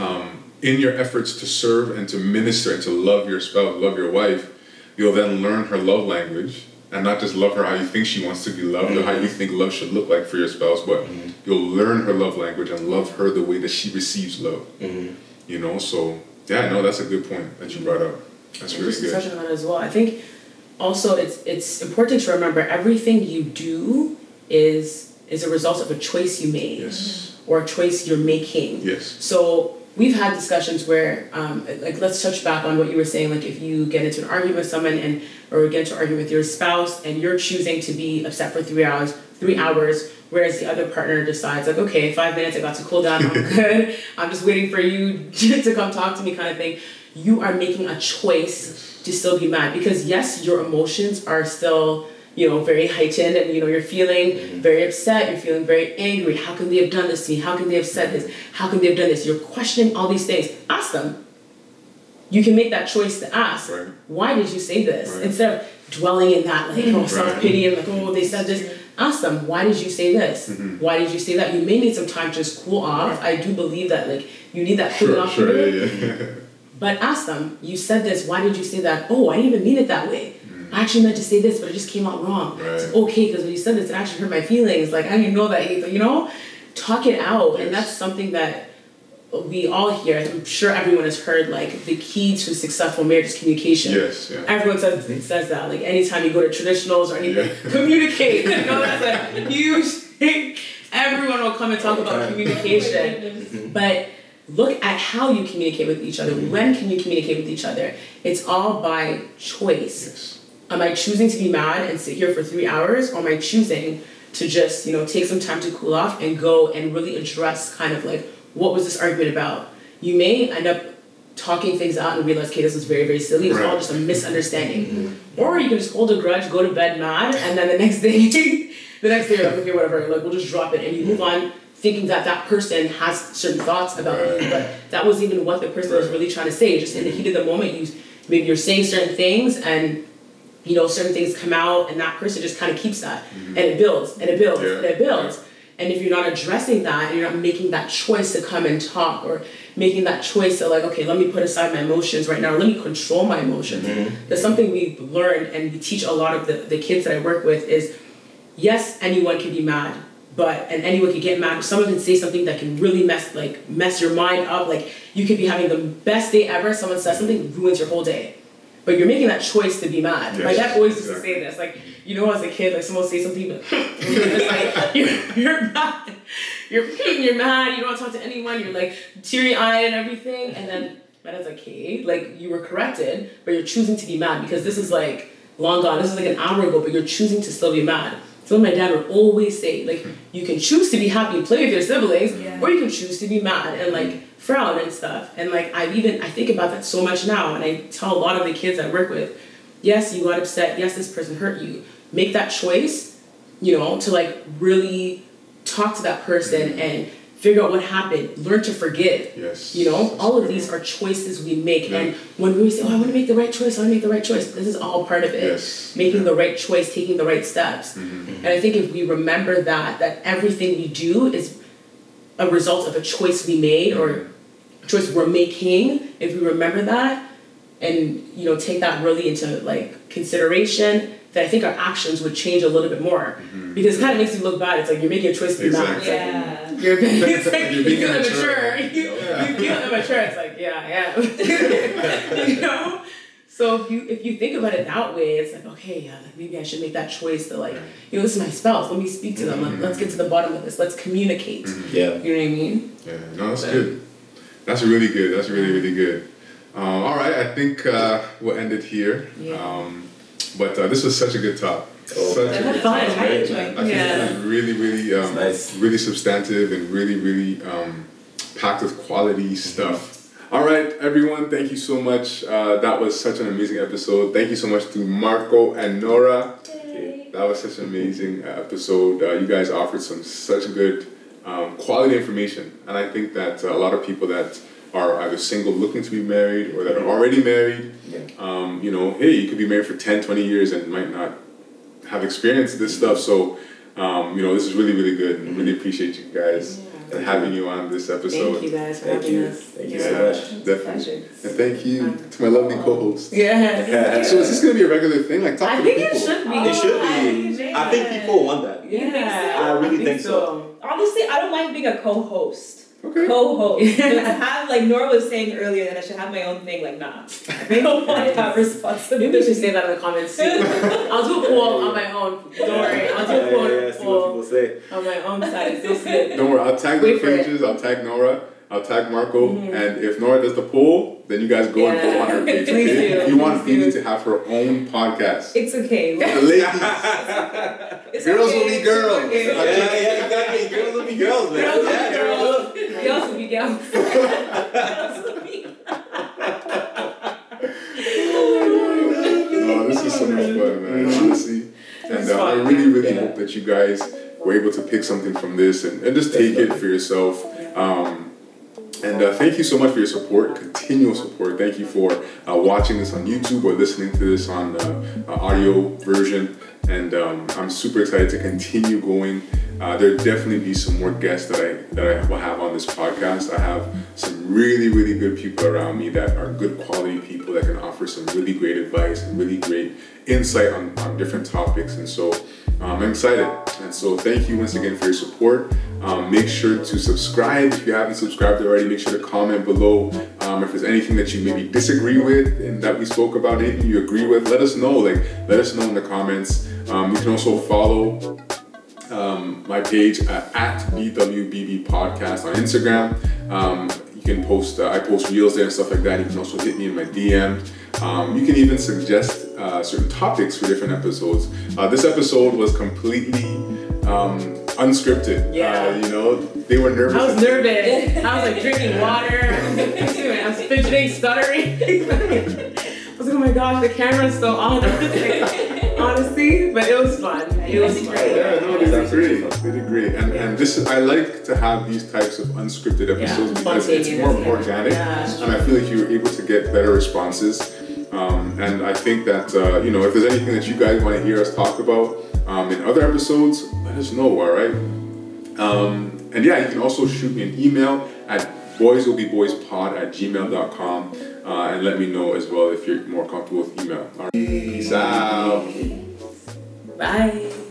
Speaker 1: um, in your efforts to serve and to minister and to love your spouse, love your wife, you'll then learn her love language and not just love her how you think she wants to be loved or how you think love should look like for your spouse, but you'll learn her love language and love her the way that she receives love. You know, so yeah, no, that's a good point that you brought up. That's really
Speaker 2: just to touch
Speaker 1: good.
Speaker 2: on that as well. I think also it's it's important to remember everything you do is is a result of a choice you made
Speaker 1: Yes.
Speaker 2: or a choice you're making.
Speaker 1: Yes.
Speaker 2: So we've had discussions where, um, like, let's touch back on what you were saying. Like, if you get into an argument with someone and or get into an argument with your spouse, and you're choosing to be upset for three hours, 3 hours, whereas the other partner decides like, okay, five minutes, I got to cool down, I'm good. I'm just waiting for you to come talk to me, kind of thing. You are making a choice to still be mad because yes, your emotions are still you know, very heightened and you know, you're feeling
Speaker 1: Mm-hmm.
Speaker 2: very upset, you're feeling very angry. How can they have done this to me? How can they have said this? How can they have done this? You're questioning all these things. Ask them. You can make that choice to ask,
Speaker 1: Right.
Speaker 2: why did you say this?
Speaker 1: Right.
Speaker 2: Instead of dwelling in that like oh, self pity and like, oh they said this. Ask them, why did you say this?
Speaker 1: Mm-hmm.
Speaker 2: Why did you say that? You may need some time to just cool off. I do believe that like you need that cooling
Speaker 1: Sure,
Speaker 2: off
Speaker 1: sure,
Speaker 2: period.
Speaker 1: yeah, yeah.
Speaker 2: But ask them, you said this, why did you say that? Oh, I didn't even mean it that way. I actually meant to say this, but it just came out wrong. It's
Speaker 1: Mm. Right.
Speaker 2: okay, because when you said this, it actually hurt my feelings. Like, I didn't know that either, you know? Talk it out. And
Speaker 1: Yes.
Speaker 2: that's something that we all hear. I'm sure everyone has heard, like, the key to successful marriage is communication.
Speaker 1: yes, yeah.
Speaker 2: Everyone says, says that. Like anytime you go to traditionals or anything,
Speaker 1: Yeah.
Speaker 2: communicate. You know, that's a huge thing. Everyone will come and talk about communication. Mm-hmm. but look at how you communicate with each other. When can you communicate with each other? It's all by choice
Speaker 1: Yes.
Speaker 2: am I choosing to be mad and sit here for three hours, or am I choosing to just, you know, take some time to cool off and go and really address kind of like what was this argument about? You may end up talking things out and realize, okay, this was very, very silly. It was all
Speaker 1: Right. Mm-hmm.
Speaker 2: just a misunderstanding. Or you can just hold a grudge, go to bed mad, and then the next day, the next day, you're like, okay, whatever, like we'll just drop it and you move on, thinking that that person has certain thoughts about you,
Speaker 1: Right.
Speaker 2: but that wasn't even what the person was
Speaker 1: Right.
Speaker 2: really trying to say. Just in the heat of the moment, you maybe you're saying certain things and you know, certain things come out and that person just kind of keeps that and it builds and it builds
Speaker 1: Yeah,
Speaker 2: and it builds. And if you're not addressing that and you're not making that choice to come and talk or making that choice to like, okay, let me put aside my emotions right now, let me control my emotions. That's something we've learned and we teach a lot of the, the kids that I work with is yes, anyone can be mad, but and anyone can get mad. Someone can say something that can really mess like mess your mind up. Like you could be having the best day ever. Someone says something ruins your whole day, but you're making that choice to be mad.
Speaker 1: Yes,
Speaker 2: Like that always used to
Speaker 1: exactly.
Speaker 2: say this. Like you know, as a kid, like someone say something, but you're just like you're, you're mad. You're hmm, you're mad. You don't want to talk to anyone. You're like teary eyed and everything, and then. But as a kid, like you were corrected, but you're choosing to be mad because this is like long gone. This is like an hour ago, but you're choosing to still be mad. So my dad would always say, like, you can choose to be happy and play with your siblings,
Speaker 12: Yeah.
Speaker 2: or you can choose to be mad and like frown and stuff. And like I even I think about that so much now, and I tell a lot of the kids I work with, yes, you got upset. Yes, this person hurt you. Make that choice, you know, to like really talk to that person and figure out what happened. Learn to forgive.
Speaker 1: Yes.
Speaker 2: You know,
Speaker 1: That's
Speaker 2: all of
Speaker 1: good.
Speaker 2: these are choices we make,
Speaker 1: Yeah.
Speaker 2: and when we say, "Oh, I want to make the right choice," I want to make the right choice. This is all part of it.
Speaker 1: Yes.
Speaker 2: Making
Speaker 1: Yeah. Mm-hmm.
Speaker 2: the right choice, taking the right steps, and I think if we remember that, that everything we do is a result of a choice we made or
Speaker 1: Mm-hmm.
Speaker 2: choice we're making. If we remember that, and you know, take that really into like consideration, then I think our actions would change a little bit more because it kind of makes you look bad. It's like you're making a choice to be mad.
Speaker 1: Mm-hmm. Exactly.
Speaker 12: Yeah.
Speaker 2: You're being, it's like,
Speaker 1: You're being
Speaker 2: you're
Speaker 1: immature.
Speaker 2: immature. You-
Speaker 14: you feel immature. It's like, yeah, I am. you know? So if you if you think about it that way, it's like, okay, yeah, like maybe I should make that choice to like, you know, this is my spouse. Let me speak to them. Let, let's get to the bottom of this. Let's communicate. You know
Speaker 3: Yeah.
Speaker 14: what I mean?
Speaker 1: Yeah, no, that's good. That's really good. That's really, really good. Um, all right, I think uh, we'll end it here.
Speaker 14: Yeah.
Speaker 1: Um, but uh, this was such a good talk.
Speaker 3: Oh,
Speaker 1: such
Speaker 3: that
Speaker 1: a
Speaker 3: was
Speaker 1: good
Speaker 3: fun.
Speaker 1: talk.
Speaker 3: I enjoyed
Speaker 1: I think
Speaker 12: Yeah.
Speaker 1: it was really, really, um,
Speaker 3: nice.
Speaker 1: really substantive and really, really um, packed with quality stuff. All right, everyone, thank you so much. Uh, that was such an amazing episode. Thank you so much to Marco and Nora. That was such an amazing uh, episode. Uh, you guys offered some such good um, quality information, and I think that uh, a lot of people that are either single looking to be married or that are already married,
Speaker 3: Yeah.
Speaker 1: um, you know, hey, you could be married for 10, 20 years and might not have experienced this
Speaker 2: Mm-hmm.
Speaker 1: stuff. So, um, you know, this is really, really good, and really appreciate you guys and having you on this episode.
Speaker 2: Thank you guys for
Speaker 3: Thank
Speaker 2: having
Speaker 3: you.
Speaker 2: us.
Speaker 3: Thank you
Speaker 1: Yeah,
Speaker 3: so much.
Speaker 1: definitely. And thank you to my lovely co-host.
Speaker 14: Yeah. Oh.
Speaker 1: Yeah, so is this gonna be a regular thing? Like, talk
Speaker 2: I
Speaker 1: to the
Speaker 2: think it
Speaker 1: people.
Speaker 2: should be.
Speaker 3: It should be.
Speaker 12: amazing.
Speaker 3: I think people want that.
Speaker 2: Yeah,
Speaker 12: You think so?
Speaker 3: I really think
Speaker 2: so.
Speaker 12: Honestly, I don't like being a co-host.
Speaker 1: Okay.
Speaker 12: Co-host. I have like Nora was saying earlier that I should have my own thing. Like, nah, I don't want that responsibility.
Speaker 2: Maybe we should say that in the comments too. I'll do a poll on my own. Don't worry, I'll do
Speaker 3: Yeah,
Speaker 2: a
Speaker 3: yeah,
Speaker 2: poll,
Speaker 3: yeah, see what
Speaker 2: poll
Speaker 3: people say.
Speaker 2: on my own side. It's so good.
Speaker 1: Don't worry, I'll tag the
Speaker 2: Wait for it. Mm-hmm.
Speaker 1: pages, I'll tag Nora, I'll tag Marco, and if Nora does the poll, then you guys go and vote on her page.
Speaker 2: Please
Speaker 1: okay?
Speaker 2: do,
Speaker 1: If you want
Speaker 2: please
Speaker 1: Phoebe
Speaker 2: do.
Speaker 1: to have her own podcast.
Speaker 12: It's okay.
Speaker 1: The ladies,
Speaker 12: It's
Speaker 1: girls
Speaker 12: okay.
Speaker 1: will be girls.
Speaker 12: It's
Speaker 3: Yeah,
Speaker 12: okay.
Speaker 3: yeah, exactly. Girls will be girls, man.
Speaker 12: Girls will be
Speaker 3: yeah,
Speaker 12: girls. Girls will be girls. Girls will be
Speaker 1: No, this is so much fun, man. Honestly, and uh, I really, really hope that you guys were able to pick something from this and, and just take it for yourself. Um, and uh, thank you so much for your support, continual support. Thank you for uh, watching this on YouTube or listening to this on uh, uh, audio version. And um, I'm super excited to continue going. Uh, there'll definitely be some more guests that I that I will have on this podcast. I have some really really good people around me that are good quality people that can offer some really great advice and really great insight on, on different topics. And so um, I'm excited. And so thank you once again for your support. Um, make sure to subscribe if you haven't subscribed already. Make sure to comment below um, if there's anything that you maybe disagree with and that we spoke about, anything you agree with. Let us know. Like let us know in the comments. Um, you can also follow um, my page uh, at BWBB Podcast on Instagram. Um, you can post, uh, I post reels there and stuff like that. You can also hit me in my DM. Um, you can even suggest uh, certain topics for different episodes. Uh, this episode was completely um, unscripted. Uh,
Speaker 2: Yeah.
Speaker 1: you know, they were nervous.
Speaker 2: I was nervous. I was like drinking water. I was fidgeting, stuttering. I was like, oh my gosh, the camera's so on. Honestly, but it was fun. It was fun.
Speaker 1: Yeah, no, they did great. They did great. And, and this is, I like to have these types of unscripted episodes because it's more
Speaker 2: Spontaneous, yeah.
Speaker 1: organic.
Speaker 2: Yeah.
Speaker 1: And I feel like you were able to get better responses. Um, and I think that, uh, you know, if there's anything that you guys want to hear us talk about um, in other episodes, let us know, all right? Um, and yeah, you can also shoot me an email at boyswillbeboyspod at gmail.com uh, and let me know as well if you're more comfortable with email. All right. Peace out.
Speaker 2: Bye.